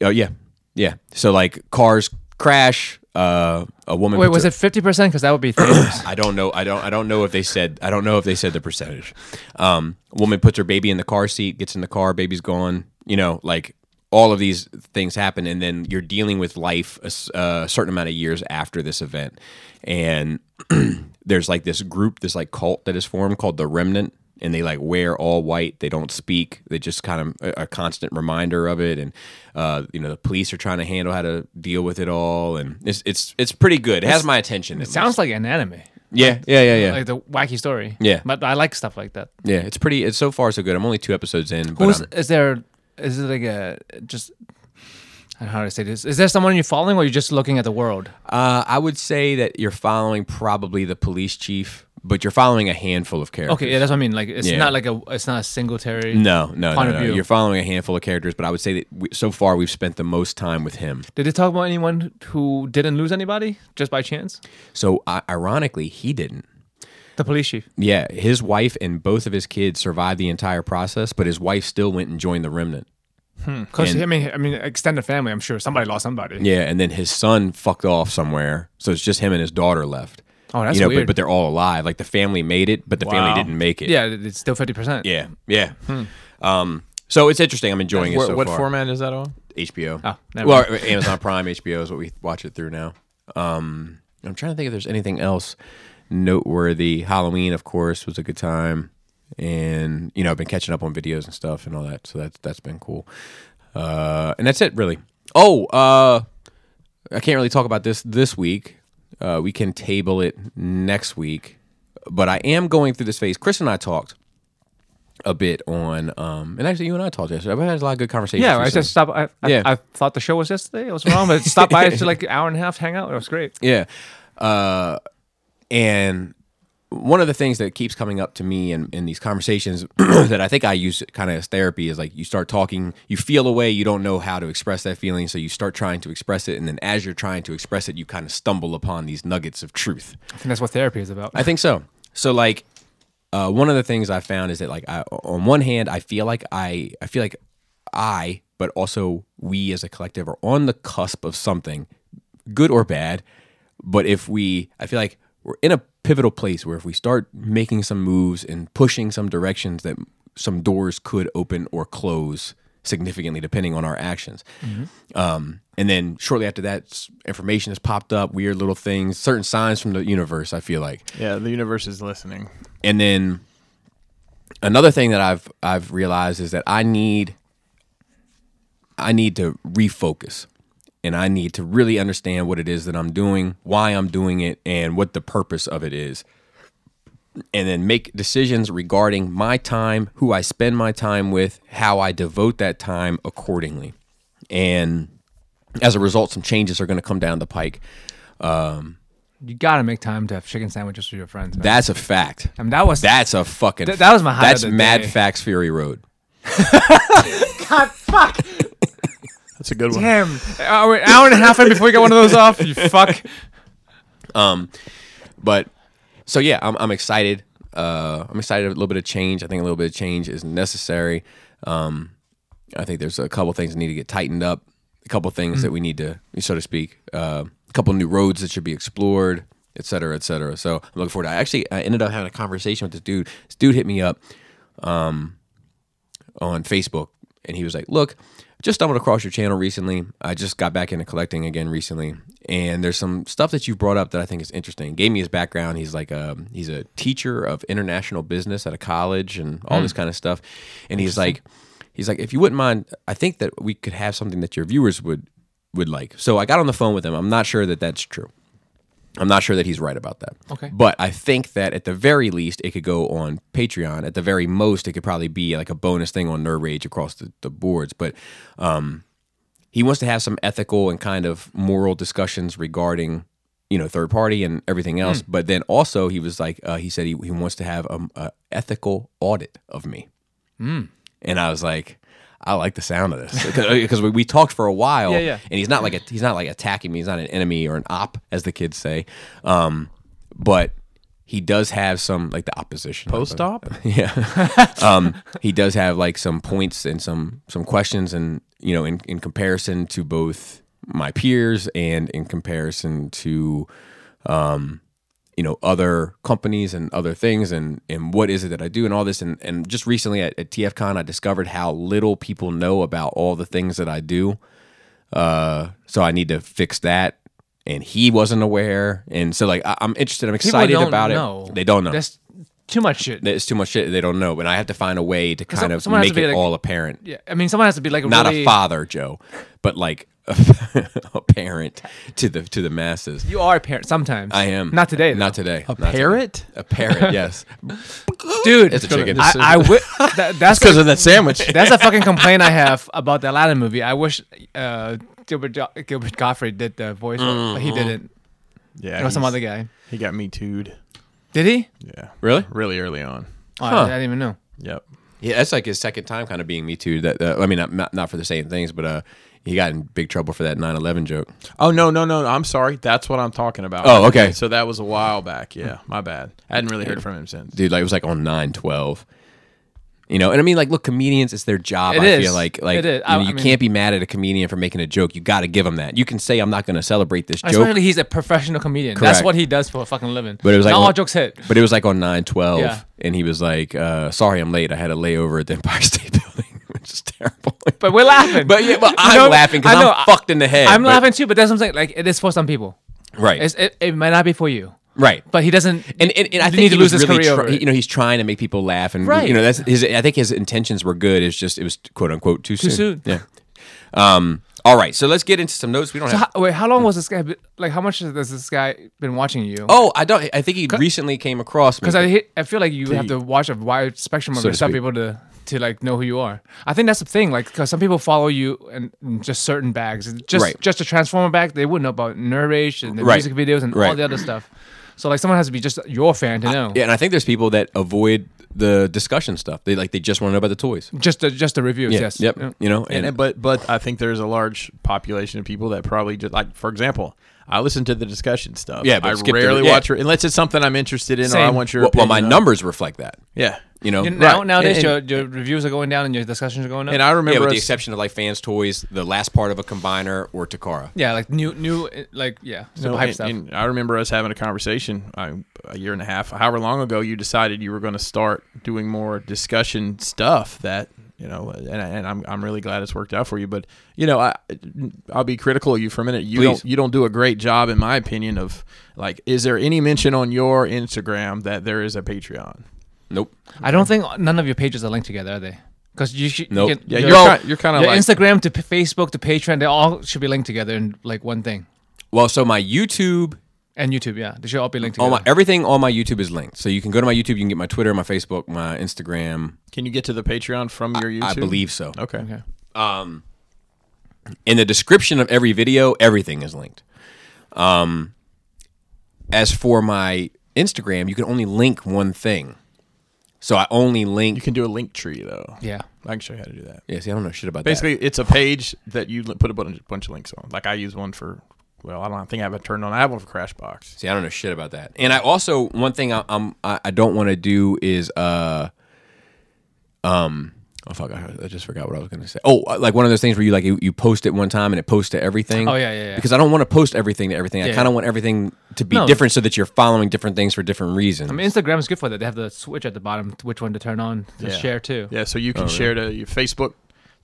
Speaker 1: Oh yeah, yeah. So like, cars crash. Uh, a woman.
Speaker 3: Wait,
Speaker 1: puts
Speaker 3: was
Speaker 1: her-
Speaker 3: it fifty percent? Because that
Speaker 1: [clears throat]
Speaker 3: would be theaters.
Speaker 1: I don't know. I don't. I don't know if they said. I don't know if they said the percentage. Um, woman puts her baby in the car seat, gets in the car, baby's gone. You know, like all of these things happen, and then you're dealing with life a, s- a certain amount of years after this event, and [clears throat] there's like this group, this like cult that is formed called the Remnant, and they like wear all white. They don't speak. They just kind of a, a constant reminder of it, and uh, you know the police are trying to handle how to deal with it all, and it's it's it's pretty good. It has my attention. at
Speaker 3: Sounds like an anime,
Speaker 1: yeah, yeah, yeah, yeah.
Speaker 3: like the wacky story.
Speaker 1: Yeah.
Speaker 3: but I like stuff like that.
Speaker 1: yeah, it's pretty. It's so far so good. I'm only two episodes in, but
Speaker 3: Who's
Speaker 1: um,
Speaker 3: is there? Is it like a just? I don't know how to say this. Is there someone you're following, or you're just looking at the world?
Speaker 1: uh, I would say that you're following probably the police chief, but you're following a handful of characters.
Speaker 3: Okay, yeah, that's what I mean. Like, it's
Speaker 1: Yeah.
Speaker 3: not like a. It's not a singletary.
Speaker 1: No, no,
Speaker 3: Point
Speaker 1: no,
Speaker 3: of
Speaker 1: no.
Speaker 3: view.
Speaker 1: You're following a handful of characters, but I would say that we, so far we've spent the most time with him.
Speaker 3: Did they talk about anyone who didn't lose anybody just by chance?
Speaker 1: So I ironically, he didn't.
Speaker 3: The police chief.
Speaker 1: Yeah, his wife and both of his kids survived the entire process, but his wife still went and joined the remnant.
Speaker 3: Because
Speaker 1: Mm. And-
Speaker 3: I mean, I mean, extended family. I'm sure somebody lost somebody.
Speaker 1: Yeah, and then his son fucked off somewhere, so it's just him and his daughter left.
Speaker 3: Oh, that's
Speaker 1: you know,
Speaker 3: weird.
Speaker 1: But, but they're all alive. Like the family made it, but the
Speaker 2: Wow.
Speaker 1: family didn't make it.
Speaker 3: Yeah, it- it's still fifty percent.
Speaker 1: Yeah, yeah. Um, so it's interesting. I'm enjoying it
Speaker 2: What,
Speaker 1: so
Speaker 2: Hmm. what
Speaker 1: far.
Speaker 2: format is that on?
Speaker 1: HBO.
Speaker 3: Oh, never
Speaker 1: well, [laughs] Amazon Prime HBO is what we watch it through now. Um, I'm trying to think if there's anything else noteworthy. Halloween, of course, was a good time, and you know I've been catching up on videos and stuff and all that, so that's that's been cool. Uh, and that's it, really. Oh, uh, I can't really talk about this this week. Uh, we can table it next week, but I am going through this phase. Chris and I talked a bit on, um, and actually you and I talked yesterday. We had a lot of good conversations.
Speaker 3: Yeah, I
Speaker 1: recently.
Speaker 3: just stopped. I, I,
Speaker 1: Yeah.
Speaker 3: I thought the show was yesterday. It was wrong, but
Speaker 1: [laughs]
Speaker 3: stopped by to like an hour and a half, hang out. It was great.
Speaker 1: Yeah. Uh, and one of the things that keeps coming up to me in, in these conversations [clears throat] that I think I use kind of as therapy is like you start talking, you feel a way, you don't know how to express that feeling. So you start trying to express it. And then as you're trying to express it, you kind of stumble upon these nuggets of truth.
Speaker 3: I think that's what therapy is about.
Speaker 1: I think so. So like uh, one of the things I found is that like I, on one hand I feel like I I feel like I but also we as a collective are on the cusp of something good or bad but if we I feel like we're in a pivotal place where if we start making some moves and pushing some directions that some doors could open or close significantly depending on our actions. Um, and then shortly after that s- information has popped up, weird little things, certain signs from the universe I feel like
Speaker 2: Yeah, the universe is listening.
Speaker 1: and then another thing that I've I've realized is that I need I need to refocus and I need to really understand what it is that I'm doing, why I'm doing it and what the purpose of it is. And then make decisions regarding my time, who I spend my time with, how I devote that time accordingly. And as a result, some changes are going to come down the pike.
Speaker 3: You gotta make time to have chicken sandwiches with your friends. man.
Speaker 1: That's a fact.
Speaker 3: I mean, that was
Speaker 1: That's a fucking.
Speaker 3: Th- that was my highlight
Speaker 1: That's
Speaker 3: of the
Speaker 1: Mad
Speaker 3: day.
Speaker 1: Facts Fury Road.
Speaker 2: That's a good one.
Speaker 3: damn hour, hour and a half in before you got one of those off.
Speaker 1: [laughs]
Speaker 3: You fuck.
Speaker 1: But so yeah, I'm I'm excited. Uh, I'm excited. A little bit of change. I think a little bit of change is necessary. Um, I think there's a couple things that need to get tightened up. A couple things that we need to, so to speak, uh, a couple new roads that should be explored, et cetera, et cetera. So I'm looking forward. to it. I actually I ended up having a conversation with this dude. This dude hit me up on Facebook, and he was like, "Look, just stumbled across your channel recently. I just got back into collecting again recently, and there's some stuff that you brought up that I think is interesting." Gave me his background. He's like a he's a teacher of international business at a college and all this kind of stuff, and he's like. He's like, if you wouldn't mind, I think that we could have something that your viewers would would like. So I got on the phone with him. I'm not sure that that's true. I'm not sure that he's right about that.
Speaker 3: Okay.
Speaker 1: But I think that at the very least, it could go on Patreon. At the very most, it could probably be like a bonus thing on Nerd Rage across the, the boards. But um, he wants to have some ethical and kind of moral discussions regarding you know third party and everything else.
Speaker 3: Hmm.
Speaker 1: But then also he was like uh, he said he, he wants to have um, a ethical audit of me,
Speaker 3: Hmm.
Speaker 1: and I was like. I like the sound of this because we, we talked for a while,
Speaker 3: Yeah, yeah.
Speaker 1: and he's not like a, he's not like attacking me. He's not an enemy or an op, as the kids say. Um, but he does have some like the opposition.
Speaker 2: Post [laughs] op?
Speaker 1: [laughs] yeah.
Speaker 3: [laughs]
Speaker 1: um, he does have like some points and some some questions, and you know, in in comparison to both my peers and in comparison to, um, you know, other companies and other things, and and what is it that I do, and all this, and and just recently at, at TFCon, I discovered how little people know about all the things that I do. Uh, so I need to fix that. And he wasn't aware, and so like I, I'm interested. I'm excited
Speaker 3: don't
Speaker 1: about
Speaker 3: know.
Speaker 1: it. They don't know
Speaker 3: That's too much shit.
Speaker 1: that it's too much shit they don't know, but I have to find a way to kind
Speaker 3: some-
Speaker 1: of
Speaker 3: someone has to
Speaker 1: make
Speaker 3: be
Speaker 1: it
Speaker 3: like-
Speaker 1: all apparent.
Speaker 3: yeah, I mean, someone has to be like a
Speaker 1: Not
Speaker 3: really,
Speaker 1: a father, Joe, but like [laughs] apparent to the to the masses.
Speaker 3: You are a parent sometimes.
Speaker 1: I am
Speaker 3: not today.
Speaker 1: Not
Speaker 3: though.
Speaker 1: today.
Speaker 2: A
Speaker 1: Not today.
Speaker 2: parrot?
Speaker 1: A
Speaker 2: [laughs]
Speaker 1: parrot. Yes.
Speaker 3: dude.
Speaker 1: It's a chicken.
Speaker 3: I, I wi-
Speaker 1: [laughs]
Speaker 3: that, that's
Speaker 2: because of that sandwich.
Speaker 3: That's a fucking complaint I have about the Aladdin movie. I wish uh, Gilbert jo- Gilbert Gottfried did the voice, but
Speaker 1: Mm-hmm.
Speaker 3: he didn't.
Speaker 2: yeah,
Speaker 3: It was some
Speaker 2: he's-
Speaker 3: other guy.
Speaker 2: He got me too'd.
Speaker 3: Did he?
Speaker 2: Yeah,
Speaker 1: Really?
Speaker 2: really early on.
Speaker 3: Oh, I,
Speaker 1: Huh.
Speaker 3: I didn't even know.
Speaker 2: Yep.
Speaker 1: Yeah, that's like his second time kind of being me too. That uh, I mean, not, not not for the same things, but uh, he got in big trouble for that 9/11 joke.
Speaker 2: Oh no, no, no! I'm sorry. That's what I'm talking about.
Speaker 1: Oh, okay.
Speaker 2: So that was a while back. Yeah, my bad. I hadn't really heard from him since.
Speaker 1: dude like it was like on 9 12 you know and i mean like look comedians it's their job
Speaker 3: It
Speaker 1: i
Speaker 3: is.
Speaker 1: feel like like
Speaker 3: It is.
Speaker 1: you,
Speaker 3: I-
Speaker 1: know,
Speaker 3: I
Speaker 1: you
Speaker 3: mean-
Speaker 1: can't be mad at a comedian for making a joke you got to give them that you can say i'm not going to celebrate this joke
Speaker 3: Especially he's a professional comedian. That's
Speaker 1: Correct.
Speaker 3: what he does for a fucking living.
Speaker 1: But it was like
Speaker 3: not
Speaker 1: one-
Speaker 3: all jokes hit.
Speaker 1: but it was like on 9 12
Speaker 3: Yeah.
Speaker 1: and he was like uh, sorry i'm late i had a layover at the empire state [laughs] building which is terrible [laughs]
Speaker 3: But we're laughing.
Speaker 1: But yeah, but
Speaker 3: You
Speaker 1: I'm
Speaker 3: know,
Speaker 1: laughing 'cause
Speaker 3: I
Speaker 1: I'm
Speaker 3: know, I-
Speaker 1: fucked in the head,
Speaker 3: I'm
Speaker 1: but-
Speaker 3: laughing too, but that's what I'm saying. Like it is for some people.
Speaker 1: right
Speaker 3: It's, it, it might not be for you,
Speaker 1: right
Speaker 3: but he doesn't.
Speaker 1: and, and, and I
Speaker 3: you
Speaker 1: think
Speaker 3: need
Speaker 1: he
Speaker 3: to lose
Speaker 1: was
Speaker 3: his
Speaker 1: really
Speaker 3: career.
Speaker 1: try-
Speaker 3: over it.
Speaker 1: you know he's trying to make people laugh and
Speaker 3: Right.
Speaker 1: you know that's his I think his intentions were good it's just it was quote unquote too,
Speaker 3: Too soon.
Speaker 1: yeah um all right so let's get into some notes we don't have
Speaker 3: How- wait, how long was this guy? be- Like, how much has this guy been watching you?
Speaker 1: Oh, I don't. I think he recently came across me.
Speaker 3: Because I, hit- I feel like you have to watch a wide spectrum of
Speaker 1: So
Speaker 3: your
Speaker 1: to
Speaker 3: stuff
Speaker 1: speak.
Speaker 3: people to to like know who you are. I think that's the thing, like because some people follow you and and just certain bags, just
Speaker 1: Right.
Speaker 3: just a transformer bag, they wouldn't know about Nerd Rage and the
Speaker 1: Right.
Speaker 3: music videos and all
Speaker 1: Right.
Speaker 3: the other stuff. So like someone has to be just your fan to know,
Speaker 1: yeah, and I think there's people that avoid the discussion stuff. They like they just want to know about the toys.
Speaker 3: just the, just the reviews.
Speaker 1: Yeah,
Speaker 3: Yes,
Speaker 1: Yep.
Speaker 3: Yeah.
Speaker 1: You know,
Speaker 2: And,
Speaker 1: and,
Speaker 2: but but I think there's a large population of people that probably just like for example, I listen to the discussion stuff.
Speaker 1: Yeah, but
Speaker 2: I
Speaker 1: skip the-
Speaker 2: rarely
Speaker 1: yeah.
Speaker 2: watch it unless it's something I'm interested in or I
Speaker 3: Same.
Speaker 2: want your
Speaker 1: well, well, my
Speaker 2: opinion on.
Speaker 1: numbers reflect that.
Speaker 2: Yeah,
Speaker 1: You know,
Speaker 3: You- Now,
Speaker 2: Right.
Speaker 3: Nowadays,
Speaker 2: And-
Speaker 3: your, your reviews are going down and your discussions are going up.
Speaker 2: and I remember
Speaker 1: yeah, with the
Speaker 2: us-
Speaker 1: exception of like fans toys, the last part of a combiner or Takara.
Speaker 3: yeah, like new new uh, like yeah, super
Speaker 2: No,
Speaker 3: hype
Speaker 2: and-
Speaker 3: stuff.
Speaker 2: and I remember us having a conversation uh, a year and a half, however long ago, you decided you were going to start doing more discussion stuff that, you know, and, and I'm, I'm really glad it's worked out for you. But, you know, I, I'll be critical of you for a minute. You
Speaker 1: Please.
Speaker 2: don't, you don't do a great job, in my opinion, of like, is there any mention on your Instagram that there is a Patreon?
Speaker 1: Nope.
Speaker 3: I don't think none of your pages are linked together, are they? Because you should.
Speaker 1: Nope.
Speaker 3: You can,
Speaker 2: Yeah,
Speaker 3: your-
Speaker 2: you're ki- you're kinda
Speaker 3: your
Speaker 2: like-
Speaker 3: Instagram to p- Facebook to Patreon. They all should be linked together in like one thing.
Speaker 1: Well, so my YouTube,
Speaker 3: And YouTube, yeah, they should all be linked
Speaker 1: all
Speaker 2: Oh
Speaker 3: together.
Speaker 1: my everything on my YouTube is linked. So you can go to my YouTube, you can get my Twitter, my Facebook, my Instagram.
Speaker 2: Can you get to the Patreon from your YouTube?
Speaker 1: I believe so.
Speaker 2: Okay.
Speaker 3: Okay.
Speaker 1: in the description of every video, everything is linked. Um, as for my Instagram, you can only link one thing. So I only
Speaker 2: You
Speaker 1: link.
Speaker 2: can do a link tree, though.
Speaker 3: Yeah,
Speaker 2: I can show you how to do that.
Speaker 1: Yeah, see, I don't know shit about
Speaker 2: Basically, it's a page that you li- put a bunch, bunch of links on. Like I use one for, well, I don't think I have it turned on. I have one for Crashbox.
Speaker 1: that. See, I don't know shit about that. And I also one thing I, I'm I, I don't want to do is uh um oh fuck I, I just forgot what I was gonna say. Oh, like one of those things where you like you, you post it one time and it posts to everything.
Speaker 3: Oh, yeah, yeah, yeah.
Speaker 1: Because I don't want to post everything to everything. I
Speaker 3: Yeah,
Speaker 1: kind of
Speaker 3: yeah.
Speaker 1: want everything to be
Speaker 3: No.
Speaker 1: different so that you're following different things for different reasons.
Speaker 3: I mean, Instagram is good for that. They have the switch at the bottom, to which one to turn on to share too.
Speaker 2: Yeah, so you
Speaker 4: Oh,
Speaker 2: can share to your Facebook,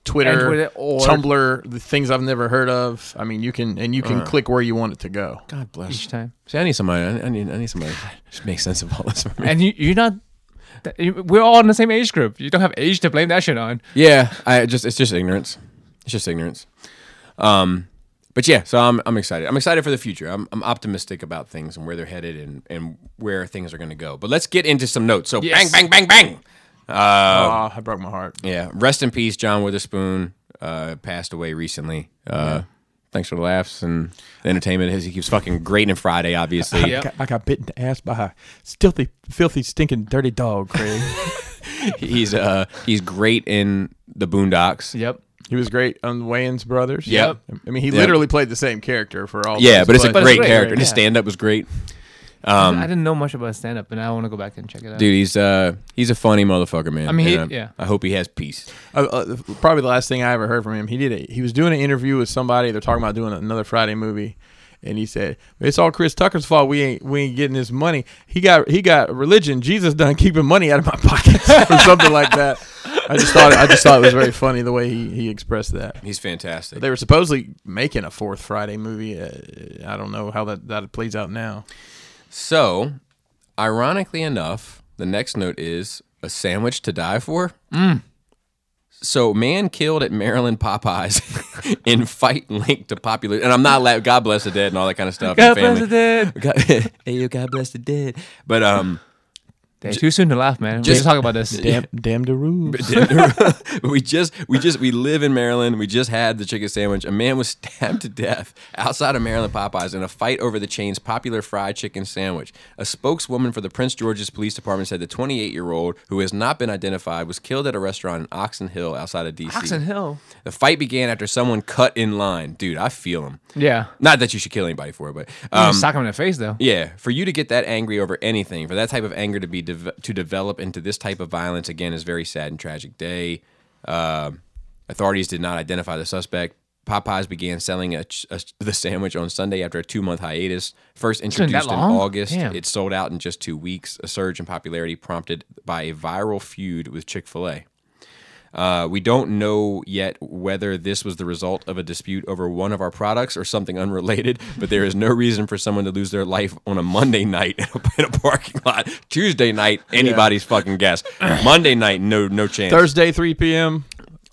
Speaker 2: Twitter,
Speaker 3: Twitter or-
Speaker 2: Tumblr, the things I've never heard of. I mean, you can and you can
Speaker 4: Uh.
Speaker 2: click where you want it to go.
Speaker 4: Oh.
Speaker 1: God bless.
Speaker 3: Each time,
Speaker 1: See, I need somebody. I I need, I need somebody to just make sense of all this for me.
Speaker 3: and you, you're not. th- you- We're all in the same age group. You don't have age to blame that shit on.
Speaker 1: Yeah, I just it's just ignorance. It's just ignorance. Um, but yeah, so I'm I'm excited. I'm excited for the future. I'm I'm optimistic about things and where they're headed and and where things are going to go. But let's get into some notes. So
Speaker 3: Yes.
Speaker 1: bang, bang, bang, bang. Uh,
Speaker 2: Ah, I broke my heart.
Speaker 1: yeah. Rest in peace, John Witherspoon. Uh, passed away recently. Uh, Thanks for the laughs and the entertainment. His, he keeps fucking great in Friday,
Speaker 2: [laughs]
Speaker 1: obviously.
Speaker 3: Yep.
Speaker 4: I got bitten in the ass by a filthy, filthy, stinking, dirty dog, Craig.
Speaker 1: He's uh he's great in the Boondocks.
Speaker 3: Yep.
Speaker 2: [laughs] He was great on Wayans Brothers.
Speaker 1: Yep.
Speaker 2: I mean, he literally played the same character for all.
Speaker 1: Yeah,
Speaker 2: those,
Speaker 1: but it's a
Speaker 3: But it's
Speaker 1: great
Speaker 3: great,
Speaker 1: character.
Speaker 3: right?
Speaker 1: And his
Speaker 3: Yeah.
Speaker 1: stand up was great.
Speaker 2: Um,
Speaker 3: I didn't know much about stand up, and I want to go back and check it out.
Speaker 1: Dude, he's uh he's a funny motherfucker, man.
Speaker 3: I mean, he-
Speaker 1: And, uh,
Speaker 3: yeah.
Speaker 1: I hope he has peace.
Speaker 2: uh, uh, probably the last thing I ever heard from him. He did it. He was doing an interview with somebody. They're talking about doing another Friday movie, and he said, "It's all Chris Tucker's fault. We ain't we ain't getting this money. He got he got religion. Jesus done keeping money out of my [laughs] pockets or something like that." I just thought I just thought it was very funny the way he, he expressed that.
Speaker 1: He's fantastic.
Speaker 2: They were supposedly making a fourth Friday movie. Uh, I don't know how that that plays out now.
Speaker 1: So, ironically enough, the next note is a sandwich to die for.
Speaker 3: Mm.
Speaker 1: So, man killed at Maryland Popeyes [laughs] in fight linked to popular. And I'm not laughing. God bless the dead and all that kind of stuff. and
Speaker 3: God
Speaker 1: family.
Speaker 3: bless the dead.
Speaker 1: God, [laughs] hey, yo, God bless the dead. But um,
Speaker 3: Dang, too soon to laugh, man.
Speaker 1: Just-
Speaker 3: Just talk
Speaker 2: [laughs]
Speaker 3: about this.
Speaker 2: Damn, damn the rules.
Speaker 1: [laughs] we just we just we live in Maryland. We just had the chicken sandwich. A man was [laughs] stabbed to death outside of Maryland Popeyes in a fight over the chain's popular fried chicken sandwich. A spokeswoman for the Prince George's Police Department said the 28-year-old, who has not been identified, was killed at a restaurant in Oxon Hill outside of DC.
Speaker 3: Oxon Hill.
Speaker 1: The fight began after someone cut in line. Dude, I feel him.
Speaker 3: Yeah.
Speaker 1: Not that you should kill anybody for it, but
Speaker 3: You
Speaker 1: um,
Speaker 3: just sock him in the face, though.
Speaker 1: yeah, for you to get that angry over anything, for that type of anger to be de- to develop into this type of violence again is very sad and tragic day. Um authorities did not identify the suspect. Popeyes began selling a, ch- [laughs] a- the sandwich on Sunday after a two month hiatus. First
Speaker 3: been that
Speaker 1: introduced in
Speaker 3: long?
Speaker 1: August,
Speaker 3: Damn.
Speaker 1: it sold out in just two weeks. A surge in popularity prompted by a viral feud with Chick fil A. Uh, we don't know yet whether this was the result of a dispute over one of our products or something [laughs] unrelated, but there is no reason for someone to lose their life on a Monday night [laughs] in a, in a parking lot. Tuesday night, anybody's fucking guess. Monday night, no, no chance.
Speaker 2: Thursday, three p.m.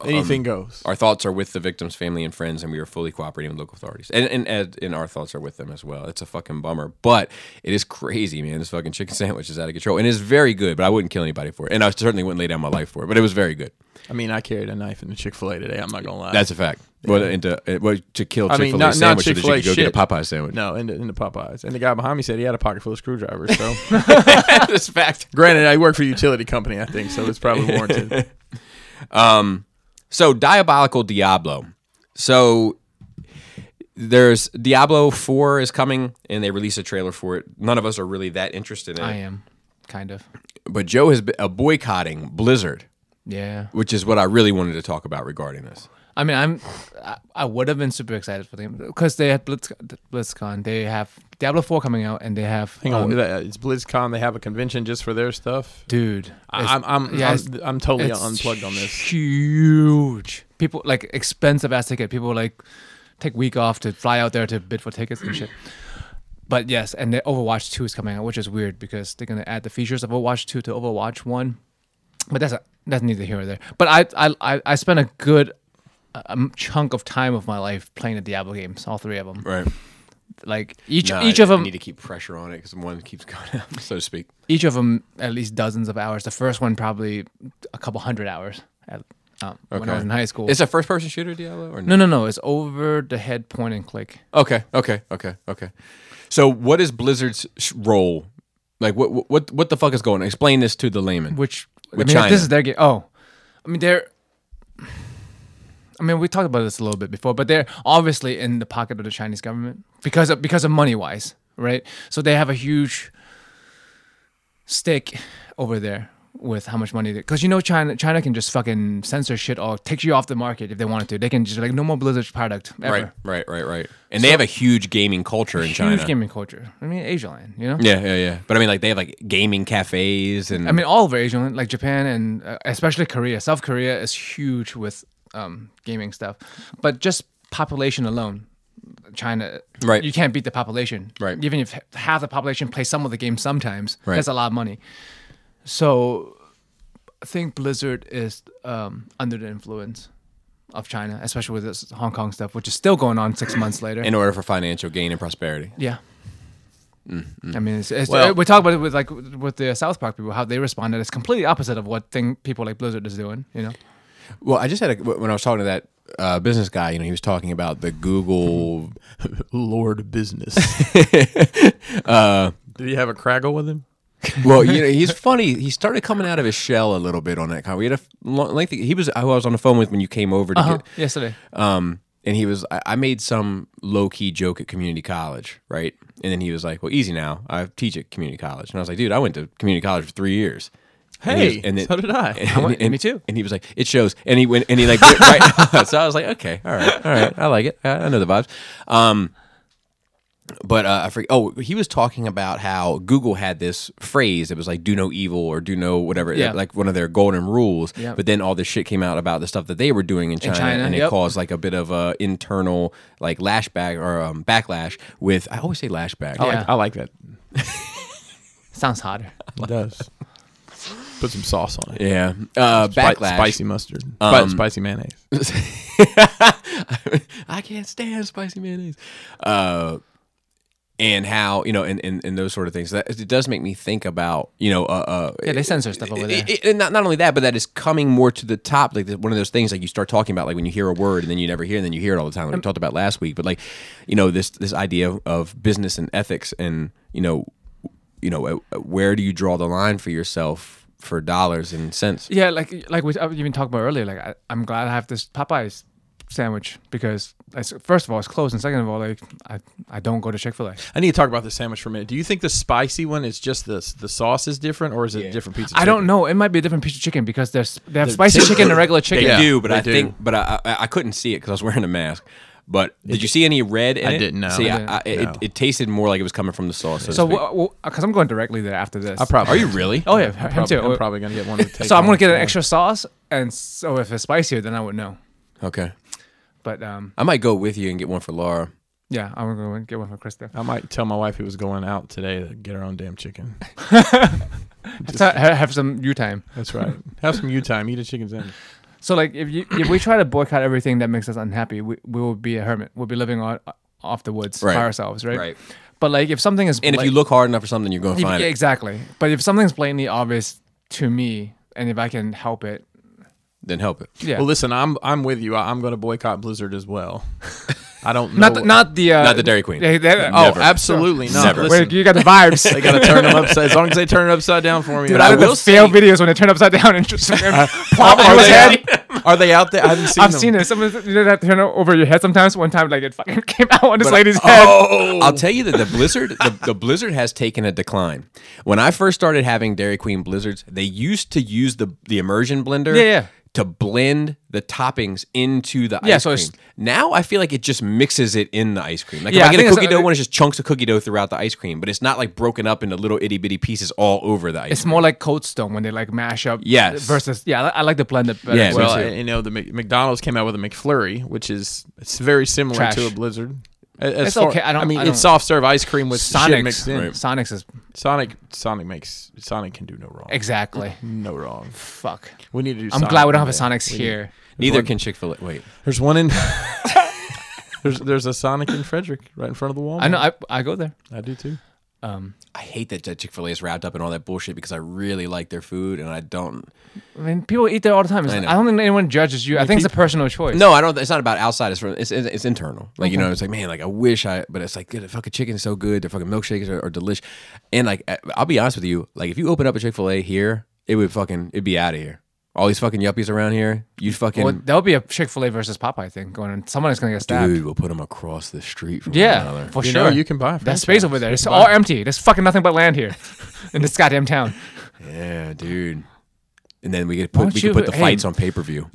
Speaker 2: Anything goes.
Speaker 1: Our thoughts are with the victims' family and friends, and we are fully cooperating with local authorities. And and, and and our thoughts are with them as well. It's a fucking bummer, but it is crazy, man. This fucking chicken sandwich is out of control, and it's very good. But I wouldn't kill anybody for it, and I certainly wouldn't lay down my life for it. But it was very good.
Speaker 2: I mean, I carried a knife in the Chick Fil A today. I'm not gonna lie.
Speaker 1: That's a fact. Well, into uh, well, to kill
Speaker 2: I
Speaker 1: Chick
Speaker 2: mean,
Speaker 1: Fil A
Speaker 2: not- not
Speaker 1: sandwich, so that you
Speaker 2: Chick-fil-A
Speaker 1: could go get a
Speaker 2: shit.
Speaker 1: Popeye sandwich. [laughs]
Speaker 2: No, in the, in the Popeyes. And the guy behind me said he had a pocket full of screwdrivers. So, [laughs]
Speaker 1: that's a fact.
Speaker 2: granted, I work for a utility company, I think, so it's probably warranted.
Speaker 1: So diabolical Diablo. So there's Diablo Four is coming, and they release a trailer for it. None of us are really that interested in
Speaker 3: I
Speaker 1: it,
Speaker 3: am. Kind of.
Speaker 1: but Joe has been uh, boycotting Blizzard.
Speaker 3: Yeah.
Speaker 1: which is what I really wanted to talk about regarding this.
Speaker 3: I mean, I'm. I, I would have been super excited for them because they had Blitz, BlizzCon. They have Diablo Four coming out, and they have.
Speaker 2: Hang on,
Speaker 3: um,
Speaker 2: uh, it's BlizzCon. They have a convention just for their stuff.
Speaker 3: dude.
Speaker 2: I- I'm, I'm,
Speaker 3: yeah,
Speaker 2: I'm,
Speaker 3: it's-
Speaker 2: I'm totally
Speaker 3: it's
Speaker 2: unplugged on
Speaker 3: [laughs]
Speaker 2: this.
Speaker 3: Huge. People like expensive ass ticket. People like take week off to fly out there to bid for tickets and shit. But yes, and the Overwatch Two is coming out, which is weird because they're gonna add the features of Overwatch Two to Overwatch One. But that's a, that's neither here nor there. But I I I, I spent a good uh, um, chunk of time of my life playing the Diablo games, all three of them.
Speaker 1: Right.
Speaker 3: Like each each of them
Speaker 1: need to keep pressure on it because one keeps [laughs] going out, so to speak.
Speaker 3: each of them at least dozens of hours. The first one probably a couple hundred hours. At, um, When I
Speaker 1: Okay.
Speaker 3: was in high school,
Speaker 1: It's a first-person shooter, Diablo, or
Speaker 3: No, no, no. It's over the head point and click.
Speaker 1: Okay, okay, okay, okay. So, what is Blizzard's sh- role? Like, what, what, what the fuck is going? on? Explain this to the layman.
Speaker 3: Which I
Speaker 1: With
Speaker 3: mean,
Speaker 1: China.
Speaker 3: this is their game. Oh, I mean they're. I mean, we talked about this a little bit before, but they're obviously in the pocket of the Chinese government because of because of money wise, right? So they have a huge stake over there with how much money because you know China China can just fucking censor shit or take you off the market if they wanted to. They can just like no more Blizzard product ever.
Speaker 1: right, right, right, right. And they have a huge gaming culture in China.
Speaker 3: Huge gaming culture. I mean, Asia land, you know.
Speaker 1: yeah, yeah, yeah. But I mean, like, they have like gaming cafes and.
Speaker 3: I mean, all over Asia, like Japan and uh, especially Korea. South Korea is huge with um, gaming stuff, but just population alone, China,
Speaker 1: Right.
Speaker 3: You can't beat the population,
Speaker 1: Right.
Speaker 3: Even if h- half the population plays some of the games, sometimes
Speaker 1: Right.
Speaker 3: that's a lot of money. So, I think Blizzard is um, under the influence of China, especially with this Hong Kong stuff, which is still going on six months later.
Speaker 1: in order for financial gain and prosperity.
Speaker 3: Yeah. I mean, it's, it's,
Speaker 2: Well-
Speaker 3: we talk about it with like with the South Park people how they responded. It's completely opposite of what thing people like Blizzard is doing. You know,
Speaker 1: Well, I just had a when I was talking to that uh, business guy, you know, he was talking about the [laughs] Google.
Speaker 2: Lord [laughs] business.
Speaker 1: uh,
Speaker 2: Did he have a craggle with him?
Speaker 1: well, you know, he's funny. He started coming out of his shell a little bit on that. con- We had a f- long, lengthy. He was who I was on the phone with when you came over to
Speaker 3: Uh-huh.
Speaker 1: get
Speaker 3: Yesterday.
Speaker 1: Um, and he was, I, I made some low key joke at community college, right? And then he was like, "Well, easy now. I teach at community college." And I was like, "Dude, I went to community college for three years." And he was-
Speaker 2: Hey,
Speaker 1: and then-
Speaker 2: so did I.
Speaker 1: And,
Speaker 2: I went-
Speaker 1: and-
Speaker 3: me too.
Speaker 1: And he was like, "It shows." And he went, and he like, went right. [laughs] so I was like, "Okay, all right, all right, I like it. I, I know the vibes." Um, but uh, I forget. Oh, he was talking about how Google had this phrase. It was like "do no evil" or "do no whatever,"
Speaker 3: Yeah.
Speaker 1: like one of their golden rules.
Speaker 3: Yeah.
Speaker 1: But then all this shit came out about the stuff that they were doing in China,
Speaker 3: China,
Speaker 1: and it
Speaker 3: yep.
Speaker 1: caused like a bit of a internal like lashback or um, backlash. With I always say lashback.
Speaker 2: I,
Speaker 3: Yeah.
Speaker 2: like, I like that.
Speaker 3: Sounds harder.
Speaker 2: It does. [laughs] Put some sauce on it.
Speaker 1: Yeah, uh,
Speaker 2: Spi-
Speaker 1: backlash.
Speaker 2: Spicy mustard. Spi-
Speaker 1: Um,
Speaker 2: spicy mayonnaise.
Speaker 1: [laughs] I can't stand spicy mayonnaise. Uh, and how you know, and, and, and those sort of things. That it does make me think about you know, uh, uh,
Speaker 3: Yeah, they censor stuff over there.
Speaker 1: it- it- and not, not only that, but that is coming more to the top. Like the- one of those things, like you start talking about, like when you hear a word and then you never hear, and then you hear it all the time. Like we talked about last week, but like you know, this this idea of, of business and ethics, and you know, you know, uh, where do you draw the line for yourself for dollars and cents?
Speaker 3: Yeah, like like we I've even talked about earlier. Like I, I'm glad I have this Popeyes sandwich because it's, first of all it's closed, and second of all, like I, I don't go to Chick Fil A.
Speaker 2: I need to talk about this sandwich for a minute. Do you think the spicy one is just the the sauce is different, or is it a different pizza?
Speaker 3: I don't know. It might be a different piece of chicken because there's they have spicy chicken and regular
Speaker 1: They
Speaker 3: chicken.
Speaker 1: do, but
Speaker 2: they
Speaker 1: I
Speaker 2: do.
Speaker 1: think, but I, I I couldn't see it because I was wearing a mask. But did you see any red? In
Speaker 2: I
Speaker 1: it?
Speaker 2: didn't, no.
Speaker 1: See,
Speaker 2: I
Speaker 1: I,
Speaker 3: didn't.
Speaker 1: I, it,
Speaker 2: No.
Speaker 1: it tasted more like it was coming from the sauce. So, to
Speaker 3: So
Speaker 1: speak.
Speaker 3: because I'm going directly there after this.
Speaker 2: I probably.
Speaker 1: are you really?
Speaker 3: [laughs] oh yeah, him
Speaker 2: I'm probably,
Speaker 3: too.
Speaker 2: I'm probably gonna get
Speaker 3: [laughs]
Speaker 2: one. To take
Speaker 3: so I'm
Speaker 2: home.
Speaker 3: gonna get an extra sauce, and so if it's spicier, then I would know.
Speaker 1: Okay,
Speaker 3: But um,
Speaker 1: I might go with you and get one for Laura.
Speaker 3: yeah, I'm gonna get one for Krista.
Speaker 2: I might tell my wife who was going out today to get her own damn chicken.
Speaker 3: So ha- have some you time.
Speaker 2: That's
Speaker 3: [laughs]
Speaker 2: right. Have some you time. Eat a chicken sandwich.
Speaker 3: So like if you if we try to boycott everything that makes us unhappy, we, we will be a hermit. We'll be living on off the woods
Speaker 1: Right.
Speaker 3: by ourselves, right? But like if something is
Speaker 1: And if
Speaker 3: bla-
Speaker 1: you look hard enough for something, you're [laughs] going
Speaker 3: if-
Speaker 1: to find
Speaker 3: yeah,
Speaker 1: it.
Speaker 3: exactly. But if something's blatantly obvious to me, and if I can help it,
Speaker 1: Then help it.
Speaker 3: yeah.
Speaker 2: Well, listen, I'm I'm with you. I, I'm gonna boycott Blizzard as well. I don't know.
Speaker 3: [laughs] not the, not the uh,
Speaker 1: Not the Dairy Queen.
Speaker 3: they- they-
Speaker 2: Oh,
Speaker 1: Never.
Speaker 2: absolutely not.
Speaker 1: Never.
Speaker 3: wait,
Speaker 2: Listen,
Speaker 3: you got the
Speaker 1: [laughs]
Speaker 3: vibes.
Speaker 2: they gotta turn them upside. As long as [laughs] they turn it upside down for me.
Speaker 3: Dude,
Speaker 2: and
Speaker 3: I,
Speaker 2: I
Speaker 3: will
Speaker 2: [laughs] will.
Speaker 3: those fail videos when they turn upside down and
Speaker 1: [laughs]
Speaker 3: just [laughs] plop on
Speaker 2: Are
Speaker 3: his
Speaker 2: they,
Speaker 3: head.
Speaker 2: out, are they out there? I haven't seen
Speaker 3: I've
Speaker 2: them.
Speaker 3: seen it. Some of the- you don't have to turn it over your head sometimes. One time, like it fucking [laughs] came out on this lady's head.
Speaker 1: Oh, I'll tell you that the Blizzard, the, the Blizzard has taken a decline. When I first started having Dairy Queen Blizzards, they used to use the the immersion blender,
Speaker 3: Yeah, yeah.
Speaker 1: to blend the toppings into the
Speaker 3: Yeah,
Speaker 1: ice
Speaker 3: so
Speaker 1: cream.
Speaker 3: it's-
Speaker 1: now I feel like it just mixes it in the ice cream. Like
Speaker 3: Yeah,
Speaker 1: if
Speaker 3: I
Speaker 1: I
Speaker 3: think
Speaker 1: get a
Speaker 3: it's-
Speaker 1: cookie dough one, it's just chunks of cookie dough throughout the ice cream, but it's not like broken up into little itty bitty pieces all over the ice.
Speaker 3: It's more like Cold Stone when they like mash up.
Speaker 1: Yes.
Speaker 3: Versus, yeah, I, I like the blended better.
Speaker 1: Yeah,
Speaker 3: as
Speaker 1: me
Speaker 2: Well,
Speaker 1: too.
Speaker 2: I- you know, the Mc- McDonald's came out with a McFlurry, which is it's very similar
Speaker 3: Trash.
Speaker 2: to a Blizzard. A- as
Speaker 3: It's okay, I don't-
Speaker 2: I mean,
Speaker 3: I don't-
Speaker 2: it's soft serve ice cream with shit
Speaker 3: Sonics.
Speaker 2: mixed in.
Speaker 1: Right.
Speaker 3: Sonics is
Speaker 2: Sonic, Sonic makes Sonic can do no wrong.
Speaker 3: exactly.
Speaker 2: no wrong.
Speaker 3: Fuck.
Speaker 2: We need to do.
Speaker 3: I'm
Speaker 2: Sonic
Speaker 3: glad we don't have a
Speaker 2: one day.
Speaker 3: Sonics here.
Speaker 1: Neither can Chick Fil A. Wait,
Speaker 2: There's one in. [laughs] there's there's a Sonic in Frederick, right in front of the wall.
Speaker 3: I know. I, I go there.
Speaker 2: I do too.
Speaker 3: Um,
Speaker 1: I hate that Chick Fil A is wrapped up in all that bullshit because I really like their food and I don't.
Speaker 3: I mean, people eat there all the time. It's-
Speaker 1: I
Speaker 3: I,
Speaker 1: know.
Speaker 3: don't think anyone judges you. I think it's a personal choice.
Speaker 1: No, I don't. It's not about outside. It's from it's, it's, it's internal. Like you know, it's like man, like I wish I, but it's like dude, the fucking chicken's so good. Their fucking milkshakes are, are delish. And like I- I'll be honest with you, like if you open up a Chick Fil A here, it would fucking it'd be out of here. All these fucking yuppies around here, you'd fucking
Speaker 3: Well, that would be a Chick Fil A versus Popeye thing going on. Someone is gonna get stabbed.
Speaker 1: dude. We'll put them across the street from one
Speaker 3: yeah,
Speaker 1: another.
Speaker 3: for
Speaker 2: You
Speaker 3: sure.
Speaker 2: know, you can buy a
Speaker 3: that
Speaker 2: franchise.
Speaker 3: space over there. It's all empty. There's fucking nothing but land [laughs] here in this goddamn town.
Speaker 1: Yeah, dude. And then we could
Speaker 3: Why
Speaker 1: put
Speaker 3: don't
Speaker 1: we could
Speaker 3: you-
Speaker 1: put the
Speaker 3: hey-
Speaker 1: fights on pay per view.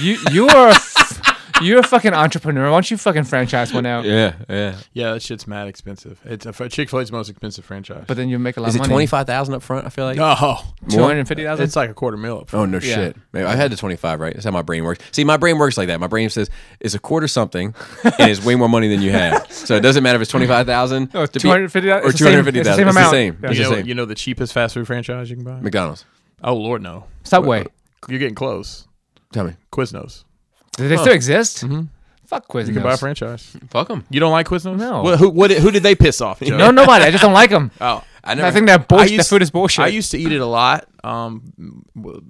Speaker 3: You you are a f- you're a fucking entrepreneur. Why don't you fucking franchise one out?
Speaker 1: Yeah, yeah.
Speaker 2: Yeah, that shit's mad expensive. It's a Chick Fil A's most expensive franchise. [laughs]
Speaker 3: But then you make a lot
Speaker 1: Is
Speaker 3: of
Speaker 1: it
Speaker 3: money.
Speaker 1: twenty five thousand up front? I feel like.
Speaker 2: oh,
Speaker 3: Two hundred and fifty thousand.
Speaker 2: it's like a quarter mil. Up front.
Speaker 1: Oh no
Speaker 3: Yeah.
Speaker 1: shit! Maybe I had the twenty five right. That's how my brain works. See, my brain works like that. My brain says it's a quarter something, and it's way more money than you had. So it doesn't matter if it's twenty five thousand
Speaker 3: No, it's 250
Speaker 1: or
Speaker 3: it's
Speaker 1: two
Speaker 3: the same-
Speaker 1: hundred fifty thousand. It's the same.
Speaker 3: amount.
Speaker 1: It's
Speaker 2: You
Speaker 1: the
Speaker 2: know,
Speaker 1: same.
Speaker 2: you know the cheapest fast food franchise you can buy.
Speaker 1: McDonald's.
Speaker 2: oh Lord, no.
Speaker 3: Subway.
Speaker 2: You're getting close.
Speaker 1: Tell me,
Speaker 2: Quiznos.
Speaker 3: Do they still exist?
Speaker 1: Mm-hmm.
Speaker 3: Fuck Quiznos.
Speaker 2: You can buy a franchise.
Speaker 1: fuck them.
Speaker 2: You don't like Quiznos?
Speaker 3: No.
Speaker 2: Well, who, what, who did they piss off? Joe?
Speaker 3: No, nobody. I just don't like them.
Speaker 2: Oh,
Speaker 1: [laughs] I never.
Speaker 3: [laughs] I think that bullshit.
Speaker 2: used-
Speaker 3: That food is bullshit.
Speaker 2: I used to eat it a lot. Um, w-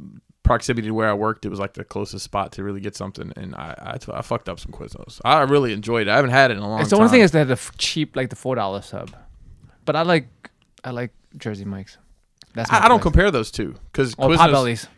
Speaker 2: proximity to where I worked, it was like the closest spot to really get something, and I I, I fucked up some Quiznos. I really enjoyed it. I haven't had it in a long.
Speaker 3: It's the
Speaker 2: time.
Speaker 3: only thing is they had the f- cheap, like the four dollar sub. But I like, I like Jersey Mike's. That's my
Speaker 2: I, I don't
Speaker 3: choice.
Speaker 2: compare those two because
Speaker 3: Or Potbellies.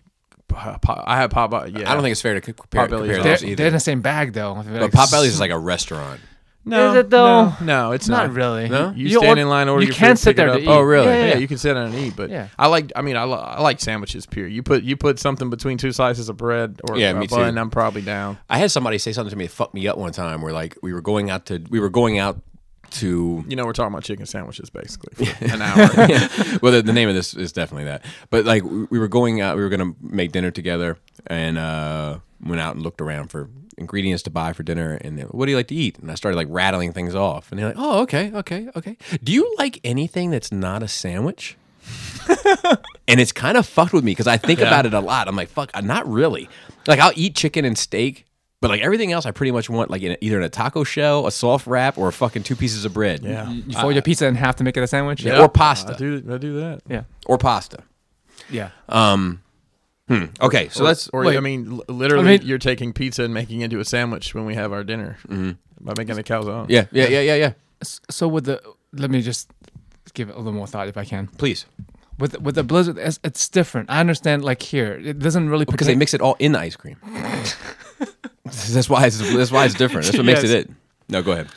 Speaker 2: I had Potbelly. Yeah,
Speaker 1: I don't think it's fair to c- compare,
Speaker 2: Potbelly's
Speaker 1: compare
Speaker 3: They're,
Speaker 1: those either.
Speaker 3: they're in the same bag though.
Speaker 1: but Popeyes is like a restaurant.
Speaker 2: no,
Speaker 3: Is it though?
Speaker 2: No, no, it's
Speaker 3: not
Speaker 2: not.
Speaker 3: really.
Speaker 1: No?
Speaker 2: You,
Speaker 3: You
Speaker 2: stand
Speaker 3: want-
Speaker 2: in line, order
Speaker 3: you
Speaker 2: your
Speaker 3: can
Speaker 2: food,
Speaker 3: sit
Speaker 2: pick it
Speaker 3: there to
Speaker 2: up.
Speaker 3: eat.
Speaker 2: Oh, really?
Speaker 3: Yeah, yeah, yeah.
Speaker 2: you can sit down and eat. But
Speaker 3: Yeah.
Speaker 2: I like. I mean, I, lo- I like sandwiches. Pure. You put you put something between two slices of bread or
Speaker 1: Yeah,
Speaker 2: a
Speaker 1: me too.
Speaker 2: bun. I'm probably down.
Speaker 1: I had somebody say something to me that fucked me up one time. Where like we were going out to we were going out to
Speaker 2: You know, we're talking about chicken sandwiches basically. For
Speaker 3: [laughs]
Speaker 2: an [laughs] hour.
Speaker 1: [laughs] well, the, the name of this is definitely that. But like we we were going out, we were gonna make dinner together, and uh, went out and looked around for ingredients to buy for dinner. And they, what do you like to eat? And I started like rattling things off, and they're like, "Oh, okay, okay, okay. Do you like anything that's not a
Speaker 2: [laughs]
Speaker 1: sandwich?" and it's kind of fucked with me because I think about it a lot. I'm like, "Fuck, uh, not really." Like I'll eat chicken and steak. But like everything else, I pretty much want like in a, either in a taco shell, a soft wrap, or fucking two pieces of bread,
Speaker 2: Yeah.
Speaker 3: You fold your pizza in half to make it a sandwich.
Speaker 1: Yeah, or pasta,
Speaker 2: I do. I do that.
Speaker 3: yeah,
Speaker 1: or pasta.
Speaker 3: yeah.
Speaker 1: Um. hmm, Okay, so that's
Speaker 2: Or
Speaker 3: Wait.
Speaker 2: I mean, li- literally,
Speaker 3: I mean-
Speaker 2: you're taking pizza and making it into a sandwich when we have our dinner by making a calzone.
Speaker 1: Mm-hmm. yeah, yeah, yeah, yeah, yeah.
Speaker 3: S- So with the, let me just give it a little more thought if I can.
Speaker 1: Please,
Speaker 3: With with the blizzard, it's, it's different. I understand. Like here, it doesn't really
Speaker 1: because they
Speaker 3: pertain-
Speaker 1: mix it all in the ice cream. [laughs] that's why it's that's why it's different. That's what makes it it. No, go ahead.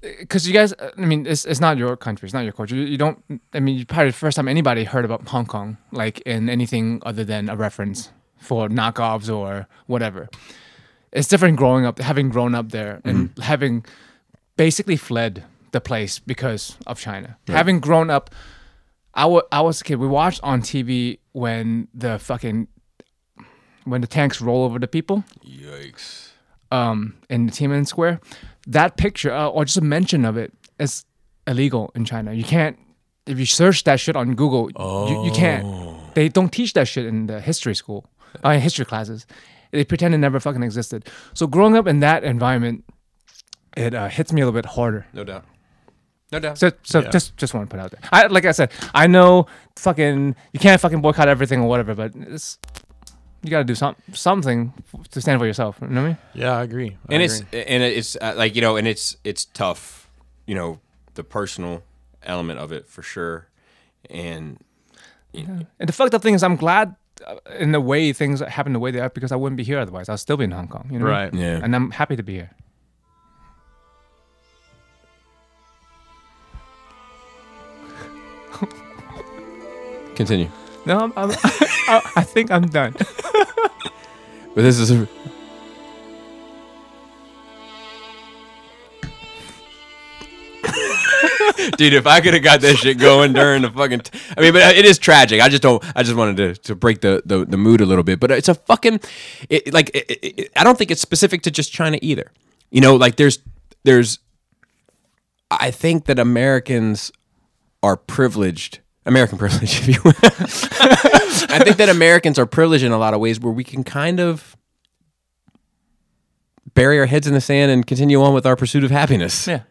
Speaker 3: because you guys, uh, I mean, it's, it's not your country, it's not your culture. You, you don't, I mean, you probably the first time anybody heard about Hong Kong, like in anything other than a reference for knockoffs or whatever. It's different growing up, having grown up there and having basically fled the place because of China. Having grown up, I wa- I was a kid. We watched on TV when the fucking when the tanks roll over the people
Speaker 1: Yikes!
Speaker 3: um, in the Tiananmen Square, that picture uh, or just a mention of it is illegal in China. You can't if you search that shit on Google, you, you can't. They don't teach that shit in the history school, uh, in history classes. They pretend it never fucking existed. So growing up in that environment, it uh, hits me a little bit harder.
Speaker 1: No doubt. No doubt.
Speaker 3: So, so just just want to put out there. I like I said, I know fucking you can't fucking boycott everything or whatever, but it's you got to do some something to stand for yourself. You know what I mean?
Speaker 2: Yeah, I agree. I
Speaker 1: and
Speaker 2: agree.
Speaker 1: it's and it's uh, like you know, and it's it's tough, you know, the personal element of it for sure, and
Speaker 3: And the fucked up thing is, I'm glad uh, in the way things happen the way they are because I wouldn't be here otherwise. I'll still be in Hong Kong, you know?
Speaker 2: right.
Speaker 1: yeah.
Speaker 3: And I'm happy to be here.
Speaker 1: Continue.
Speaker 3: No, I'm, [laughs] I'm, I, I think I'm [laughs] done.
Speaker 1: But this is. A... [laughs] Dude, if I could have got that shit going during the fucking, t- I mean, but uh, it is tragic. I just don't. I just wanted to, to break the, the the mood a little bit. But it's a fucking, it, like, it, it, it- I don't think it's specific to just China either. You know, like there's there's, I think that Americans are privileged, American [laughs] privilege, if you will. I think that Americans are privileged in a lot of ways where we can kind of bury our heads in the sand and continue on with our pursuit of happiness.
Speaker 3: Yeah.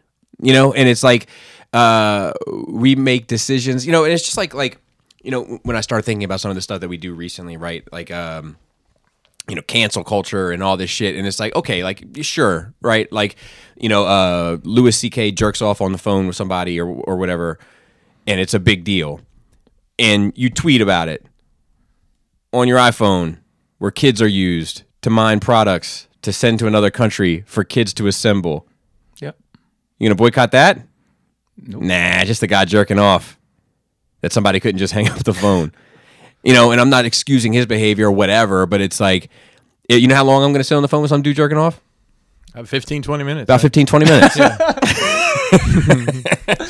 Speaker 1: You know, and it's like uh, we make decisions, you know, and it's just like like you know, when I start thinking about some of the stuff that we do recently, right? Like um you know, cancel culture and all this shit. And it's like, okay, like, sure, right? Like, you know, uh, Louis C.K. jerks off on the phone with somebody or, or whatever, and it's a big deal. And you tweet about it on your iPhone where kids are used to mine products to send to another country for kids to assemble.
Speaker 3: Yep.
Speaker 1: You gonna boycott that? Nah, just the guy jerking off that somebody couldn't just [laughs] hang up the phone. you know, and I'm not excusing his behavior or whatever, but it's like, it- you know how long I'm gonna sit on the phone with some dude jerking off?
Speaker 2: Uh, 15, 20 minutes.
Speaker 1: About 15,
Speaker 3: [laughs]
Speaker 1: 20 minutes.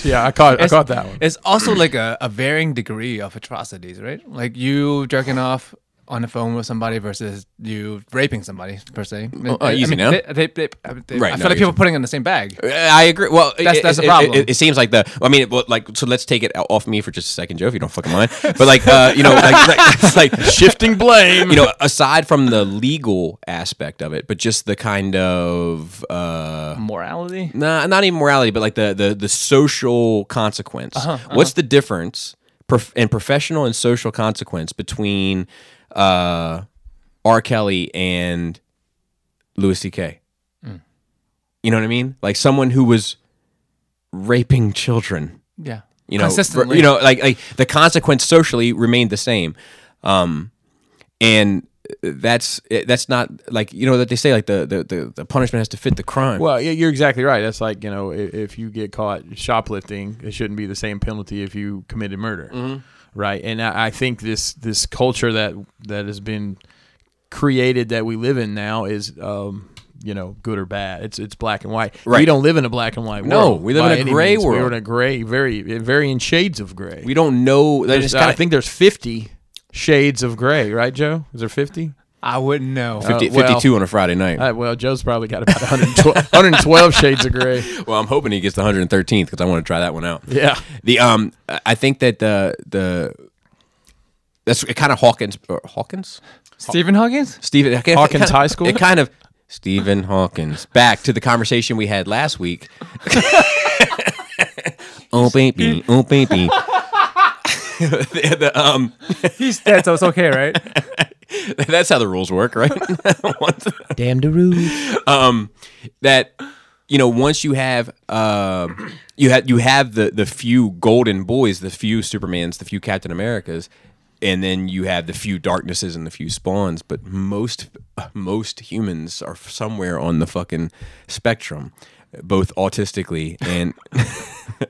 Speaker 2: yeah, I caught. I caught that one.
Speaker 3: It's also like a, a varying degree of atrocities, right? Like you jerking off on the phone with somebody versus you raping somebody per se.
Speaker 1: Oh, oh, easy now.
Speaker 3: They, they, they, they-
Speaker 1: Right, no,
Speaker 3: I feel like
Speaker 1: you're-
Speaker 3: people are putting it in the same bag.
Speaker 1: Uh, I agree. Well,
Speaker 3: That's-
Speaker 1: it-
Speaker 3: that's the
Speaker 1: it-
Speaker 3: problem.
Speaker 1: It, it seems like the. I mean, it- well, like so. Let's take it out- off me for just a second, Joe, if you don't fucking mind. But like, uh, you know, like, like, it's like [laughs]
Speaker 2: Shifting blame.
Speaker 1: you know, aside from the legal aspect of it, but just the kind of uh,
Speaker 3: Morality.
Speaker 1: nah, not even morality, but like the the the social consequence. What's the difference prof- in professional and social consequence between uh, R. Kelly and Louis C.K. You know what I mean? Like someone who was raping children.
Speaker 3: Yeah.
Speaker 1: You know,
Speaker 3: consistently.
Speaker 1: you know, like like the consequence socially remained the same, um, and that's that's not like you know that they say like the the the, the punishment has to fit the crime.
Speaker 2: Well, yeah, you're exactly right. That's like you know, if, if you get caught shoplifting, it shouldn't be the same penalty if you committed murder,
Speaker 1: Mm-hmm.
Speaker 2: right? And I, I think this this culture that that has been created that we live in now is. Um, you know, good or bad. It's it's black and white. We
Speaker 1: Right.
Speaker 2: don't live in a black and white
Speaker 1: No,
Speaker 2: world.
Speaker 1: we live in
Speaker 2: by
Speaker 1: a
Speaker 2: any
Speaker 1: gray
Speaker 2: means. We're
Speaker 1: world.
Speaker 2: in a gray, very varying shades of gray.
Speaker 1: we don't know. That
Speaker 2: There's-
Speaker 1: it's
Speaker 2: I
Speaker 1: kinda-
Speaker 2: think there's 50 shades of gray, right, Joe? Is there 50?
Speaker 3: I wouldn't know.
Speaker 1: 50,
Speaker 2: uh, well-
Speaker 1: 52 on a Friday night.
Speaker 2: Uh, well, Joe's probably got about 112, [laughs] 112 shades of
Speaker 1: [laughs]
Speaker 2: gray.
Speaker 1: well, I'm hoping he gets the 113th because I want to try that one out.
Speaker 2: Yeah.
Speaker 1: The um, I I think that the the that's kind of Hawkins or Hawkins
Speaker 3: Stephen Huggins?
Speaker 1: Stephen I can't-
Speaker 2: Hawkins
Speaker 1: it kinda-
Speaker 2: High School?
Speaker 1: It kind of Stephen Hawkins. Back to the conversation we had last week. [laughs] oh baby, oh baby. [laughs] The- the, um,
Speaker 3: He's dead, so it's okay, [laughs] right?
Speaker 1: [laughs] that's how the rules work,
Speaker 2: [laughs]
Speaker 1: right? [laughs] Once-
Speaker 2: Damn the rules.
Speaker 1: um, that you know once you have uh, you have you have the the few golden boys, the few Supermans, the few Captain Americas, and then you have the few darknesses and the few spawns. But most most humans are somewhere on the fucking spectrum, both autistically and [laughs]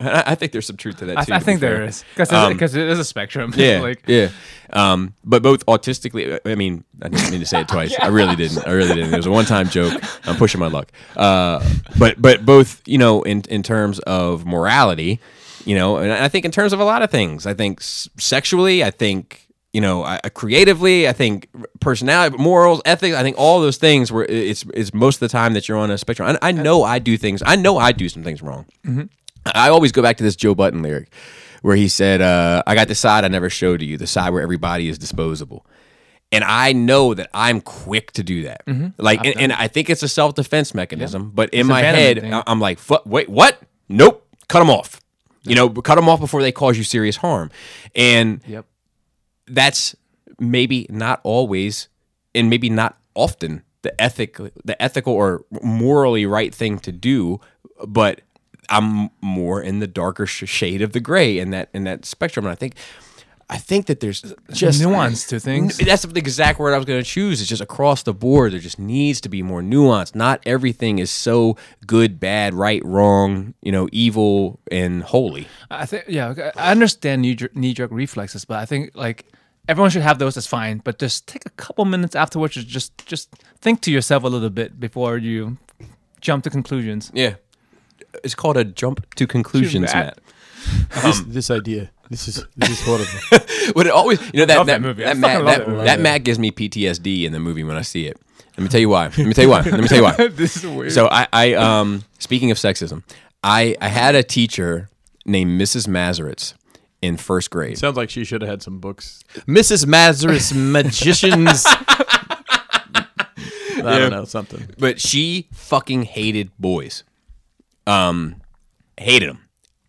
Speaker 1: I I think there's some truth to that
Speaker 3: I,
Speaker 1: too.
Speaker 3: I
Speaker 1: to be
Speaker 3: think there
Speaker 1: fair.
Speaker 3: is. Because there's it is a spectrum.
Speaker 1: [laughs] Yeah,
Speaker 3: [laughs] like,
Speaker 1: yeah. Um, but both autistically. I mean, I didn't mean to say it twice. I really didn't. I really didn't. It was a one-time joke. I'm pushing my luck. Uh, but but both, you know, in in terms of morality, you know, and I think in terms of a lot of things. I think s- sexually. I think you know, I, I- creatively. I think personality, morals, ethics. I think all those things were. It's it's most of the time that you're on a spectrum. I, I know I do things. I know I do some things wrong. I always go back to this Joe Button lyric where he said, uh, I got the side I never showed to you, the side where everybody is disposable. And I know that I'm quick to do that. Like, and, and I think it's a self defense mechanism, but in my
Speaker 3: abandonment
Speaker 1: head,
Speaker 3: thing.
Speaker 1: I- I'm like, "Fu- wait, what? Nope, cut them off. You know, cut them off before they cause you serious harm. And
Speaker 3: Yep.
Speaker 1: that's maybe not always and maybe not often the ethic the ethical or morally right thing to do but i'm more in the darker sh- shade of the gray in that in that spectrum and i think i think that there's just
Speaker 3: nuance to
Speaker 1: [laughs]
Speaker 3: things.
Speaker 1: that's the exact word I was going to choose. It's just across the board. There just needs to be more nuance. Not everything is so good, bad, right, wrong, you know, evil and holy.
Speaker 3: I think yeah, okay, I understand knee jerk, knee jerk reflexes, but I think like everyone should have those. That's fine, but just take a couple minutes afterwards to just just think to yourself a little bit before you jump to conclusions.
Speaker 1: Yeah. It's called a jump to conclusions,
Speaker 3: Matt.
Speaker 1: Matt.
Speaker 2: This, this idea. This [laughs] is this is horrible.
Speaker 1: But it always, you know, that
Speaker 3: love
Speaker 1: that
Speaker 3: that movie. I
Speaker 1: that,
Speaker 3: fucking
Speaker 1: Matt,
Speaker 3: love
Speaker 1: that,
Speaker 3: that movie.
Speaker 1: that Matt gives me PTSD in the movie when I see it. Let me tell you why. Let me tell you why. Let me tell you why.
Speaker 3: [laughs] this is weird.
Speaker 1: So I, I um, speaking of sexism, I I had a teacher named Mrs. Mazeritz in first grade.
Speaker 2: Sounds like she should have had some books. Mrs. Mazarus Magicians. [laughs] I don't know, something.
Speaker 1: but she fucking hated boys. Um, hated them.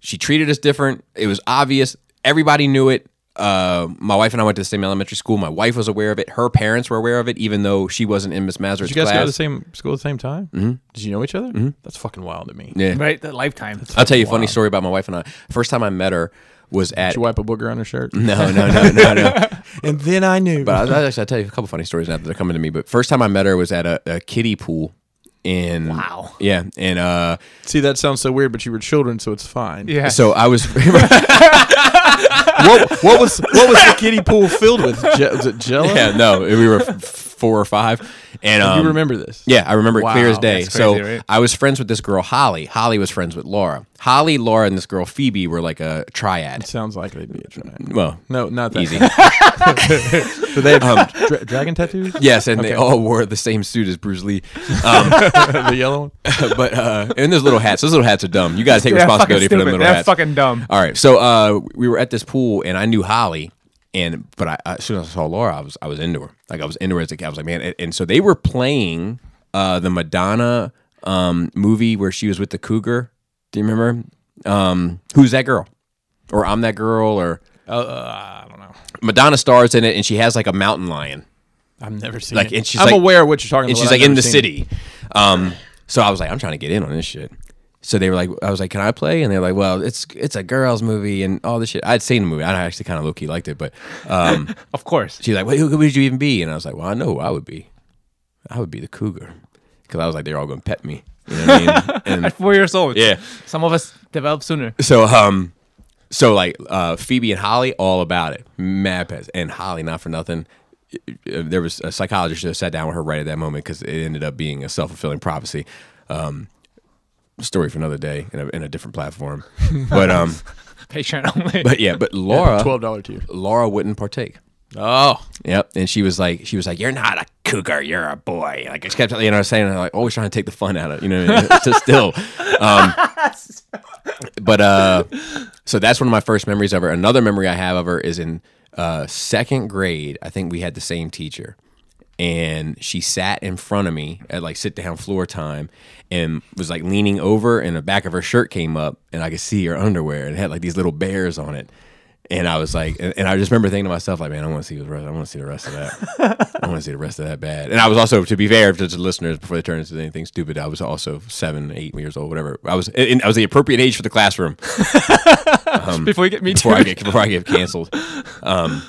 Speaker 1: She treated us different. It was obvious. Everybody knew it. Uh, my wife and I went to the same elementary school. My wife was aware of it. Her parents were aware of it, even though she wasn't in Miss Mazerit's
Speaker 2: Did you guys go to the
Speaker 1: class.
Speaker 2: same school at the same time? Mm-hmm. Did you know each other? Mm-hmm. That's fucking wild to me.
Speaker 1: yeah.
Speaker 3: right, the lifetime.
Speaker 1: I'll tell you a funny story about my wife and I. First time I met her was at
Speaker 2: Did you wipe a booger on her
Speaker 1: [laughs]
Speaker 2: shirt?
Speaker 1: no, no, no, no, no.
Speaker 2: and then I knew.
Speaker 1: But I, I actually, I'll tell you a couple funny stories now that are coming to me. But first time I met her was at a, a kiddie pool in
Speaker 3: Wow.
Speaker 1: yeah, and uh,
Speaker 2: See, that sounds so weird, but you were children, so it's fine.
Speaker 3: [laughs] Yeah.
Speaker 1: so I was [laughs]
Speaker 2: What, what [laughs] was what was the kiddie pool filled with? [laughs] Je- was it
Speaker 1: [laughs]
Speaker 2: jello?
Speaker 1: yeah, no, we were f- four or five, and um,
Speaker 2: you remember this?
Speaker 1: Yeah, I remember it clear
Speaker 2: Wow,
Speaker 1: as day.
Speaker 3: that's
Speaker 1: so
Speaker 3: crazy, right?
Speaker 1: I was friends with this girl Holly. Holly was friends with Laura. Holly, Laura, and this girl Phoebe were like a triad.
Speaker 2: Sounds like they'd be a dragon.
Speaker 3: [laughs]
Speaker 1: Well,
Speaker 2: No, not that.
Speaker 1: easy.
Speaker 2: Do they have dra- dragon tattoos? [laughs]
Speaker 1: yes, and they all wore the same suit as Bruce Lee. [laughs]
Speaker 2: the yellow one.
Speaker 1: but uh, and those little hats, those little hats are dumb. You guys take
Speaker 3: They're fucking
Speaker 1: responsibility for them
Speaker 3: stupid.
Speaker 1: little
Speaker 3: They're
Speaker 1: hats.
Speaker 3: fucking
Speaker 2: Um,
Speaker 3: dumb.
Speaker 1: All right, so uh, we were at this pool, and I knew Holly, and but I, I, as soon as I saw Laura, I was I was into her. Like I was into her as a kid. I was like, man. And, and so they were playing uh, the Madonna um, movie where she was with the cougar. Do you remember? Um, Who's that girl? Or I'm that girl? Or
Speaker 2: Uh, I don't know.
Speaker 1: Madonna stars in it, and she has like a mountain lion.
Speaker 4: I've never seen
Speaker 1: Like,
Speaker 4: it.
Speaker 1: and she's
Speaker 2: I'm
Speaker 1: like,
Speaker 2: aware of what you're talking
Speaker 1: and
Speaker 2: about.
Speaker 1: she's
Speaker 2: I've
Speaker 1: like in
Speaker 2: never
Speaker 1: the
Speaker 2: seen it.
Speaker 1: city. Um, so I was like, I'm trying to get in on this shit. So they were like, I was like, can I play? And they're like, well, it's it's a girls' movie and all this shit. I'd seen the movie. I actually kind of low key liked it, but um,
Speaker 3: Of course.
Speaker 1: she's like, well, who, who would you even be? And I was like, well, I know who I would be. I would be the cougar because I was like, they're all going to pet me. You know
Speaker 2: [laughs]
Speaker 1: what I mean? And
Speaker 3: At four years old.
Speaker 1: Yeah.
Speaker 3: Some of us develop
Speaker 1: [laughs]
Speaker 3: sooner.
Speaker 1: so um so like uh phoebe and holly all about it mad pets and holly not for nothing Uh, there was a psychologist that sat down with her right at that moment because it ended up being a self-fulfilling prophecy um story for another day in a, in a different platform but um
Speaker 3: Patient only.
Speaker 1: but yeah but
Speaker 2: Yeah,
Speaker 1: laura
Speaker 2: the [laughs] Twelve dollar tier.
Speaker 1: laura wouldn't partake
Speaker 2: Oh,
Speaker 1: Yep. And she was like, she was like, you're not a cougar, you're a boy. Like I just kept, you know, saying like always trying to take the fun out of, it, you know, what I mean? [laughs] to still. Um, but uh, so that's one of my first memories of her. Another memory I have of her is in uh, second grade. I think we had the same teacher, and she sat in front of me at like sit down floor time, and was like leaning over, and the back of her shirt came up, and I could see her underwear, and it had like these little bears on it. And I was like, and, and I just remember thinking to myself, like, man, I want to see the rest. I want to see the rest of that. I want to see the rest of that bad. And I was also, to be fair, to the listeners, before they turn into anything stupid, I was also seven, eight years old, whatever. I was, and I was the appropriate age for the classroom
Speaker 3: [laughs] before you get [laughs] me too.
Speaker 1: before I get before I get canceled. Um,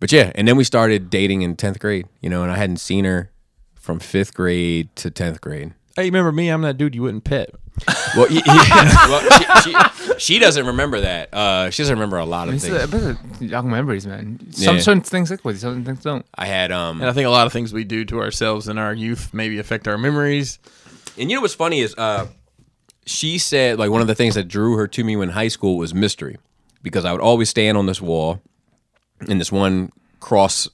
Speaker 1: but yeah, and then we started dating in tenth grade, you know, and I hadn't seen her from fifth grade to tenth grade.
Speaker 2: hey, remember me? I'm that dude you wouldn't pet.
Speaker 1: Well, y- [laughs] yeah, well she, she, she doesn't remember that. Uh, she doesn't remember a lot of
Speaker 3: It's
Speaker 1: things.
Speaker 3: a, these are young memories, man. Some
Speaker 1: Yeah.
Speaker 3: certain things stick with you, certain things don't.
Speaker 1: I had um,
Speaker 2: And I think a lot of things we do to ourselves in our youth maybe affect our memories.
Speaker 1: And you know what's funny is uh, she said like one of the things that drew her to me when high school was mystery because I would always stand on this wall in this one cross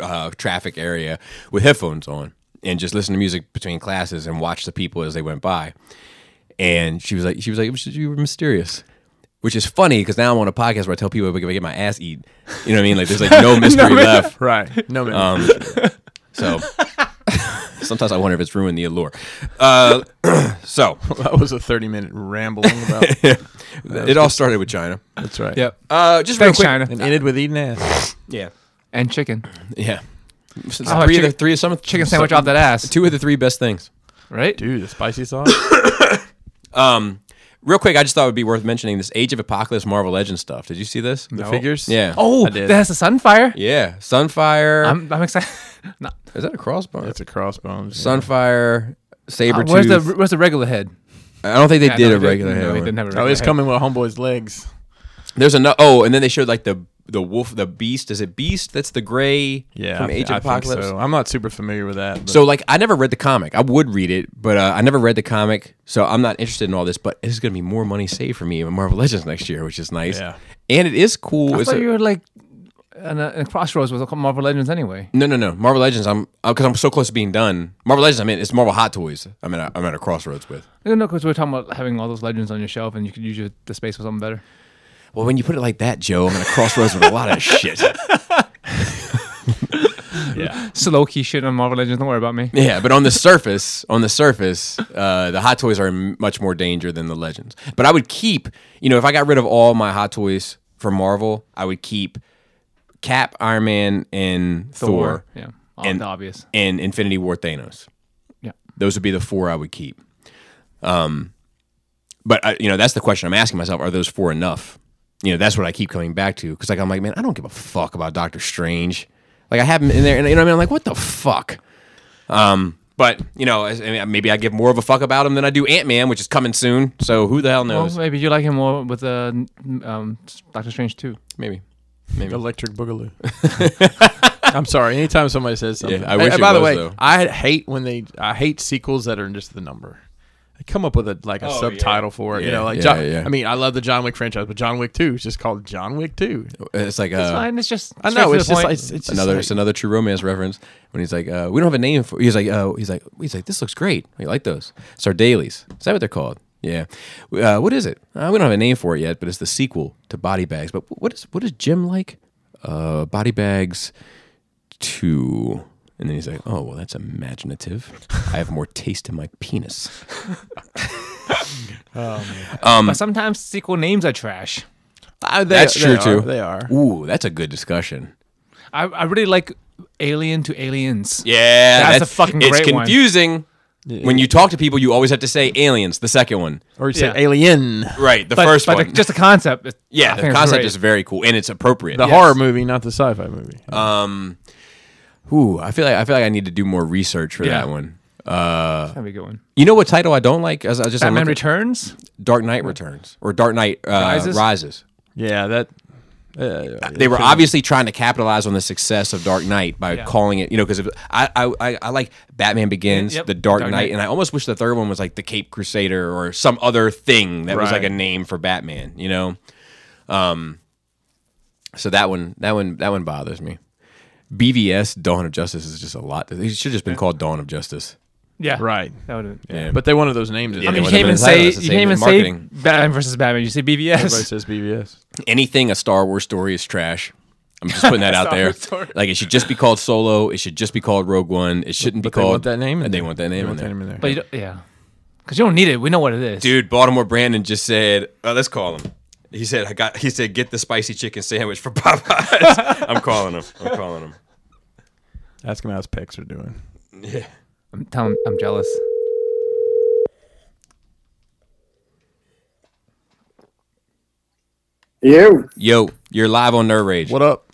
Speaker 1: uh, traffic area with headphones on and just listen to music between classes and watch the people as they went by. And she was like, she was like, "It was just- you were mysterious. Which is funny because now I'm on a podcast where I tell people if I get my ass eat, you know what I mean? Like there's like no mystery left.
Speaker 2: Right. No, man.
Speaker 1: Um, so [laughs] sometimes I wonder if it's ruined the allure. Uh, [clears throat] so
Speaker 2: [laughs] that was a 30 minute rambling [laughs] about.
Speaker 1: it all started with China.
Speaker 2: That's right.
Speaker 3: Yep.
Speaker 1: Uh, just
Speaker 3: Thanks,
Speaker 1: real quick.
Speaker 3: China.
Speaker 2: And ended with eating ass.
Speaker 1: Yeah,
Speaker 3: And chicken.
Speaker 1: yeah. Since three
Speaker 3: Oh,
Speaker 1: of
Speaker 3: chicken-
Speaker 1: the three of some
Speaker 3: Chicken sandwich off that ass.
Speaker 1: Two of the three best things.
Speaker 3: right?
Speaker 2: Dude, the spicy [coughs] sauce.
Speaker 1: Um, real quick, I just thought it would be worth mentioning this Age of Apocalypse Marvel Legends stuff. Did you see this?
Speaker 2: The figures.
Speaker 1: Yeah.
Speaker 3: Oh,
Speaker 2: I did.
Speaker 3: that has a sunfire.
Speaker 1: Yeah, Sunfire.
Speaker 3: I'm, I'm excited. [laughs] no,
Speaker 1: is that a crossbow?
Speaker 2: That's a crossbones.
Speaker 1: Sunfire,
Speaker 3: uh,
Speaker 1: Saber.
Speaker 3: where's the where's the regular head?
Speaker 1: I don't think they
Speaker 3: Yeah,
Speaker 1: did
Speaker 3: no,
Speaker 1: a
Speaker 3: they
Speaker 1: regular.
Speaker 3: No,
Speaker 1: head
Speaker 3: they
Speaker 1: one.
Speaker 3: didn't have a regular
Speaker 2: Oh, it's
Speaker 3: head.
Speaker 2: coming with homeboy's legs.
Speaker 1: There's another. Oh, and then they showed like the the wolf, the beast. Is it beast? That's the gray. from
Speaker 2: I-
Speaker 1: Age
Speaker 2: I
Speaker 1: of
Speaker 2: think
Speaker 1: Apocalypse.
Speaker 2: so. I'm not super familiar with that. But
Speaker 1: So like I never read the comic. I would read it, but uh, I never read the comic, so I'm not interested in all this. But it's gonna be more money saved for me in Marvel Legends next year, which is nice.
Speaker 2: Yeah.
Speaker 1: And it is cool.
Speaker 3: I
Speaker 1: It's
Speaker 3: thought
Speaker 1: a-
Speaker 3: you were like in a, in a crossroads with Marvel Legends anyway.
Speaker 1: no, no, no. Marvel Legends. I'm because I'm so close to being done. Marvel Legends. I mean, it's Marvel Hot Toys. I'm at a, I'm at a crossroads with.
Speaker 3: No, no, because we were talking about having all those legends on your shelf, and you could use your, the space for something better.
Speaker 1: Well, when you put it like that, Joe, I'm at a crossroads with a lot of [laughs] shit.
Speaker 3: [laughs] Slow key shit on Marvel Legends. Don't worry about me.
Speaker 1: [laughs] Yeah, but on the surface, on the surface, uh, the Hot Toys are in much more danger than the Legends. But I would keep, you know, if I got rid of all my Hot Toys for Marvel, I would keep Cap, Iron Man, and Thor,
Speaker 3: yeah,
Speaker 1: And-
Speaker 3: and, the obvious.
Speaker 1: and Infinity War Thanos.
Speaker 3: Yeah.
Speaker 1: Those would be the four I would keep. Um, but I, you know, that's the question I'm asking myself: Are those four enough? You know, that's what I keep coming back to because, like, I'm like, man, I don't give a fuck about Doctor Strange. Like, I have him in there, and you know, what I mean, I'm like, what the fuck. Um, but you know, as- I mean, maybe I give more of a fuck about him than I do Ant Man, which is coming soon. So who the hell
Speaker 3: Well,
Speaker 1: knows?
Speaker 3: maybe you like him more with uh, n- um, Doctor Strange too.
Speaker 1: maybe.
Speaker 2: Electric
Speaker 1: [laughs]
Speaker 2: Boogaloo. I'm sorry. Anytime somebody says something,
Speaker 1: Yeah, I wish
Speaker 2: Hey,
Speaker 1: it
Speaker 2: by the
Speaker 1: was,
Speaker 2: way,
Speaker 1: though.
Speaker 2: I hate when they. I hate sequels that are just the number. They come up with a
Speaker 3: Oh,
Speaker 2: like a subtitle for it. you
Speaker 1: Yeah,
Speaker 2: know, like
Speaker 1: yeah,
Speaker 2: John.
Speaker 1: yeah.
Speaker 2: I mean, I love the John Wick franchise, but John Wick Two is just called John Wick Two.
Speaker 1: It's like
Speaker 3: It's
Speaker 1: uh,
Speaker 3: fine. It's just
Speaker 2: I
Speaker 3: straight
Speaker 2: know.
Speaker 3: to
Speaker 2: It's
Speaker 3: the
Speaker 2: just,
Speaker 3: point.
Speaker 2: like, it's, it's just
Speaker 1: another
Speaker 2: like-
Speaker 1: it's another true romance reference when he's like uh, we don't have a name for he's like uh, he's like he's like this looks great I like those it's our dailies is that what they're called yeah uh, what is it uh, we don't have a name for it yet but it's the sequel to body bags but what is what is jim like uh, body bags 2 and then he's like oh well that's imaginative i have more taste in my penis [laughs]
Speaker 3: but sometimes sequel names are trash.
Speaker 2: Uh, they-
Speaker 1: That's
Speaker 2: they
Speaker 1: true, too.
Speaker 2: are, They are.
Speaker 1: ooh that's a good discussion
Speaker 3: I, I really like Alien to Aliens.
Speaker 1: Yeah,
Speaker 3: That's a fucking
Speaker 1: It's
Speaker 3: great one.
Speaker 1: confusing when you talk to people. You always have to say aliens. The second one,
Speaker 2: Or you said
Speaker 3: Yeah.
Speaker 2: Alien,
Speaker 1: right? The
Speaker 3: But-
Speaker 1: first
Speaker 3: but the-
Speaker 1: one.
Speaker 3: just Ah, the concept. it- I
Speaker 1: yeah,
Speaker 3: think
Speaker 1: the
Speaker 3: it's
Speaker 1: concept
Speaker 3: great.
Speaker 1: is very cool and it's appropriate.
Speaker 2: the horror movie, not the sci-fi movie.
Speaker 1: Um, ooh, I feel like I feel like I need to do more research for
Speaker 3: Yeah.
Speaker 1: that one.
Speaker 3: That'd be a good one.
Speaker 1: You know what title I don't like? As I just I'm
Speaker 3: Batman
Speaker 1: looking-
Speaker 3: Returns.
Speaker 1: Dark Knight Returns or Dark Knight uh,
Speaker 3: Rises?
Speaker 1: Rises.
Speaker 2: yeah, that. Uh,
Speaker 1: They were obviously trying to capitalize on the success of Dark Knight by
Speaker 3: Yeah.
Speaker 1: calling it, you know, because I, I I I like Batman Begins,
Speaker 3: Yep,
Speaker 1: the Dark,
Speaker 3: Dark
Speaker 1: Knight,
Speaker 3: Knight.
Speaker 1: and I almost wish the third one was like the Cape Crusader or some other thing that was like a
Speaker 2: Right.
Speaker 1: name for Batman, you know. Um, so that one that one that one bothers me. BVS Dawn of Justice is just a lot. It should have just been called Dawn of Justice.
Speaker 3: Yeah.
Speaker 2: right,
Speaker 3: That would. Yeah.
Speaker 1: Yeah.
Speaker 2: but they wanted those names.
Speaker 1: Yeah,
Speaker 3: I
Speaker 1: they
Speaker 3: mean, you
Speaker 1: would've
Speaker 3: can't
Speaker 1: been the title.
Speaker 3: even say
Speaker 1: That's the
Speaker 3: you
Speaker 1: same
Speaker 3: can't even
Speaker 1: with
Speaker 3: say
Speaker 1: marketing.
Speaker 3: Batman versus Batman. You say
Speaker 2: Everybody
Speaker 3: BBS.
Speaker 2: says BVS.
Speaker 1: anything a Star Wars story is trash. I'm just putting
Speaker 2: [laughs]
Speaker 1: that out
Speaker 3: Star
Speaker 1: there.
Speaker 3: Wars story.
Speaker 1: Like it should just be called Solo. It should just be called Rogue One. It shouldn't
Speaker 2: But
Speaker 1: be
Speaker 2: they
Speaker 1: called
Speaker 2: want that name in
Speaker 1: They
Speaker 2: there.
Speaker 1: want that name,
Speaker 2: They
Speaker 1: in
Speaker 2: want
Speaker 1: there.
Speaker 2: that name in there.
Speaker 3: But you don't, yeah, because you don't need it. We know what it is.
Speaker 1: Dude, Baltimore Brandon just said, uh, "Let's call him." He said, "I got." He said, "Get the spicy chicken sandwich for [laughs] Popeyes." I'm calling him. I'm calling him.
Speaker 2: Ask him how his pecs are doing.
Speaker 1: Yeah.
Speaker 3: I'm telling. I'm jealous.
Speaker 5: You.
Speaker 1: Yo, you're live on Nerd Rage.
Speaker 2: What up?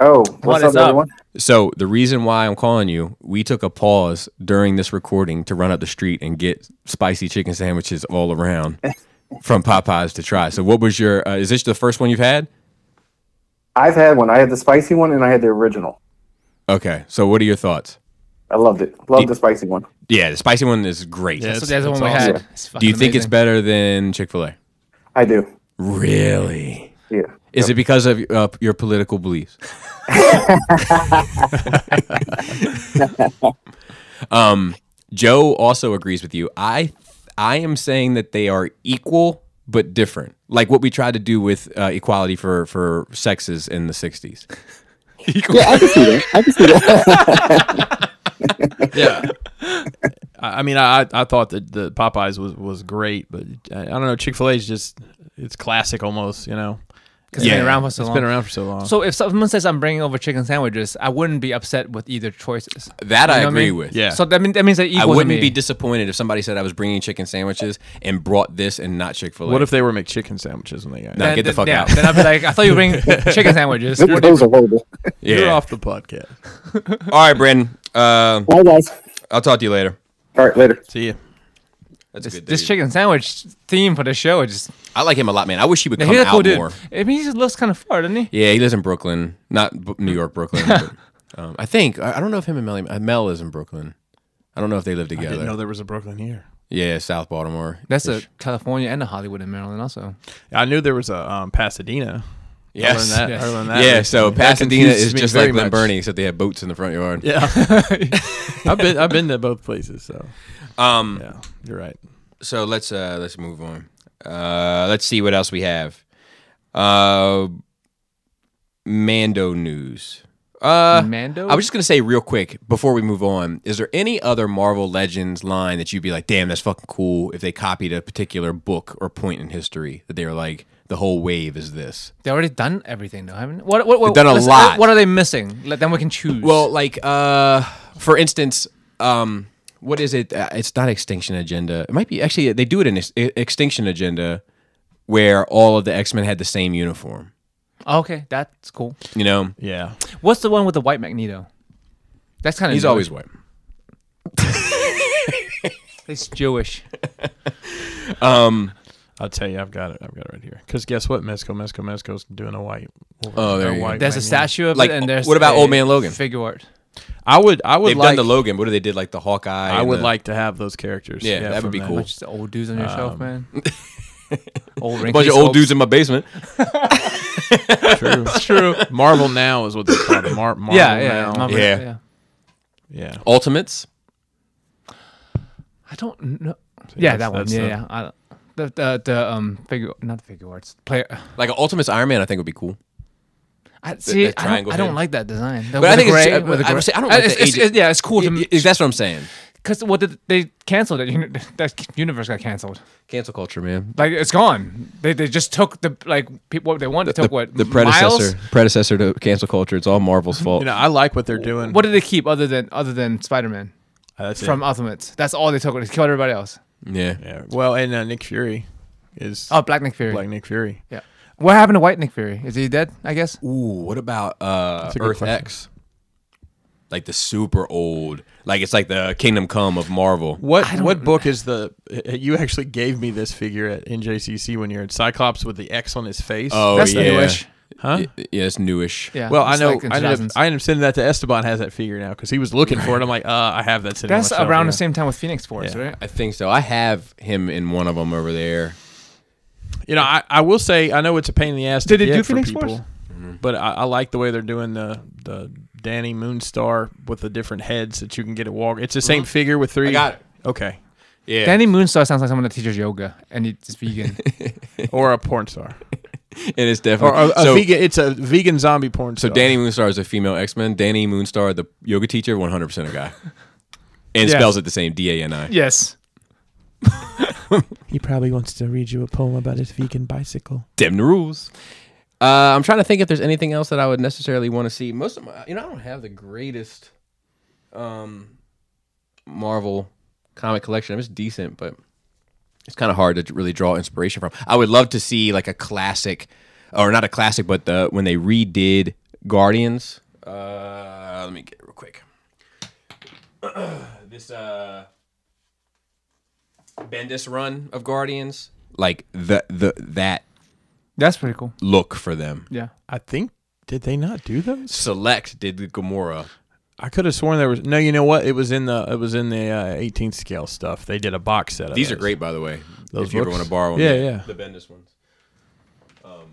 Speaker 5: Oh, what's
Speaker 3: What
Speaker 5: up,
Speaker 3: is up?
Speaker 5: everyone?
Speaker 1: So the reason why I'm calling you, we took a pause during this recording to run up the street and get spicy chicken sandwiches all
Speaker 2: [laughs]
Speaker 1: around from Popeyes to try. So what was your? Uh, is this the first one you've had?
Speaker 5: I've had one. I had the spicy one, and I had the original.
Speaker 1: Okay. So what are your thoughts?
Speaker 5: I loved it. Loved the spicy one.
Speaker 1: Yeah, the spicy one is great.
Speaker 2: Yeah,
Speaker 3: So
Speaker 2: it's-
Speaker 3: that's the
Speaker 2: it's
Speaker 3: one we
Speaker 2: awesome.
Speaker 3: had.
Speaker 5: Yeah.
Speaker 3: It's
Speaker 1: Do you
Speaker 3: fucking
Speaker 1: think it's
Speaker 3: amazing.
Speaker 1: better than Chick Fil A?
Speaker 5: I do.
Speaker 1: Really?
Speaker 5: Yeah.
Speaker 1: Is it because of uh, your political beliefs? um, Joe also agrees with you. I I am saying that they are equal but different. Like what we tried to do with uh, equality for for sexes in the '60s.
Speaker 5: Yeah, I can see that. I can see that.
Speaker 2: yeah. I I mean, I I thought that the Popeyes was was great, but I I don't know. Chick Fil A is just it's classic almost, you know.
Speaker 3: 'Cause it's
Speaker 1: Yeah.
Speaker 3: been around for so
Speaker 2: It's
Speaker 3: long.
Speaker 2: been around for so long.
Speaker 3: So if someone says I'm bringing over chicken sandwiches, I wouldn't be upset with either choices.
Speaker 1: That I
Speaker 3: know what
Speaker 1: agree
Speaker 3: mean?
Speaker 1: with.
Speaker 2: Yeah.
Speaker 3: So that, mean, that means that
Speaker 1: I
Speaker 3: equals
Speaker 1: wouldn't
Speaker 3: me.
Speaker 1: be disappointed if somebody said I was bringing chicken sandwiches and brought this and not Chick Fil A.
Speaker 2: what if they were McChicken sandwiches when they got?
Speaker 1: No.
Speaker 3: Then-
Speaker 1: get the
Speaker 3: then-
Speaker 1: fuck
Speaker 3: yeah,
Speaker 1: out.
Speaker 3: Then I'd be like, I thought you
Speaker 1: [laughs]
Speaker 3: were bringing chicken sandwiches.
Speaker 5: Those are horrible.
Speaker 1: Yeah.
Speaker 2: You're off the podcast.
Speaker 1: All right, Brandon. Uh,
Speaker 5: Bye, guys.
Speaker 1: I'll talk to you later.
Speaker 5: All right, later.
Speaker 2: See ya.
Speaker 1: That's
Speaker 3: This,
Speaker 1: good.
Speaker 3: this
Speaker 1: dude.
Speaker 3: chicken sandwich theme for the show is just
Speaker 1: I like him a lot, man. I wish he would come
Speaker 3: he's a
Speaker 1: out
Speaker 3: cool dude.
Speaker 1: more.
Speaker 3: I mean, he just lives kind of far, doesn't he?
Speaker 1: Yeah, he lives in Brooklyn, not B-
Speaker 2: [laughs]
Speaker 1: New York, Brooklyn. but, um, I think I, I don't know if him and Mel, uh, Mel is in Brooklyn. I don't know if they live
Speaker 2: I
Speaker 1: together.
Speaker 2: didn't know there was a Brooklyn here.
Speaker 1: Yeah, South Baltimore.
Speaker 3: That's a California and a Hollywood in Maryland also.
Speaker 2: I knew there was a um, Pasadena.
Speaker 1: yes.
Speaker 2: I learned that.
Speaker 3: Yes.
Speaker 2: I learned that
Speaker 1: Yeah, so
Speaker 2: recently. That
Speaker 1: Pasadena
Speaker 2: confuses
Speaker 1: is
Speaker 2: me
Speaker 1: just
Speaker 2: very
Speaker 1: like Glen
Speaker 2: much.
Speaker 1: Burnie, except they have boats in the front yard.
Speaker 2: Yeah,
Speaker 1: [laughs]
Speaker 2: I've been I've been to both places. So
Speaker 1: Um.
Speaker 2: yeah, you're right.
Speaker 1: So let's uh let's move on. Uh, let's see what else we have. Uh, Mando news. Uh,
Speaker 3: Mando?
Speaker 1: I was just gonna say real quick before we move on. Is there any other Marvel Legends line that you'd be like, "Damn, that's fucking cool"? If they copied a particular book or point in history, that they were like, "The whole wave is this."
Speaker 3: They already done everything though, haven't they? What, what, what,
Speaker 1: They've done a
Speaker 3: listen,
Speaker 1: lot.
Speaker 3: What are they missing? Let, then we can choose.
Speaker 1: Well, like, uh, for instance, um, what is it? Uh, it's not Extinction Agenda. It might be actually they do it in Ex- E, Extinction Agenda, where all of the X Men had the same uniform.
Speaker 3: Oh, okay, that's cool.
Speaker 1: You know,
Speaker 2: Yeah,
Speaker 3: What's the one with the white Magneto? That's kind of
Speaker 1: he's always white.
Speaker 3: he's Jewish.
Speaker 1: [laughs]
Speaker 2: I'll tell you, I've got it. I've got it right here. Because guess what, Mesco, Mesco, Mesco's doing a white.
Speaker 1: Oh, there
Speaker 2: a
Speaker 1: you go.
Speaker 2: white
Speaker 3: There's a
Speaker 2: Magneto.
Speaker 3: statue of
Speaker 1: Like,
Speaker 3: it, and there's
Speaker 1: what about
Speaker 3: a
Speaker 1: Old Man Logan?
Speaker 3: figure art?
Speaker 2: I would, I would
Speaker 1: They've
Speaker 2: like,
Speaker 1: done the Logan. What do they did like the Hawkeye?
Speaker 2: I
Speaker 1: and
Speaker 2: would
Speaker 1: the-
Speaker 2: like to have those characters.
Speaker 1: Yeah, that would
Speaker 2: from
Speaker 1: be
Speaker 2: that.
Speaker 1: cool.
Speaker 3: Bunch of old dudes on your shelf,
Speaker 1: [laughs]
Speaker 3: man. old
Speaker 1: a bunch of old dudes in my basement.
Speaker 2: True, [laughs] true. Marvel now is what they call it. Mar- Marvel
Speaker 3: [laughs] Yeah, yeah,
Speaker 2: now.
Speaker 3: Marvel,
Speaker 1: Yeah.
Speaker 2: yeah.
Speaker 1: Ultimates.
Speaker 3: I don't know. yeah,
Speaker 2: that's-
Speaker 3: that one.
Speaker 2: that's
Speaker 3: Yeah,
Speaker 2: the-
Speaker 3: yeah. I, the, the the um figure not figure arts player.
Speaker 1: Like an Ultimates Iron Man, I think would be cool.
Speaker 3: I see.
Speaker 1: that
Speaker 3: I, don't,
Speaker 1: triangle
Speaker 3: I don't
Speaker 1: head.
Speaker 3: like that design.
Speaker 1: But I think it's- I- I would say I don't like the
Speaker 3: Uh, it's, it's,
Speaker 1: agent-
Speaker 3: yeah, it's cool to
Speaker 1: I- I- that's what I'm saying.
Speaker 3: because well, th- they canceled it. Uni- That universe got canceled.
Speaker 1: Cancel culture, man.
Speaker 3: Like it's gone. They they just took the like people what they wanted. took
Speaker 1: the,
Speaker 3: what
Speaker 1: the
Speaker 3: Miles?
Speaker 1: predecessor, predecessor to cancel culture. It's all Marvel's fault.
Speaker 2: You know, I like what they're doing.
Speaker 3: What did they keep other than other than Spider Man
Speaker 2: That's it.
Speaker 3: from Ultimates? That's all they took. They killed everybody else.
Speaker 1: yeah.
Speaker 2: Yeah. Well, and uh, Nick Fury is
Speaker 3: Oh, Black Nick Fury.
Speaker 2: like Nick Fury.
Speaker 3: Yeah. What happened to White Nick Fury? Is he dead? I guess.
Speaker 1: Ooh, what about uh,
Speaker 2: a good
Speaker 1: Earth
Speaker 2: question.
Speaker 1: X? Like the super old, like it's like the Kingdom Come of Marvel.
Speaker 2: What what book is the? [laughs] uh, You actually gave me this figure at NJCC when you're at Cyclops with the X on his face.
Speaker 1: Oh
Speaker 3: That's
Speaker 1: yeah,
Speaker 3: newish.
Speaker 2: huh?
Speaker 1: Y- yeah, it's newish.
Speaker 3: Yeah.
Speaker 2: Well, I
Speaker 3: It's
Speaker 2: know.
Speaker 3: like in
Speaker 2: I, ended up,
Speaker 3: 2000s.
Speaker 2: I ended up sending that to Esteban. Has that figure now because he was looking for it. I'm like, uh, I have that sitting. on
Speaker 3: That's
Speaker 2: my shelf,
Speaker 3: around
Speaker 2: yeah.
Speaker 3: the same time with Phoenix Force,
Speaker 2: Yeah.
Speaker 3: right?
Speaker 1: I think so. I have him in one of them over there.
Speaker 2: You know, I, I will say I know it's a pain in the ass.
Speaker 3: Did
Speaker 2: to
Speaker 3: it
Speaker 2: get
Speaker 3: do
Speaker 2: for
Speaker 3: Phoenix
Speaker 2: people,
Speaker 3: Force?
Speaker 2: But I, I like the way they're doing the the Danny Moonstar with the different heads that you can get at Walmart. It's the same
Speaker 4: Uh-huh.
Speaker 2: figure with three.
Speaker 1: got it.
Speaker 2: Okay.
Speaker 1: Yeah,
Speaker 3: Danny Moonstar sounds like someone that teaches yoga and he's vegan.
Speaker 2: Or a porn [laughs] star.
Speaker 1: and it's
Speaker 2: Or
Speaker 1: definitely
Speaker 2: a, a
Speaker 1: so.
Speaker 2: vegan. It's a vegan zombie porn
Speaker 1: so
Speaker 2: star.
Speaker 1: Danny Moonstar is a female X Men. Danny Moonstar, the yoga teacher, one hundred percent a guy, and
Speaker 3: Yeah.
Speaker 1: spells it the same D A N I.
Speaker 3: [laughs] yes.
Speaker 4: He probably wants to read you a poem about his vegan bicycle.
Speaker 1: Damn the rules. Uh, I'm trying to think if there's anything else that I would necessarily want to see. Most of my, you know, I don't have the greatest um, Marvel comic collection. It's decent, but it's kind of hard to really draw inspiration from. I would love to see like a classic, or not a classic, but the when they redid Guardians. Uh, let me get real quick. [clears throat] this uh, Bendis run of Guardians, like the the that
Speaker 3: That's pretty cool.
Speaker 1: look for them.
Speaker 3: Yeah.
Speaker 2: I think did they not do those?
Speaker 1: Select did the Gamora.
Speaker 2: I could have sworn there was no. You know what? It was in the it was in the uh, 18th scale stuff. They did a box set. of
Speaker 1: These are
Speaker 2: those.
Speaker 1: great, by the way.
Speaker 2: Those
Speaker 1: if you ever
Speaker 2: books?
Speaker 1: want to borrow them,
Speaker 2: Yeah, yeah.
Speaker 1: the Bendis ones. Um,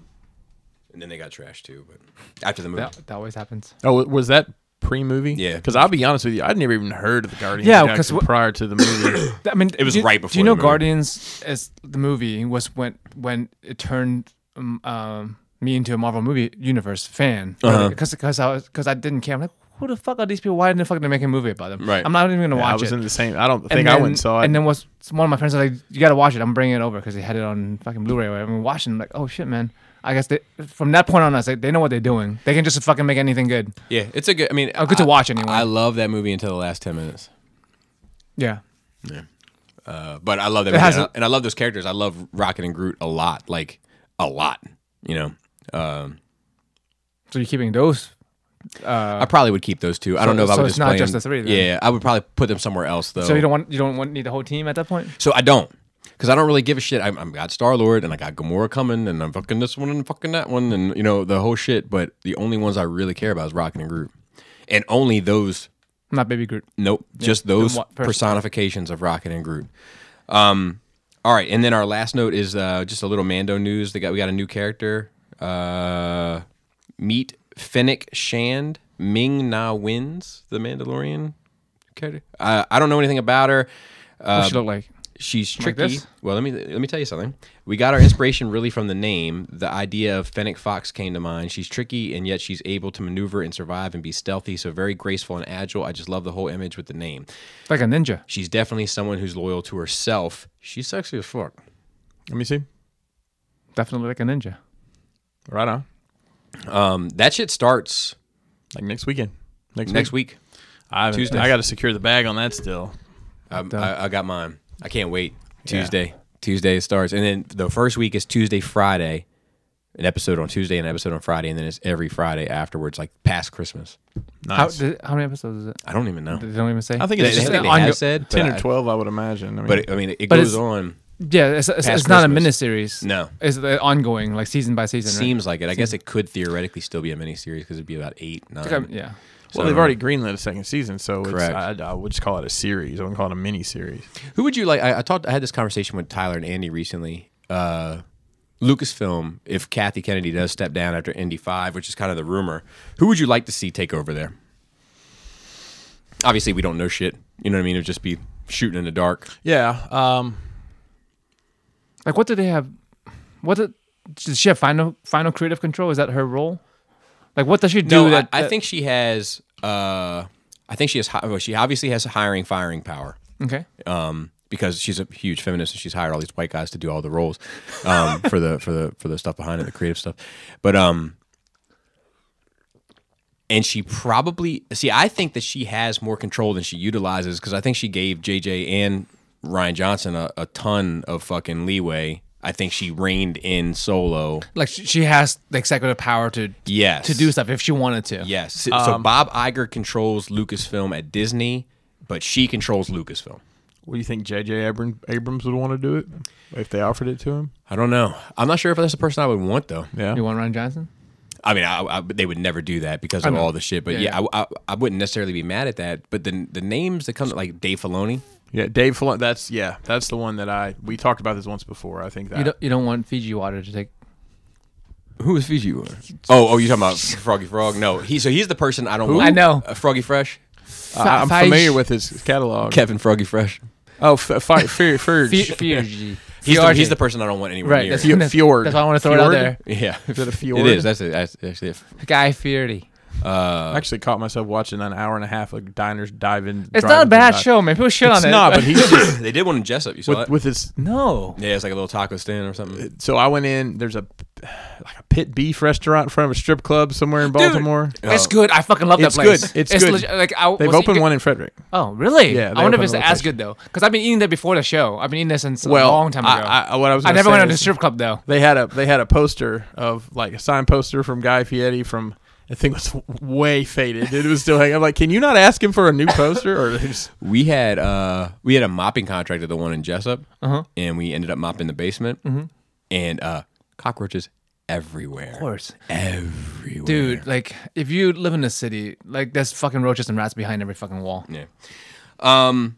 Speaker 1: and then they got trashed too, but after the movie,
Speaker 3: That, that always happens.
Speaker 2: Oh, was that pre movie?
Speaker 1: Yeah.
Speaker 2: Because I'll be honest with you, I'd never even heard of the Guardians.
Speaker 3: Yeah,
Speaker 2: of the
Speaker 3: 'cause
Speaker 2: Galaxy
Speaker 3: wh-
Speaker 2: prior to the [coughs] movie.
Speaker 3: I mean, it
Speaker 1: was
Speaker 3: do,
Speaker 1: right
Speaker 3: Do
Speaker 1: before
Speaker 3: you know
Speaker 1: the movie.
Speaker 3: Guardians as the movie was when when it turned um, um, me into a Marvel movie universe fan
Speaker 1: Uh-huh.
Speaker 3: because because I because I didn't care. I'm like, who the fuck are these people? Why the fuck are they making a movie about them?
Speaker 1: Right.
Speaker 3: I'm not even gonna
Speaker 2: I
Speaker 3: watch
Speaker 2: was
Speaker 3: it.
Speaker 2: in the same. I don't think
Speaker 3: and
Speaker 2: I
Speaker 3: then,
Speaker 2: went and saw it.
Speaker 3: And then was one of my friends was like, "You gotta watch it. I'm bringing it over because they had it on fucking Blu-ray." Or whatever. I'm watching. I'm like, "Oh shit, man." I guess they, from that point on, I was like, they know what they're doing. They can just fucking make anything good.
Speaker 1: yeah, it's a good. I mean,
Speaker 3: Oh, good to
Speaker 1: I-
Speaker 3: watch anyway.
Speaker 1: I love that movie until the last ten minutes.
Speaker 3: Yeah.
Speaker 1: Uh, but I love that,
Speaker 3: It
Speaker 1: movie,
Speaker 3: has
Speaker 1: and, I,
Speaker 3: a-
Speaker 1: and I love those characters. I love Rocket and Groot a lot, like a lot. You know, um,
Speaker 3: So you're keeping those. Uh,
Speaker 1: I probably would keep those two. I don't know if I
Speaker 3: so
Speaker 1: would
Speaker 3: it's
Speaker 1: just
Speaker 3: not
Speaker 1: play
Speaker 3: just
Speaker 1: them.
Speaker 3: the three, then?
Speaker 1: Yeah, I would probably put them somewhere else though.
Speaker 3: so you don't want you don't want need the whole team at that point.
Speaker 1: So I don't, because I don't really give a shit. I'm, I'm got Star Lord and I got Gamora coming, and I'm fucking this one and fucking that one, and you know the whole shit. But the only ones I really care about is Rocket and Groot, and only those.
Speaker 3: Not Baby Groot.
Speaker 1: Nope, just those
Speaker 3: what person?
Speaker 1: personifications of Rocket and Groot. Um, all right, and then our last note is uh, just a little Mando news. They got we got a new character. Uh, meet Fennec Shand. Ming Na wins the Mandalorian character. Uh, I don't know anything about her.
Speaker 3: What
Speaker 1: Uh,
Speaker 2: Um,
Speaker 3: she look like?
Speaker 1: She's
Speaker 3: Like
Speaker 1: tricky.
Speaker 3: this?
Speaker 1: well, let me let me tell you something. We got our inspiration really from the name. The idea of Fennec Fox came to mind. She's tricky and yet she's able to maneuver and survive and be stealthy, so very graceful and agile. I just love the whole image with the name.
Speaker 3: Like a ninja.
Speaker 1: She's definitely someone who's loyal to herself. She's sexy as fuck.
Speaker 2: Let me see.
Speaker 3: Definitely like a ninja.
Speaker 2: Right on.
Speaker 1: Um, that shit starts
Speaker 2: Like next weekend. Next,
Speaker 1: next week.
Speaker 2: I haven't-
Speaker 1: Tuesday.
Speaker 2: I got to secure the bag on that still.
Speaker 1: Um, I, I got mine. I can't wait. Tuesday. Tuesday it starts, and then the first week is Tuesday, Friday. An episode on Tuesday, an episode on Friday, and then it's every Friday afterwards, like past Christmas.
Speaker 2: Nice.
Speaker 3: How, did, how many episodes is it?
Speaker 1: I don't even know.
Speaker 3: They don't even say.
Speaker 2: I think
Speaker 1: They-
Speaker 2: it's
Speaker 1: they
Speaker 2: just
Speaker 1: think they
Speaker 2: on
Speaker 1: have
Speaker 2: your-
Speaker 1: said, but
Speaker 2: ten
Speaker 1: I-
Speaker 2: or twelve. I would imagine. I mean,
Speaker 1: But it, I mean, it
Speaker 3: But
Speaker 1: goes
Speaker 3: it's-
Speaker 1: on.
Speaker 3: yeah, it's, it's,
Speaker 1: Past
Speaker 3: it's not a
Speaker 1: Christmas.
Speaker 3: miniseries.
Speaker 1: No.
Speaker 3: it's the ongoing, like season by season. right?
Speaker 1: Seems like it. I guess it could theoretically still be a miniseries because it'd be about eight, nine.
Speaker 3: Like, I'm- yeah.
Speaker 2: well, they've already greenlit a second season, so it's,
Speaker 1: Correct.
Speaker 2: I, I would just call it a series. I wouldn't call it a mini series.
Speaker 1: Who would you like? I, I talked. I had this conversation with Tyler and Andy recently. Uh, Lucasfilm, if Kathy Kennedy does step down after Indy Five, which is kind of the rumor, who would you like to see take over there? Obviously, we don't know shit. You know what I mean? It'd just be shooting in the dark.
Speaker 2: Yeah. Um.
Speaker 3: Like, what did they have? What did, does she have? Final final creative control? Is that her role? Like, what does she do?
Speaker 1: no,
Speaker 3: that,
Speaker 1: I, I
Speaker 3: that-
Speaker 1: think she has. Uh, I think she has. hi- Well, she obviously has hiring, firing power.
Speaker 3: Okay.
Speaker 1: um, because she's a huge feminist and she's hired all these white guys to do all the roles
Speaker 3: [laughs]
Speaker 1: um, for the for the for the stuff behind it, the creative stuff. But um, and she probably see. I think that she has more control than she utilizes because I think she gave JJ and Ryan Johnson a, a ton of fucking leeway. I think she reined in solo.
Speaker 3: Like she- she has the executive power to
Speaker 1: Yes,
Speaker 3: to do stuff if she wanted to. um,
Speaker 1: Yes. So, so Bob Iger controls Lucasfilm at Disney, but she controls Lucasfilm.
Speaker 2: What do you think J.J. Abram- Abrams would want to do it if they offered it to him?
Speaker 1: I don't know. I'm not sure if that's the person I would want though.
Speaker 2: Yeah.
Speaker 3: You want Ryan Johnson?
Speaker 1: I mean, I, I, they would never do that because of all the shit. But
Speaker 3: Yeah,
Speaker 1: yeah, I, I, I wouldn't necessarily be mad at that. But the the names that come like Dave Filoni,
Speaker 2: Yeah, Dave Filoni. That's yeah, that's the one that I we talked about this once before. I think that
Speaker 3: You don't you don't want Fiji water to take.
Speaker 1: who is Fiji? Oh, oh, you talking about Froggy Frog? No, he so he's the person I don't. want.
Speaker 3: I know.
Speaker 1: uh, Froggy Fresh,
Speaker 2: I, am
Speaker 3: Fiji-
Speaker 2: familiar with his catalog.
Speaker 1: Kevin Froggy Fresh.
Speaker 2: oh, f-
Speaker 3: [laughs]
Speaker 2: fi- Fer- Ferg.
Speaker 3: Fi- Fiji.
Speaker 1: He's the,
Speaker 3: Fiji.
Speaker 1: he's the person I don't want anywhere
Speaker 3: Right,
Speaker 1: near.
Speaker 3: that's-
Speaker 2: Fj- Fjord.
Speaker 3: That's why I want to throw it out
Speaker 2: Fjord?
Speaker 3: there.
Speaker 1: [laughs] yeah, is
Speaker 2: that a
Speaker 1: It
Speaker 2: fjord?
Speaker 1: is. That's it. That's actually it. [clears throat]
Speaker 3: Guy Fieri.
Speaker 2: I actually caught myself watching an hour and a half of diners diving.
Speaker 3: It's not a bad show, man. People shit on
Speaker 2: It's
Speaker 3: it.
Speaker 2: not,
Speaker 3: [laughs]
Speaker 2: but he's just
Speaker 1: they did one in Jessup. You saw
Speaker 2: with,
Speaker 1: that?
Speaker 2: with his.
Speaker 3: no.
Speaker 1: yeah, it's like a little taco stand or something.
Speaker 2: So I went in. There's a like a pit beef restaurant in front of a strip club somewhere in Baltimore.
Speaker 3: It's good. I fuccking love
Speaker 2: It's
Speaker 3: that place.
Speaker 2: good. It's good.
Speaker 3: legit- like I,
Speaker 2: Oh. They've
Speaker 3: was-
Speaker 2: opened one in Frederick.
Speaker 3: Oh, really?
Speaker 2: Yeah, they
Speaker 3: I wonder if
Speaker 2: opened
Speaker 3: it's
Speaker 2: another place.
Speaker 3: as good though, because I've been eating there before the show. I've been eating there since
Speaker 2: Well,
Speaker 3: a long time
Speaker 2: I-
Speaker 3: ago.
Speaker 2: I- what I was gonna
Speaker 3: never
Speaker 2: say
Speaker 3: went to the
Speaker 2: is-
Speaker 3: strip club though.
Speaker 2: They had a they had a poster of like a sign poster from Guy Fieri from I think it was way faded. It was still hanging. I'm like, can you not ask him for a new poster? Or [laughs] they just,
Speaker 1: We had uh we had a mopping contract at the one in Jessup,
Speaker 3: Uh-huh.
Speaker 1: and we ended up mopping the basement,
Speaker 3: Mm-hmm.
Speaker 1: and uh cockroaches everywhere. Of
Speaker 3: course.
Speaker 1: everywhere,
Speaker 3: Dude, like if you live in a city, like there's fucking roaches and rats behind every fucking wall.
Speaker 1: Yeah. Um,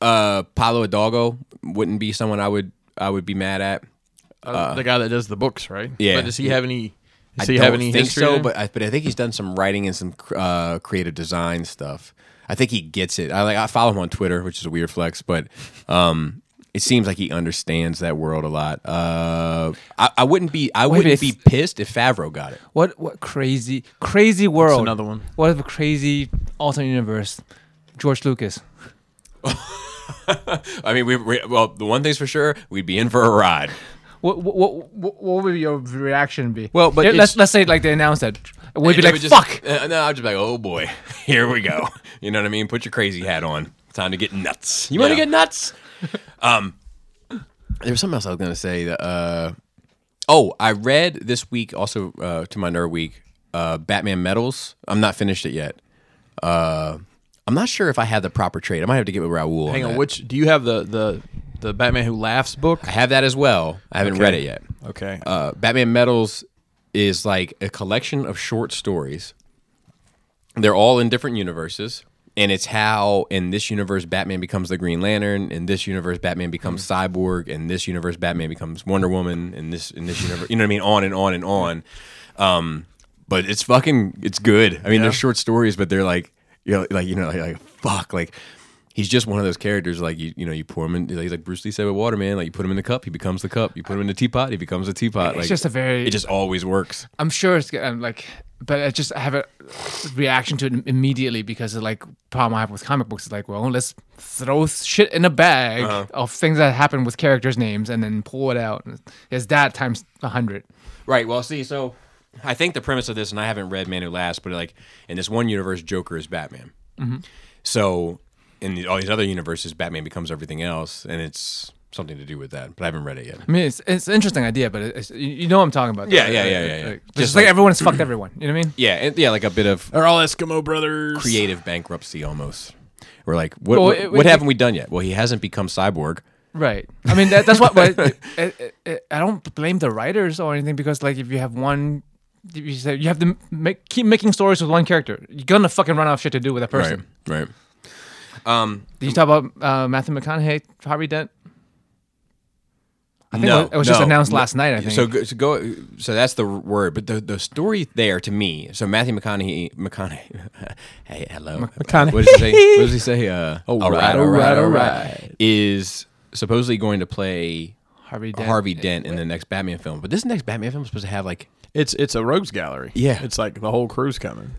Speaker 1: uh, Pablo Hidalgo wouldn't be someone I would I would be mad at.
Speaker 2: uh, the guy that does the books, right?
Speaker 1: yeah.
Speaker 2: But does he have any? Does
Speaker 1: I
Speaker 2: he
Speaker 1: don't
Speaker 2: have any
Speaker 1: think
Speaker 2: history
Speaker 1: so,
Speaker 2: there?
Speaker 1: but I, but I think he's done some writing and some cr- uh, creative design stuff. I think he gets it. I like I follow him on Twitter, which is a weird flex, but um, it seems like he understands that world a lot. Uh, I, I wouldn't be I wouldn't
Speaker 3: if-
Speaker 1: be pissed if Favreau got it.
Speaker 3: What what crazy crazy world?
Speaker 2: another one.
Speaker 3: What a crazy alternate universe? George Lucas.
Speaker 1: I mean, we, we well, the one thing's for sure, we'd be in for a ride.
Speaker 3: What what what, what what would your reaction be?
Speaker 2: Well, but
Speaker 3: Yeah, let's
Speaker 2: it's-
Speaker 3: let's say like they announced that, we'd be
Speaker 1: They
Speaker 3: like,
Speaker 1: would just-
Speaker 3: fuck.
Speaker 1: Uh, no, I'm just like, oh boy, [laughs] here we go. You know what I mean? Put your crazy hat on. Time to get nuts. You want to
Speaker 2: Yeah.
Speaker 1: get nuts? um, there was something else I was gonna say. That, uh, oh, I read this week also uh, to my nerd week. Uh, Batman medals. I'm not finished it yet. Uh, I'm not sure if I have the proper trade. I might have to get with Raul.
Speaker 2: Hang on,
Speaker 1: that.
Speaker 2: which do you have the the the Batman Who Laughs book?
Speaker 1: I have that as well. I haven't read it yet.
Speaker 2: Okay,
Speaker 1: uh, Batman Medals is like a collection of short stories. They're all in different universes, and it's how in this universe Batman becomes the Green Lantern, in this universe Batman becomes
Speaker 3: Mm-hmm.
Speaker 1: Cyborg, in this universe Batman becomes Wonder Woman, in this in this universe, you know what I mean? On and on and on. Um, but it's fucking it's good. I mean, they're short stories, but they're like you know, like you know, like, like, fuck, like. He's just one of those characters, like you, you know, you pour him in, he's like Bruce Lee said with water, man. Like you put him in the cup, he becomes the cup. You put him in the teapot, he becomes a teapot. Like
Speaker 3: just a very-
Speaker 1: it just always works.
Speaker 3: I'm sure it's good, um, like, but I just have a reaction to it im- immediately because of, like problem I have with comic books is like, well, let's throw shit in a bag
Speaker 1: Uh-huh.
Speaker 3: of things that happen with characters' names and then pull it out. It's that times a hundred.
Speaker 1: Right. Well, see, so I think the premise of this, and I haven't read Man Who Laughs, but like in this one universe, Joker is Batman. So in the, all these other universes, Batman becomes everything else, and it's something to do with that. But I haven't read it yet.
Speaker 3: I mean, it's it's an interesting idea, but it's, you you know what I'm talking about. though,
Speaker 1: Yeah,
Speaker 3: right?
Speaker 1: yeah,
Speaker 3: Like-
Speaker 1: yeah, yeah, yeah.
Speaker 3: like- it's
Speaker 1: Just
Speaker 3: just like,
Speaker 1: like-
Speaker 3: everyone's
Speaker 1: [clears throat]
Speaker 3: fucked everyone. You know what I mean?
Speaker 1: Yeah, and, yeah, like a bit
Speaker 3: Oh,
Speaker 1: of
Speaker 2: they're all Eskimo brothers.
Speaker 1: creative bankruptcy almost. We're like, what,
Speaker 3: Well,
Speaker 1: what,
Speaker 3: it-
Speaker 1: what
Speaker 3: it-
Speaker 1: haven't we done yet? Well, he hasn't become cyborg.
Speaker 3: Right. I mean, that, that's
Speaker 1: [laughs]
Speaker 3: what. But it, it, it, I don't blame the writers or anything because, like, if you have one, if you say you have to make, keep making stories with one character, you're gonna fucking run out of shit to do with that person.
Speaker 1: Right. Right. Um,
Speaker 3: Did you talk about uh, Matthew McConaughey, Harvey Dent? I think
Speaker 1: No,
Speaker 3: it was just
Speaker 1: no,
Speaker 3: announced
Speaker 1: no.
Speaker 3: last night. I think.
Speaker 1: So, go- so go. So that's the word. But the, the story there to me. So Matthew McConaughey. McConaughey. [laughs] Hey, hello. McConaughey. What does he
Speaker 3: [laughs]
Speaker 1: say? What does he say? Uh,
Speaker 3: Oh,
Speaker 1: all
Speaker 2: right, all right, all right.
Speaker 1: Is supposedly going to play
Speaker 3: Harvey Dent. uh,
Speaker 1: Harvey Dent in the next Batman film. But this next Batman film is supposed to have like,
Speaker 2: It's it's a rogues gallery.
Speaker 1: Yeah. [laughs]
Speaker 2: it's like the whole crew's coming.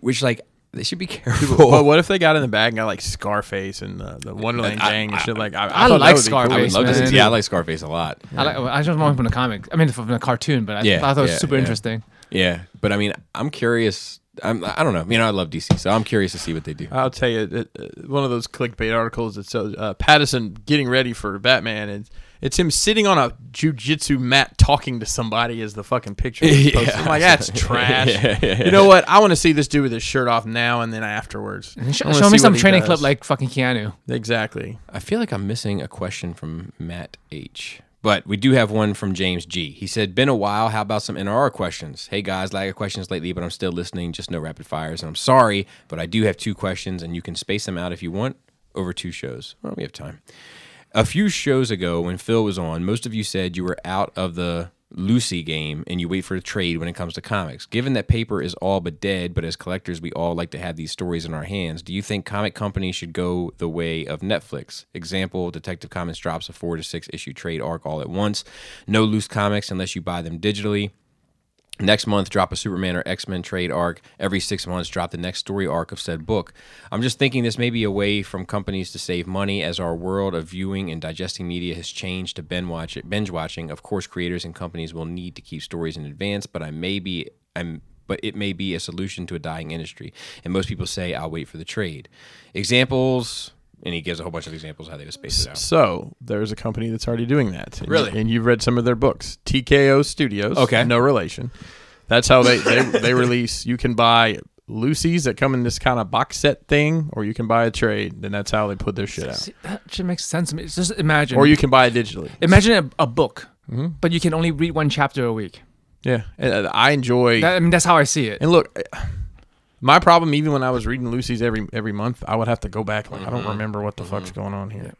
Speaker 1: which like They should be [laughs] careful.
Speaker 2: But what if they got in the bag and got like Scarface and the, the Wonderland
Speaker 1: I-
Speaker 2: Gang and shit? Like I, I, thought
Speaker 3: I
Speaker 2: that
Speaker 3: like
Speaker 2: would be cool.
Speaker 1: I would
Speaker 3: Scarface,
Speaker 1: love to
Speaker 3: man.
Speaker 1: see. Yeah, I like Scarface a lot.
Speaker 3: I, like, I just want it from the comic. I mean, from the cartoon, but I,
Speaker 1: Yeah,
Speaker 3: I thought it was
Speaker 1: yeah,
Speaker 3: super
Speaker 1: yeah.
Speaker 3: interesting.
Speaker 1: Yeah, but I mean, I'm curious. I'm, I don't know. You know, I love DC, so I'm curious to see what they do.
Speaker 2: I'll tell you, it, uh, one of those clickbait articles that says uh, Patterson getting ready for Batman, and it's him sitting on a jujitsu mat talking to somebody is the fucking picture. that's posted. I'm like, that's trash.
Speaker 1: Yeah, yeah,
Speaker 2: You know what? I want to see this dude with his shirt off now and then afterwards.
Speaker 3: Sh-
Speaker 2: I wanna
Speaker 3: show me
Speaker 2: see
Speaker 3: some
Speaker 2: what he
Speaker 3: training
Speaker 2: does.
Speaker 3: clip like fucking Keanu.
Speaker 2: Exactly.
Speaker 1: I feel like I'm missing a question from Matt H. But we do have one from James G. He said, Been a while. How about some NRR questions? Hey guys, lack of questions lately, but I'm still listening. Just no rapid fires. And I'm sorry, but I do have two questions, and you can space them out if you want over two shows. Well, we have time. A few shows ago, when Phil was on, most of you said you were out of the Lucy game and you wait for a trade when it comes to comics. Given that paper is all but dead, but as collectors, we all like to have these stories in our hands, do you think comic companies should go the way of Netflix? Example Detective Comics drops a four to six issue trade arc all at once. No loose comics unless you buy them digitally. Next month, drop a Superman or X Men trade arc. Every six months, drop the next story arc of said book. I'm just thinking this may be a way from companies to save money as our world of viewing and digesting media has changed to binge watch Binge watching. Of course, creators and companies will need to keep stories in advance, but I may be I'm but it may be a solution to a dying industry. And most people say, "I'll wait for the trade." Examples, and he gives a whole bunch of examples how they would space it out.
Speaker 2: So there's a company that's already doing that. And-
Speaker 1: Really?
Speaker 2: And you've read some of their books. TKO Studios.
Speaker 1: Okay.
Speaker 2: No relation. That's how they [laughs] they, they release. You can buy Lucy's that come in this kind of box set thing, or you can buy a trade. Then that's how they put their shit out.
Speaker 3: See, that shit makes sense to me. It's just imagine.
Speaker 2: Or you Mm-hmm. can buy it digitally.
Speaker 3: imagine a, a book, but you can only read one chapter a week.
Speaker 2: Yeah. And, uh, I enjoy.
Speaker 3: That, I mean, that's how I see it.
Speaker 2: and look. uh, My problem, even when I was reading Lucy's every every month, I would have to go back. Like, I don't remember what the fuck's going on here.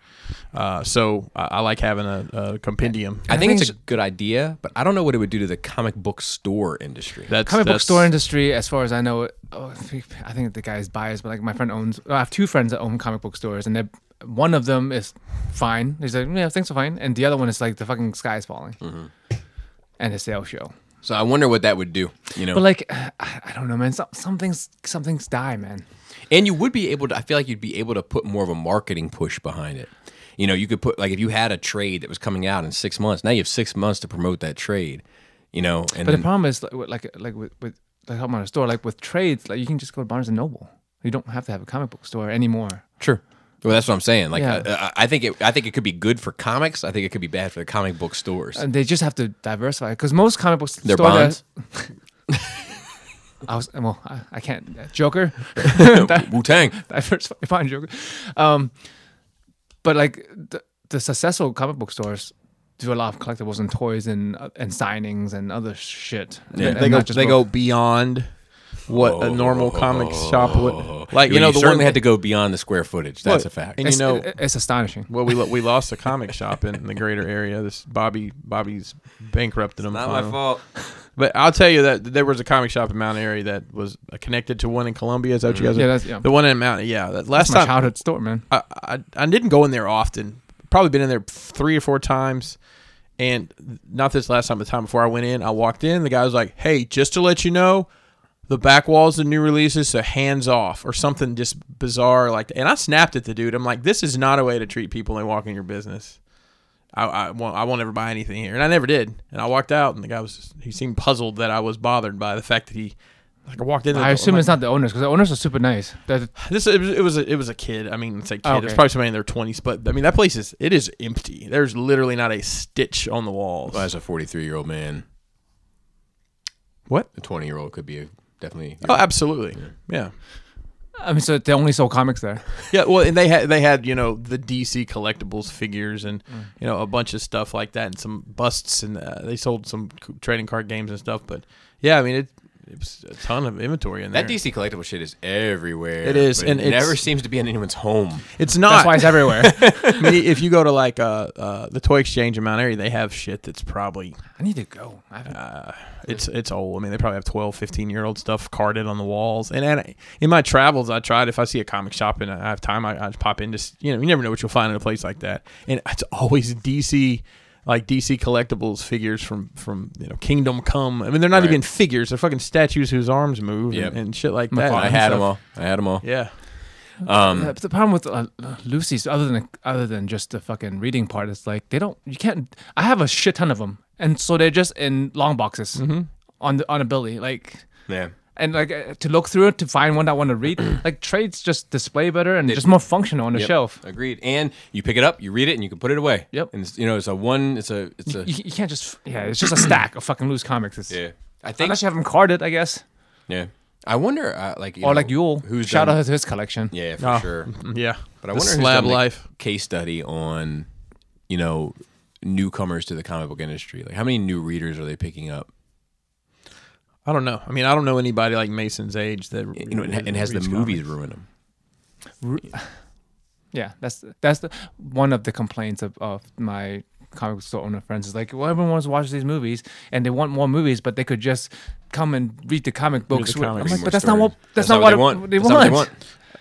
Speaker 2: Uh, so I, I like having a, a compendium.
Speaker 1: I
Speaker 3: I
Speaker 1: think
Speaker 3: think
Speaker 1: it's a
Speaker 3: it's-
Speaker 1: good idea, but I don't know what it would do to the comic book store industry.
Speaker 2: That's
Speaker 3: comic book
Speaker 2: that's-
Speaker 3: store industry, as far as I know, oh, I think- I think the guy's biased, but like my friend owns. I have two friends that own comic book stores, and they're, one of them is fine. He's like, yeah, things are fine, and the other one is like the fucking sky is falling, and the sales show.
Speaker 1: so I wonder what that would do. You know,
Speaker 3: But like, I, I don't know, man. Some, some things, some things die, man.
Speaker 1: And you would be able to, I feel like you'd be able to put more of a marketing push behind it. You know, you could put, like, if you had a trade that was coming out in six months, now you have six months to promote that trade, you know? And
Speaker 3: But the
Speaker 1: then,
Speaker 3: problem is, like, with- like, like with, with like I'm on a store, like with trades, like you can just go to Barnes and Noble. You don't have to have a comic book store anymore.
Speaker 1: sure. Well, that's what I'm saying. Like,
Speaker 3: Yeah.
Speaker 1: I, I- I think it, I think it could be good for comics. I think it could be bad for the comic book stores.
Speaker 3: And they just have to diversify because most comic books
Speaker 1: Their
Speaker 3: store that-
Speaker 2: [laughs]
Speaker 1: bonds?
Speaker 3: I was well, I, I can't uh, Joker.
Speaker 1: Wu Tang.
Speaker 3: [laughs] diversify find Joker. Um, but like the, the successful comic book stores do a lot of collectibles and toys and uh, and signings and other shit.
Speaker 1: Yeah.
Speaker 3: And- and
Speaker 2: they go
Speaker 3: not just
Speaker 2: they
Speaker 3: books.
Speaker 2: go beyond what a normal comic shop would like.
Speaker 1: You,
Speaker 2: You know, the
Speaker 1: certainly
Speaker 2: one
Speaker 1: had to go beyond the square footage. That's
Speaker 2: Look,
Speaker 1: a fact.
Speaker 2: and you
Speaker 3: It's-
Speaker 2: know-
Speaker 3: it- it's astonishing.
Speaker 2: [laughs] Well, we lo- we lost a comic shop in, in the greater area. This Bobby Bobby's bankrupted them. finally.
Speaker 1: fault.
Speaker 2: But I'll tell you that there was a comic shop in Mount Airy that was connected to one in Columbia. Is that what you guys?
Speaker 3: Yeah,
Speaker 2: are-
Speaker 3: that's- yeah.
Speaker 2: the one in Mount. Yeah, that last
Speaker 3: It's my
Speaker 2: time
Speaker 3: childhood store, man.
Speaker 2: I, I I didn't go in there often. Probably been in there three or four times. And not this last time, the time before I went in, I walked in. The guy was like, "Hey, just to let you know, the back walls the new releases, so hands off or something just bizarre like." And I snapped at the dude. I'm like, "This is not a way to treat people and walk in your business. I, I won't I won't ever buy anything here." And I never did. And I walked out, and the guy was just, he seemed puzzled that I was bothered by the fact that he like I walked in. the
Speaker 3: I
Speaker 2: door,
Speaker 3: assume
Speaker 2: I'm
Speaker 3: it's not the owners because the owners are super nice. They're-
Speaker 2: this it was, it was a it was a kid. I mean, it's a kid.
Speaker 3: Oh,
Speaker 2: It's
Speaker 3: okay.
Speaker 2: probably somebody in their twenties. But I mean, that place is it is empty. There's literally not a stitch on the walls.
Speaker 1: Well, as a 43 year old man,
Speaker 2: What?
Speaker 1: a 20 year old could be a, definitely.
Speaker 2: Oh, absolutely. Yeah.
Speaker 3: I mean, so they only sell comics there.
Speaker 2: Yeah. Well, and they had they had you know the DC collectibles figures and
Speaker 3: Mm.
Speaker 2: you know a bunch of stuff like that and some busts and uh, they sold some c- trading card games and stuff. But yeah, I mean it it was a ton of inventory in there.
Speaker 1: that DC collectible shit is everywhere.
Speaker 2: It is,
Speaker 1: but
Speaker 2: and
Speaker 1: it
Speaker 2: it's-
Speaker 1: never seems to be in anyone's home.
Speaker 2: it's not.
Speaker 3: That's why it's everywhere.
Speaker 2: [laughs] I mean, if you go to like uh, uh, the toy exchange in Mount Airy, they have shit that's probably
Speaker 3: I need to go. I haven't-
Speaker 2: it's it's old. I mean, they probably have 12, 15 year old stuff carded on the walls. And, and I- in my travels, I tried if I see a comic shop and I have time, I, I just pop in. Just you know, you never know what you'll find in a place like that. And it's always DC like DC collectibles figures from from you know Kingdom Come. I mean, they're not
Speaker 1: Right.
Speaker 2: even figures; they're fucking statues whose arms move
Speaker 1: Yep.
Speaker 2: and, and shit like
Speaker 3: My
Speaker 2: that.
Speaker 3: father
Speaker 1: I
Speaker 2: And
Speaker 1: had
Speaker 2: stuff.
Speaker 1: them all. I had them all.
Speaker 2: Yeah,
Speaker 1: Um,
Speaker 3: Yeah, but the problem with uh, Lucy's, other than other than just the fucking reading part, it's like they don't. You can't. I have a shit ton of them, and so they're just in long boxes
Speaker 2: Mm-hmm.
Speaker 3: on the on a billy, like
Speaker 1: yeah.
Speaker 3: and like uh, to look through it to find one I want to
Speaker 1: [clears throat]
Speaker 3: read. like trades just display better and just more functional on the
Speaker 1: Yep.
Speaker 3: shelf.
Speaker 1: Agreed. And you pick it up, you read it, and you can put it away.
Speaker 3: Yep.
Speaker 1: And it's, you know, it's a one. It's a. It's a.
Speaker 3: [laughs] You, you can't just yeah. It's just a stack of fucking loose comics. It's,
Speaker 1: Yeah. I think.
Speaker 3: Unless you have them carded, I guess,
Speaker 1: Yeah. I wonder, uh, like, you
Speaker 3: or
Speaker 1: know,
Speaker 3: like Yule.
Speaker 1: who's
Speaker 3: shout
Speaker 1: done-
Speaker 3: out to his collection.
Speaker 1: [laughs] Yeah, for
Speaker 2: Oh.
Speaker 1: sure.
Speaker 2: yeah.
Speaker 1: But I
Speaker 2: The
Speaker 1: wonder who's
Speaker 2: slab
Speaker 1: done, like,
Speaker 2: life.
Speaker 1: case study on, you know, newcomers to the comic book industry. Like, how many new readers are they picking up?
Speaker 2: I don't know. I mean, I don't know anybody like Mason's age that
Speaker 1: You know, and, and has the
Speaker 2: reads
Speaker 1: movies
Speaker 2: comics.
Speaker 1: ruined them?
Speaker 3: Yeah, that's that's the, one of the complaints of, of my comic book store owner friends is like, well, everyone wants to watch these movies and they want more movies, but they could just come and read the comic books.
Speaker 2: the
Speaker 3: with-
Speaker 2: comics.
Speaker 3: I'm like,
Speaker 1: More
Speaker 3: but that's not what
Speaker 1: stories.
Speaker 3: that's, not, what, I-
Speaker 1: they want. That's not what they want.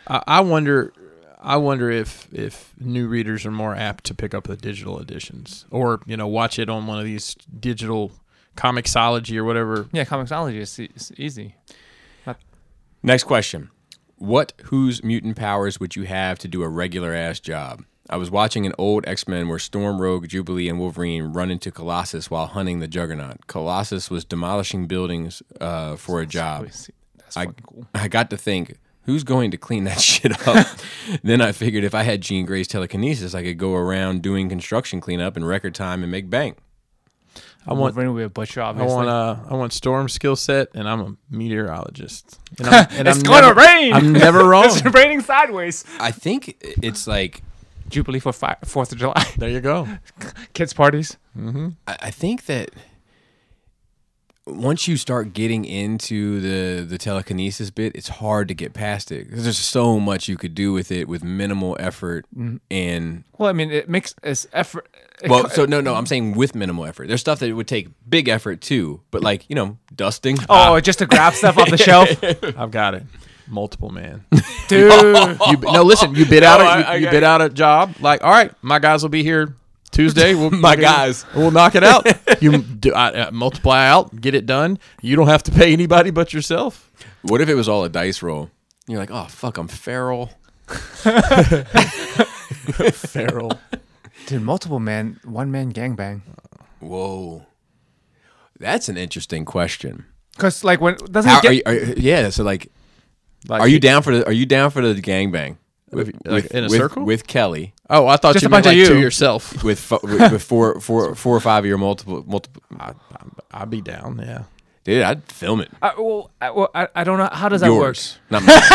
Speaker 2: I, I wonder. I wonder if if new readers are more apt to pick up the digital editions or you know watch it on one of these digital comicsology or whatever.
Speaker 3: Yeah, comicsology is, e- is easy.
Speaker 1: Next question. What whose mutant powers would you have to do a regular ass job? I was watching an old X Men where Storm, Rogue, Jubilee, and Wolverine run into Colossus while hunting the Juggernaut. Colossus was demolishing buildings uh, for a job.
Speaker 3: That's
Speaker 1: I,
Speaker 3: fucking cool.
Speaker 1: I got to think, who's going to clean that [laughs] shit up? then I figured if I had Jean Grey's telekinesis, I could go around doing construction cleanup in record time and make bank.
Speaker 2: I want
Speaker 3: Wolverine would be a butcher,
Speaker 2: I
Speaker 3: obviously.
Speaker 2: want uh, I want storm skill set, and I'm a meteorologist.
Speaker 3: [laughs]
Speaker 2: And I'm, and
Speaker 3: it's
Speaker 2: I'm
Speaker 3: gonna
Speaker 2: never,
Speaker 3: rain. [laughs]
Speaker 2: I'm never wrong.
Speaker 3: it's raining sideways.
Speaker 1: I think it's like
Speaker 3: Jubilee for fi- Fourth of July, [laughs]
Speaker 2: there you go.
Speaker 3: kids parties.
Speaker 1: I I think that once you start getting into the the telekinesis bit, it's hard to get past it because there's so much you could do with it with minimal effort and
Speaker 3: Well, I mean, it makes it's effort. it
Speaker 1: well,
Speaker 3: co-
Speaker 1: so no, no, I'm saying with minimal effort. There's stuff that would take big effort too, but like you know, dusting.
Speaker 3: oh, just to grab
Speaker 1: [laughs]
Speaker 3: stuff off the shelf,
Speaker 2: I've got it. Multiple [laughs] man.
Speaker 3: dude.
Speaker 2: You, no, listen. You bid out.
Speaker 1: No, I-
Speaker 2: A,
Speaker 1: I
Speaker 2: you, you
Speaker 1: got
Speaker 2: bid out a job. Like, all right, my guys will be here
Speaker 1: [laughs]
Speaker 2: Tuesday. We'll,
Speaker 1: My guys.
Speaker 2: We'll knock
Speaker 1: [laughs]
Speaker 2: it out. You do, I, uh, multiply out. Get it done. You don't have to pay anybody but yourself.
Speaker 1: What if it was all a dice roll? You're like, oh fuck, I'm feral.
Speaker 2: Feral.
Speaker 3: Dude, multiple man, one man gangbang.
Speaker 1: Whoa, that's an interesting question.
Speaker 3: Cause like when doesn't
Speaker 1: How,
Speaker 3: it get
Speaker 1: are you, are you- yeah, so like
Speaker 2: Like,
Speaker 1: Are you down for the Are you down for the gangbang? With,
Speaker 2: like in a
Speaker 1: with-
Speaker 2: circle?
Speaker 1: with Kelly,
Speaker 2: Oh, I thought
Speaker 3: Just
Speaker 2: you
Speaker 3: a
Speaker 2: meant
Speaker 3: bunch
Speaker 2: like
Speaker 3: of
Speaker 2: to
Speaker 3: you.
Speaker 2: yourself.
Speaker 1: with fo- with, with four, four, four or five year multiple multiple.
Speaker 2: I, I, I'd be down. Yeah.
Speaker 1: Dude, I'd film it.
Speaker 3: I, uh, well, I, well I, I don't know how does that
Speaker 1: Yours, not mine.
Speaker 3: work?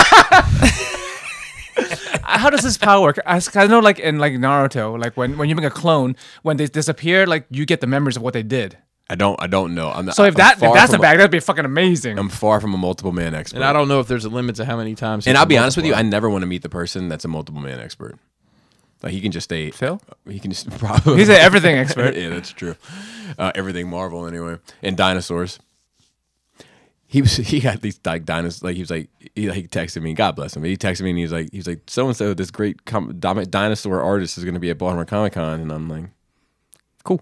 Speaker 3: Uh, How does this power work? I, s- I know like in like Naruto, like when when you make a clone, when they disappear, like you get the memories of what they did.
Speaker 1: I don't. I don't know. I'm not,
Speaker 3: So if
Speaker 1: I'm
Speaker 3: that if
Speaker 1: far
Speaker 3: that's
Speaker 1: Uh, from Um,
Speaker 3: a bag, that'd be fucking amazing.
Speaker 1: I'm far from a multiple man expert.
Speaker 2: And I don't know if there's a limit to how many times. he
Speaker 1: And
Speaker 2: can
Speaker 1: I'll be honest with you,
Speaker 2: multiply.
Speaker 1: I never want to meet the person that's a multiple man expert. Like he can just stay.
Speaker 3: Phil?
Speaker 1: He can just [laughs] probably.
Speaker 3: He's an everything
Speaker 1: [laughs]
Speaker 3: expert.
Speaker 1: yeah, that's true. Uh, everything Marvel, anyway, and dinosaurs. He was he got these like dinosaurs. Like he was like he like texted me. God bless him. But he texted me and he was like he was like so and so this great com- dom- dinosaur artist is going to be at Baltimore Comic Con, and I'm like, cool.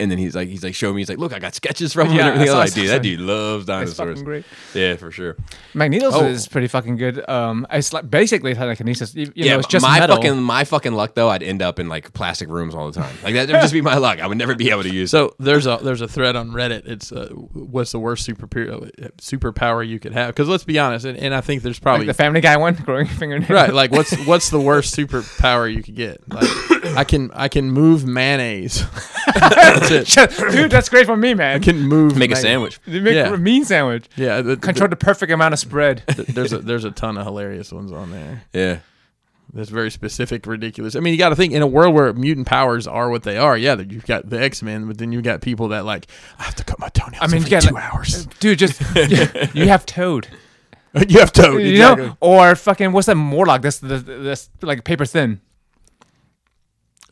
Speaker 1: And then he's like he's like show me. He's like, look, I got sketches from him
Speaker 3: Yeah, I
Speaker 1: and everything.
Speaker 3: saw
Speaker 1: I was like, dude, that
Speaker 3: something.
Speaker 1: dude loves
Speaker 3: It's
Speaker 1: dinosaurs.
Speaker 3: fucking great.
Speaker 1: Yeah, for sure.
Speaker 3: Magneto's
Speaker 1: Oh.
Speaker 3: is pretty fucking good. Um, it's like basically telekinesis. You, you know, it's
Speaker 1: but
Speaker 3: just
Speaker 1: my
Speaker 3: metal.
Speaker 1: fucking my fucking luck though. I'd end up in like plastic rooms all the time. Like that would just be my luck. I would never be able to use.
Speaker 2: So there's a there's a thread on Reddit. It's uh, what's the worst super superpower you could have? Because let's be honest, and, and I think there's
Speaker 3: like
Speaker 2: probably
Speaker 3: the Family Guy one, [laughs] growing your fingernail.
Speaker 2: right. Like what's what's the worst superpower you could get? Like I can I can move mayonnaise. [laughs] That's it.
Speaker 3: dude, that's great for me,
Speaker 2: I
Speaker 3: man.
Speaker 2: can move
Speaker 1: make a
Speaker 2: may-
Speaker 1: sandwich.
Speaker 3: You make
Speaker 2: Yeah.
Speaker 3: a mean sandwich.
Speaker 2: Yeah, the, the-
Speaker 3: Control the perfect amount of spread.
Speaker 2: the- there's a there's a ton of hilarious ones on there.
Speaker 1: Yeah.
Speaker 2: That's very specific, ridiculous. I mean, you got to think in a world where mutant powers are what they are. Yeah, that you've got the X Men, but then you've got people that like I have to cut my toenails.
Speaker 3: I mean,
Speaker 2: every
Speaker 3: yeah,
Speaker 2: two
Speaker 3: like-
Speaker 2: hours.
Speaker 3: Dude, just you have Toad.
Speaker 1: uh,
Speaker 2: [laughs] you have to.
Speaker 3: you know, or fucking what's that Morlock? That's the that's like paper thin.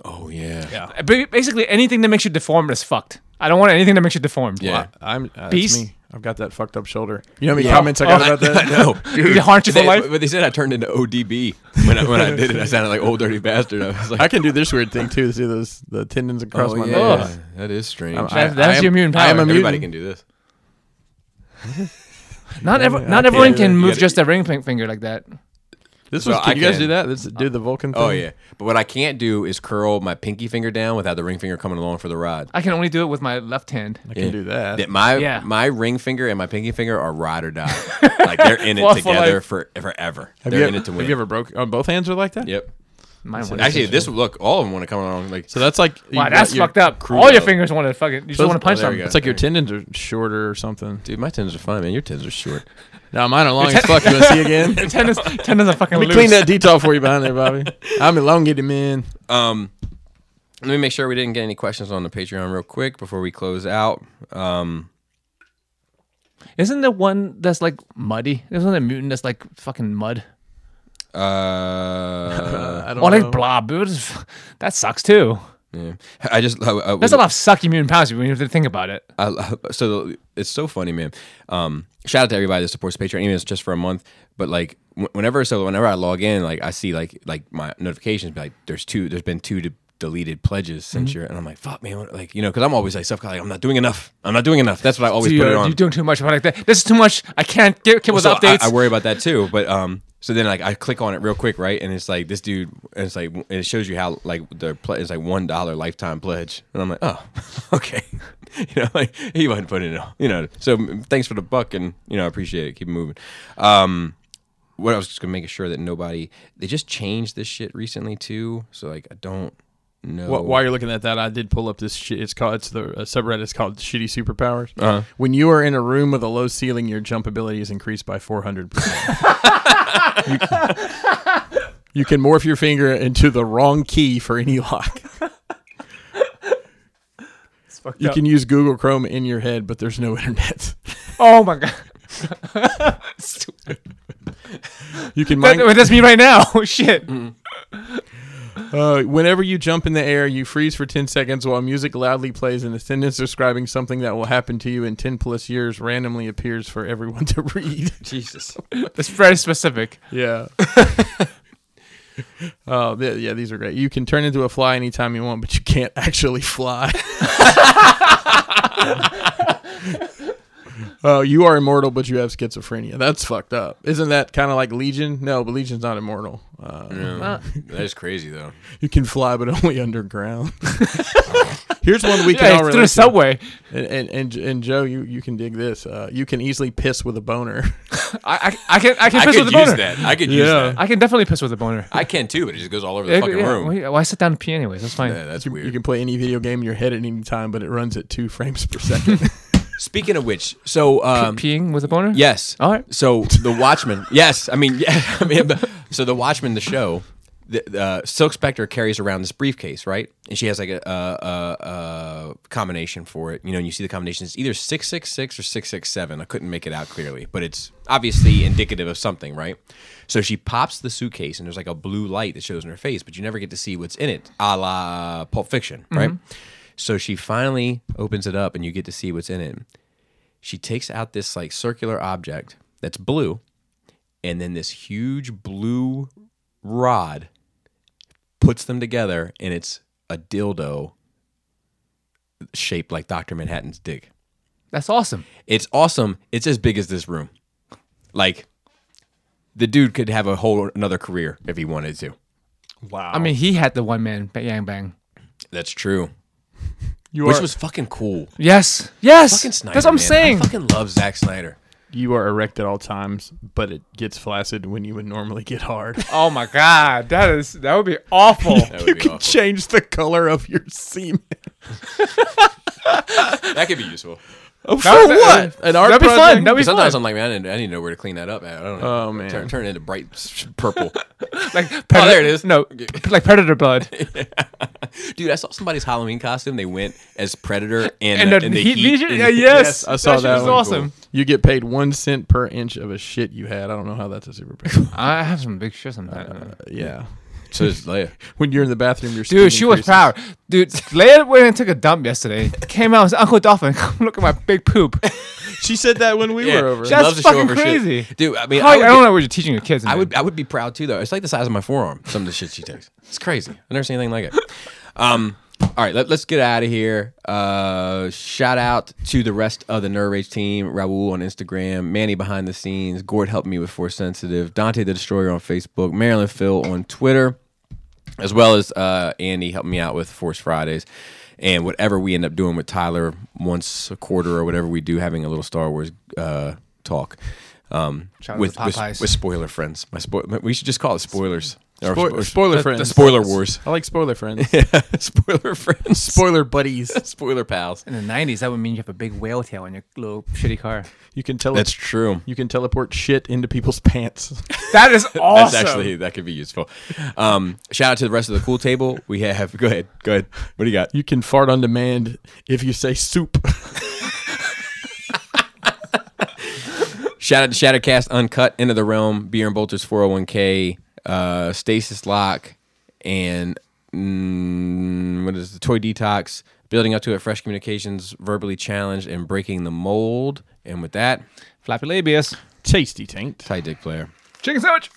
Speaker 1: Oh yeah.
Speaker 2: Yeah.
Speaker 3: Ba- Basically, anything that makes you deformed is fucked. I don't want anything that makes you deformed.
Speaker 1: Yeah.
Speaker 2: I, am uh, that's
Speaker 3: Beast?
Speaker 2: me. I've got that fucked up shoulder. You know how many comments I got about
Speaker 1: Oh, I [laughs]
Speaker 2: that?
Speaker 1: know.
Speaker 3: Did you haunt you for
Speaker 1: They-
Speaker 3: life?
Speaker 1: But they said I turned into ODB when I, when I did it. I sounded like old dirty bastard. I was like,
Speaker 2: [laughs] I can do this weird thing too. See those the tendons across
Speaker 1: oh,
Speaker 2: my
Speaker 1: yeah,
Speaker 2: nose.
Speaker 1: that is strange.
Speaker 2: I'm-
Speaker 3: That- that's
Speaker 2: I am-
Speaker 3: your immune
Speaker 2: I am
Speaker 3: power.
Speaker 2: a
Speaker 1: Everybody
Speaker 2: mutant.
Speaker 1: can do this.
Speaker 3: Not ever,
Speaker 2: yeah,
Speaker 3: not
Speaker 2: I
Speaker 3: everyone
Speaker 1: can't.
Speaker 3: can
Speaker 1: You
Speaker 3: move
Speaker 1: gotta-
Speaker 3: just a ring fin- finger like that.
Speaker 2: This
Speaker 1: So
Speaker 2: was.
Speaker 1: I
Speaker 2: Can you guys
Speaker 1: can-
Speaker 2: do that? This do the Vulcan thing.
Speaker 1: Oh yeah, but what I can't do is curl my pinky finger down without the ring finger coming along for the ride.
Speaker 3: I can only do it with my left hand.
Speaker 2: I can do that.
Speaker 1: That my
Speaker 3: Yeah.
Speaker 1: my ring finger and my pinky finger are ride or die. like they're in it
Speaker 3: Well, for
Speaker 1: together
Speaker 3: life.
Speaker 1: for forever.
Speaker 2: Have
Speaker 1: they're
Speaker 2: you,
Speaker 1: in
Speaker 2: ever,
Speaker 1: it to win.
Speaker 2: have you ever broke on both hands are like that?
Speaker 1: Yep.
Speaker 3: Mine wouldn't.
Speaker 1: Actually, this look all of them want to come along. Like
Speaker 2: So that's like
Speaker 3: Wow, that's fucked up.
Speaker 1: crew
Speaker 3: All your
Speaker 1: out.
Speaker 3: fingers want to fucking. You just want to punch
Speaker 1: there
Speaker 3: them.
Speaker 1: we go.
Speaker 2: It's like your tendons are shorter or something.
Speaker 1: [laughs] dude, my tendons are fine, man. Your tendons are short.
Speaker 2: No, mine [laughs] are long as fuck. You want to see again? Let
Speaker 3: Tendons, tendons are fucking
Speaker 2: me [laughs]
Speaker 3: loose.
Speaker 2: clean that detail for you behind there, Bobby. I'm elongated, man.
Speaker 1: Um, let me make sure we didn't get any questions on the Patreon real quick before we close out. Um,
Speaker 3: Isn't there one that's like muddy? There's another mutant that's like fucking mud.
Speaker 1: [laughs] uh,
Speaker 2: I don't
Speaker 3: Or
Speaker 2: know.
Speaker 3: like blob. It was- [laughs] That sucks too.
Speaker 1: yeah. I just I, I,
Speaker 3: That's a lot of sucky mutant powers when you have to think about it.
Speaker 1: I love, so the- it's so funny, man. Um, shout out to everybody that supports Patreon, even if it's just for a month. But like wh- whenever, so whenever I log in, like I see like like my notifications, be like there's two, there's been two de- deleted pledges since your, and I'm like, fuck, man, what, like you know, because I'm always like stuff like I'm not doing enough, I'm not doing enough. That's what I always
Speaker 3: Dude,
Speaker 1: put it
Speaker 3: you're,
Speaker 1: on.
Speaker 3: you're uh, doing too much. I'm like that. This is too much. I can't get, get with
Speaker 1: Well, so I-
Speaker 3: updates.
Speaker 1: I, worry about that too. But um, so then like I click on it real quick, right? And it's like this dude, and it's like and it shows you how like the pl- it's like one dollar lifetime pledge, and I'm like, oh, [laughs] okay, you know, like he wasn't putting it, on, you know. So mm, thanks for the buck, and you know, I appreciate it. Keep it moving. Um, what I was just gonna make sure that nobody they just changed this shit recently too. So like I don't know
Speaker 2: Wh- While you're looking at that, I did pull up this shit. It's called it's the uh, subreddit. It's called Shitty Superpowers.
Speaker 1: Uh-huh.
Speaker 2: When you are in a room with a low ceiling, your jump ability is increased by 400. percent [laughs] You can morph your finger into the wrong key for any lock. You can use Google Chrome in your head, but there's no internet. [laughs]
Speaker 3: oh my [laughs] god.
Speaker 2: You can
Speaker 3: That,
Speaker 2: mind,
Speaker 3: that's me right now. [laughs] Oh, Shit.
Speaker 2: Uh, whenever you jump in the air, you freeze for 10 seconds while music loudly plays and a sentence describing something that will happen to you in 10 plus years randomly appears for everyone to read.
Speaker 1: Jesus.
Speaker 3: That's very specific.
Speaker 2: yeah. Oh, th- yeah, these are great. You can turn into a fly anytime you want, but you can't actually fly. Oh, you are immortal, but you have schizophrenia. That's fucked up. Isn't that kind of like Legion? No, but Legion's not immortal. Uh,
Speaker 1: that is crazy though.
Speaker 2: You can fly, but [laughs] only underground. Here's one we can
Speaker 3: Yeah,
Speaker 2: all
Speaker 3: through the
Speaker 2: relate to.
Speaker 3: subway.
Speaker 2: And, and and and Joe, you you can dig this. Uh, you can easily piss with a boner. [laughs]
Speaker 3: I, I, I can I can
Speaker 1: I
Speaker 3: piss
Speaker 1: could
Speaker 3: with a
Speaker 1: use
Speaker 3: boner.
Speaker 1: that. I could use
Speaker 2: Yeah.
Speaker 1: that.
Speaker 3: I can definitely piss with a boner.
Speaker 1: I can too, but it just goes all over the
Speaker 3: Yeah,
Speaker 1: fucking
Speaker 3: yeah,
Speaker 1: room.
Speaker 3: Well, yeah, well, I sit down to pee anyway. That's fine.
Speaker 1: Yeah, that's
Speaker 2: you,
Speaker 1: weird.
Speaker 2: you can play any video game in your head at any time, but it runs at two frames per second.
Speaker 1: Speaking of which, so um,
Speaker 3: Peeing with a boner?
Speaker 1: yes,
Speaker 3: All right.
Speaker 1: So the
Speaker 3: [laughs]
Speaker 1: Watchmen, yes, I mean, yeah, [laughs] I mean, but- so the Watchmen, the show, the, uh, Silk Spectre carries around this briefcase, right? And she has like a, a, a, a combination for it, you know. And you see the combination; it's either six six six or six six seven. I couldn't make it out clearly, but it's obviously indicative of something, right? So she pops the suitcase, and there's like a blue light that shows in her face, but you never get to see what's in it, a la Pulp Fiction, right?
Speaker 3: Mm-hmm.
Speaker 1: So she finally opens it up, and you get to see what's in it she takes out this like circular object that's blue and then this huge blue rod puts them together and it's a dildo shaped like Dr. Manhattan's dick.
Speaker 3: That's awesome.
Speaker 1: It's awesome. It's as big as this room. Like the dude could have a whole another career if he wanted to.
Speaker 2: [laughs] wow,
Speaker 3: I mean, he had the one man bang yang bang.
Speaker 1: That's true.
Speaker 2: you
Speaker 1: Which
Speaker 2: are
Speaker 1: was fucking cool.
Speaker 3: Yes. Yes.
Speaker 1: Fucking Snyder.
Speaker 3: That's what I'm
Speaker 1: man.
Speaker 3: saying.
Speaker 1: I fucking love Zack Snyder.
Speaker 2: you are erect at all times, but it gets flaccid when you would normally get hard.
Speaker 3: Oh my god, that is that would be [laughs] awful.
Speaker 1: That
Speaker 2: [laughs] you
Speaker 1: would be
Speaker 2: can
Speaker 1: awful.
Speaker 2: change the color of your semen.
Speaker 1: That could be useful.
Speaker 2: [laughs] For
Speaker 3: would-
Speaker 2: what? An art
Speaker 3: that'd be
Speaker 2: project?
Speaker 3: fun. That'd be
Speaker 1: Sometimes
Speaker 3: fun.
Speaker 1: I'm like, man, I didn't, I didn't know where to clean that up. at. I don't know.
Speaker 2: Oh, man.
Speaker 1: turn, turn it into bright s- purple. [laughs]
Speaker 3: like
Speaker 1: Oh, there it is.
Speaker 3: No, like predator blood. [laughs]
Speaker 1: Dude, I saw somebody's Halloween costume. They went as Predator and,
Speaker 3: And
Speaker 1: the,
Speaker 3: the
Speaker 1: and the
Speaker 3: heat
Speaker 1: heat.
Speaker 3: lesion-
Speaker 1: in-
Speaker 3: yeah, yes.
Speaker 2: I saw
Speaker 3: shit
Speaker 2: that
Speaker 3: was
Speaker 2: one.
Speaker 3: awesome.
Speaker 2: You get paid one cent per inch of a shit you had. I don't know how that's a
Speaker 3: [laughs]
Speaker 2: superpower.
Speaker 3: I have some big shits on that. uh,
Speaker 2: yeah.
Speaker 1: So it's like-
Speaker 2: When you're in the bathroom, you're
Speaker 3: Dude, she was proud. [laughs] Dude, Leia went and took a dump yesterday. Came out as Uncle Dolphin. Come look at my big poop.
Speaker 2: She said that when we were over.
Speaker 1: she
Speaker 3: That's
Speaker 1: loves to show
Speaker 3: fucking
Speaker 1: off her shit.
Speaker 3: crazy.
Speaker 1: dude. I mean,
Speaker 3: How- I,
Speaker 1: I would,
Speaker 3: don't know what you're teaching your kids.
Speaker 1: I would,
Speaker 3: man.
Speaker 1: I would be proud too, though. It's like the size of my forearm. Some of the shit she takes. It's crazy. I've never seen anything like it. Um, all right, let, us get out of here. Uh, shout out to the rest of the Nerve Rage team: Raul on Instagram, Manny behind the scenes, Gord helped me with Force Sensitive, Dante the Destroyer on Facebook, Marilyn Phil on Twitter as well as uh, Andy helped me out with Force Fridays and whatever we end up doing with Tyler once a quarter or whatever we do, having a little Star Wars uh, talk um,
Speaker 3: Shout out
Speaker 1: with,
Speaker 3: to
Speaker 1: with
Speaker 3: Popeyes.
Speaker 1: with spoiler friends. My spo- we should just call it spoilers. Or
Speaker 2: Spoil-
Speaker 1: spo-
Speaker 2: spoiler
Speaker 1: the-
Speaker 2: friends.
Speaker 1: The spoiler wars. [laughs]
Speaker 2: I like spoiler friends.
Speaker 1: spoiler friends. [laughs]
Speaker 2: spoiler buddies.
Speaker 1: spoiler pals.
Speaker 3: In the '90s, that would mean you have a big whale tail in your little shitty car.
Speaker 2: You can tele-
Speaker 1: That's true.
Speaker 2: you can teleport shit into people's pants.
Speaker 3: That [laughs] is awesome.
Speaker 1: That's actually that could be useful. Um, shout out to the rest of the cool table. We have go ahead, go ahead. What do you got?
Speaker 2: You can fart on demand if you say soup.
Speaker 1: Shout out to Shattercast Uncut, Into the Realm, Beer and Bolters 401k, uh, Stasis Lock, and mm, what is the Toy Detox, Building Up to It, Fresh Communications, Verbally Challenged, and Breaking the Mold. And with that,
Speaker 3: Flappy labias,
Speaker 2: Tasty taint.
Speaker 1: tight dick player.
Speaker 3: chicken sandwich.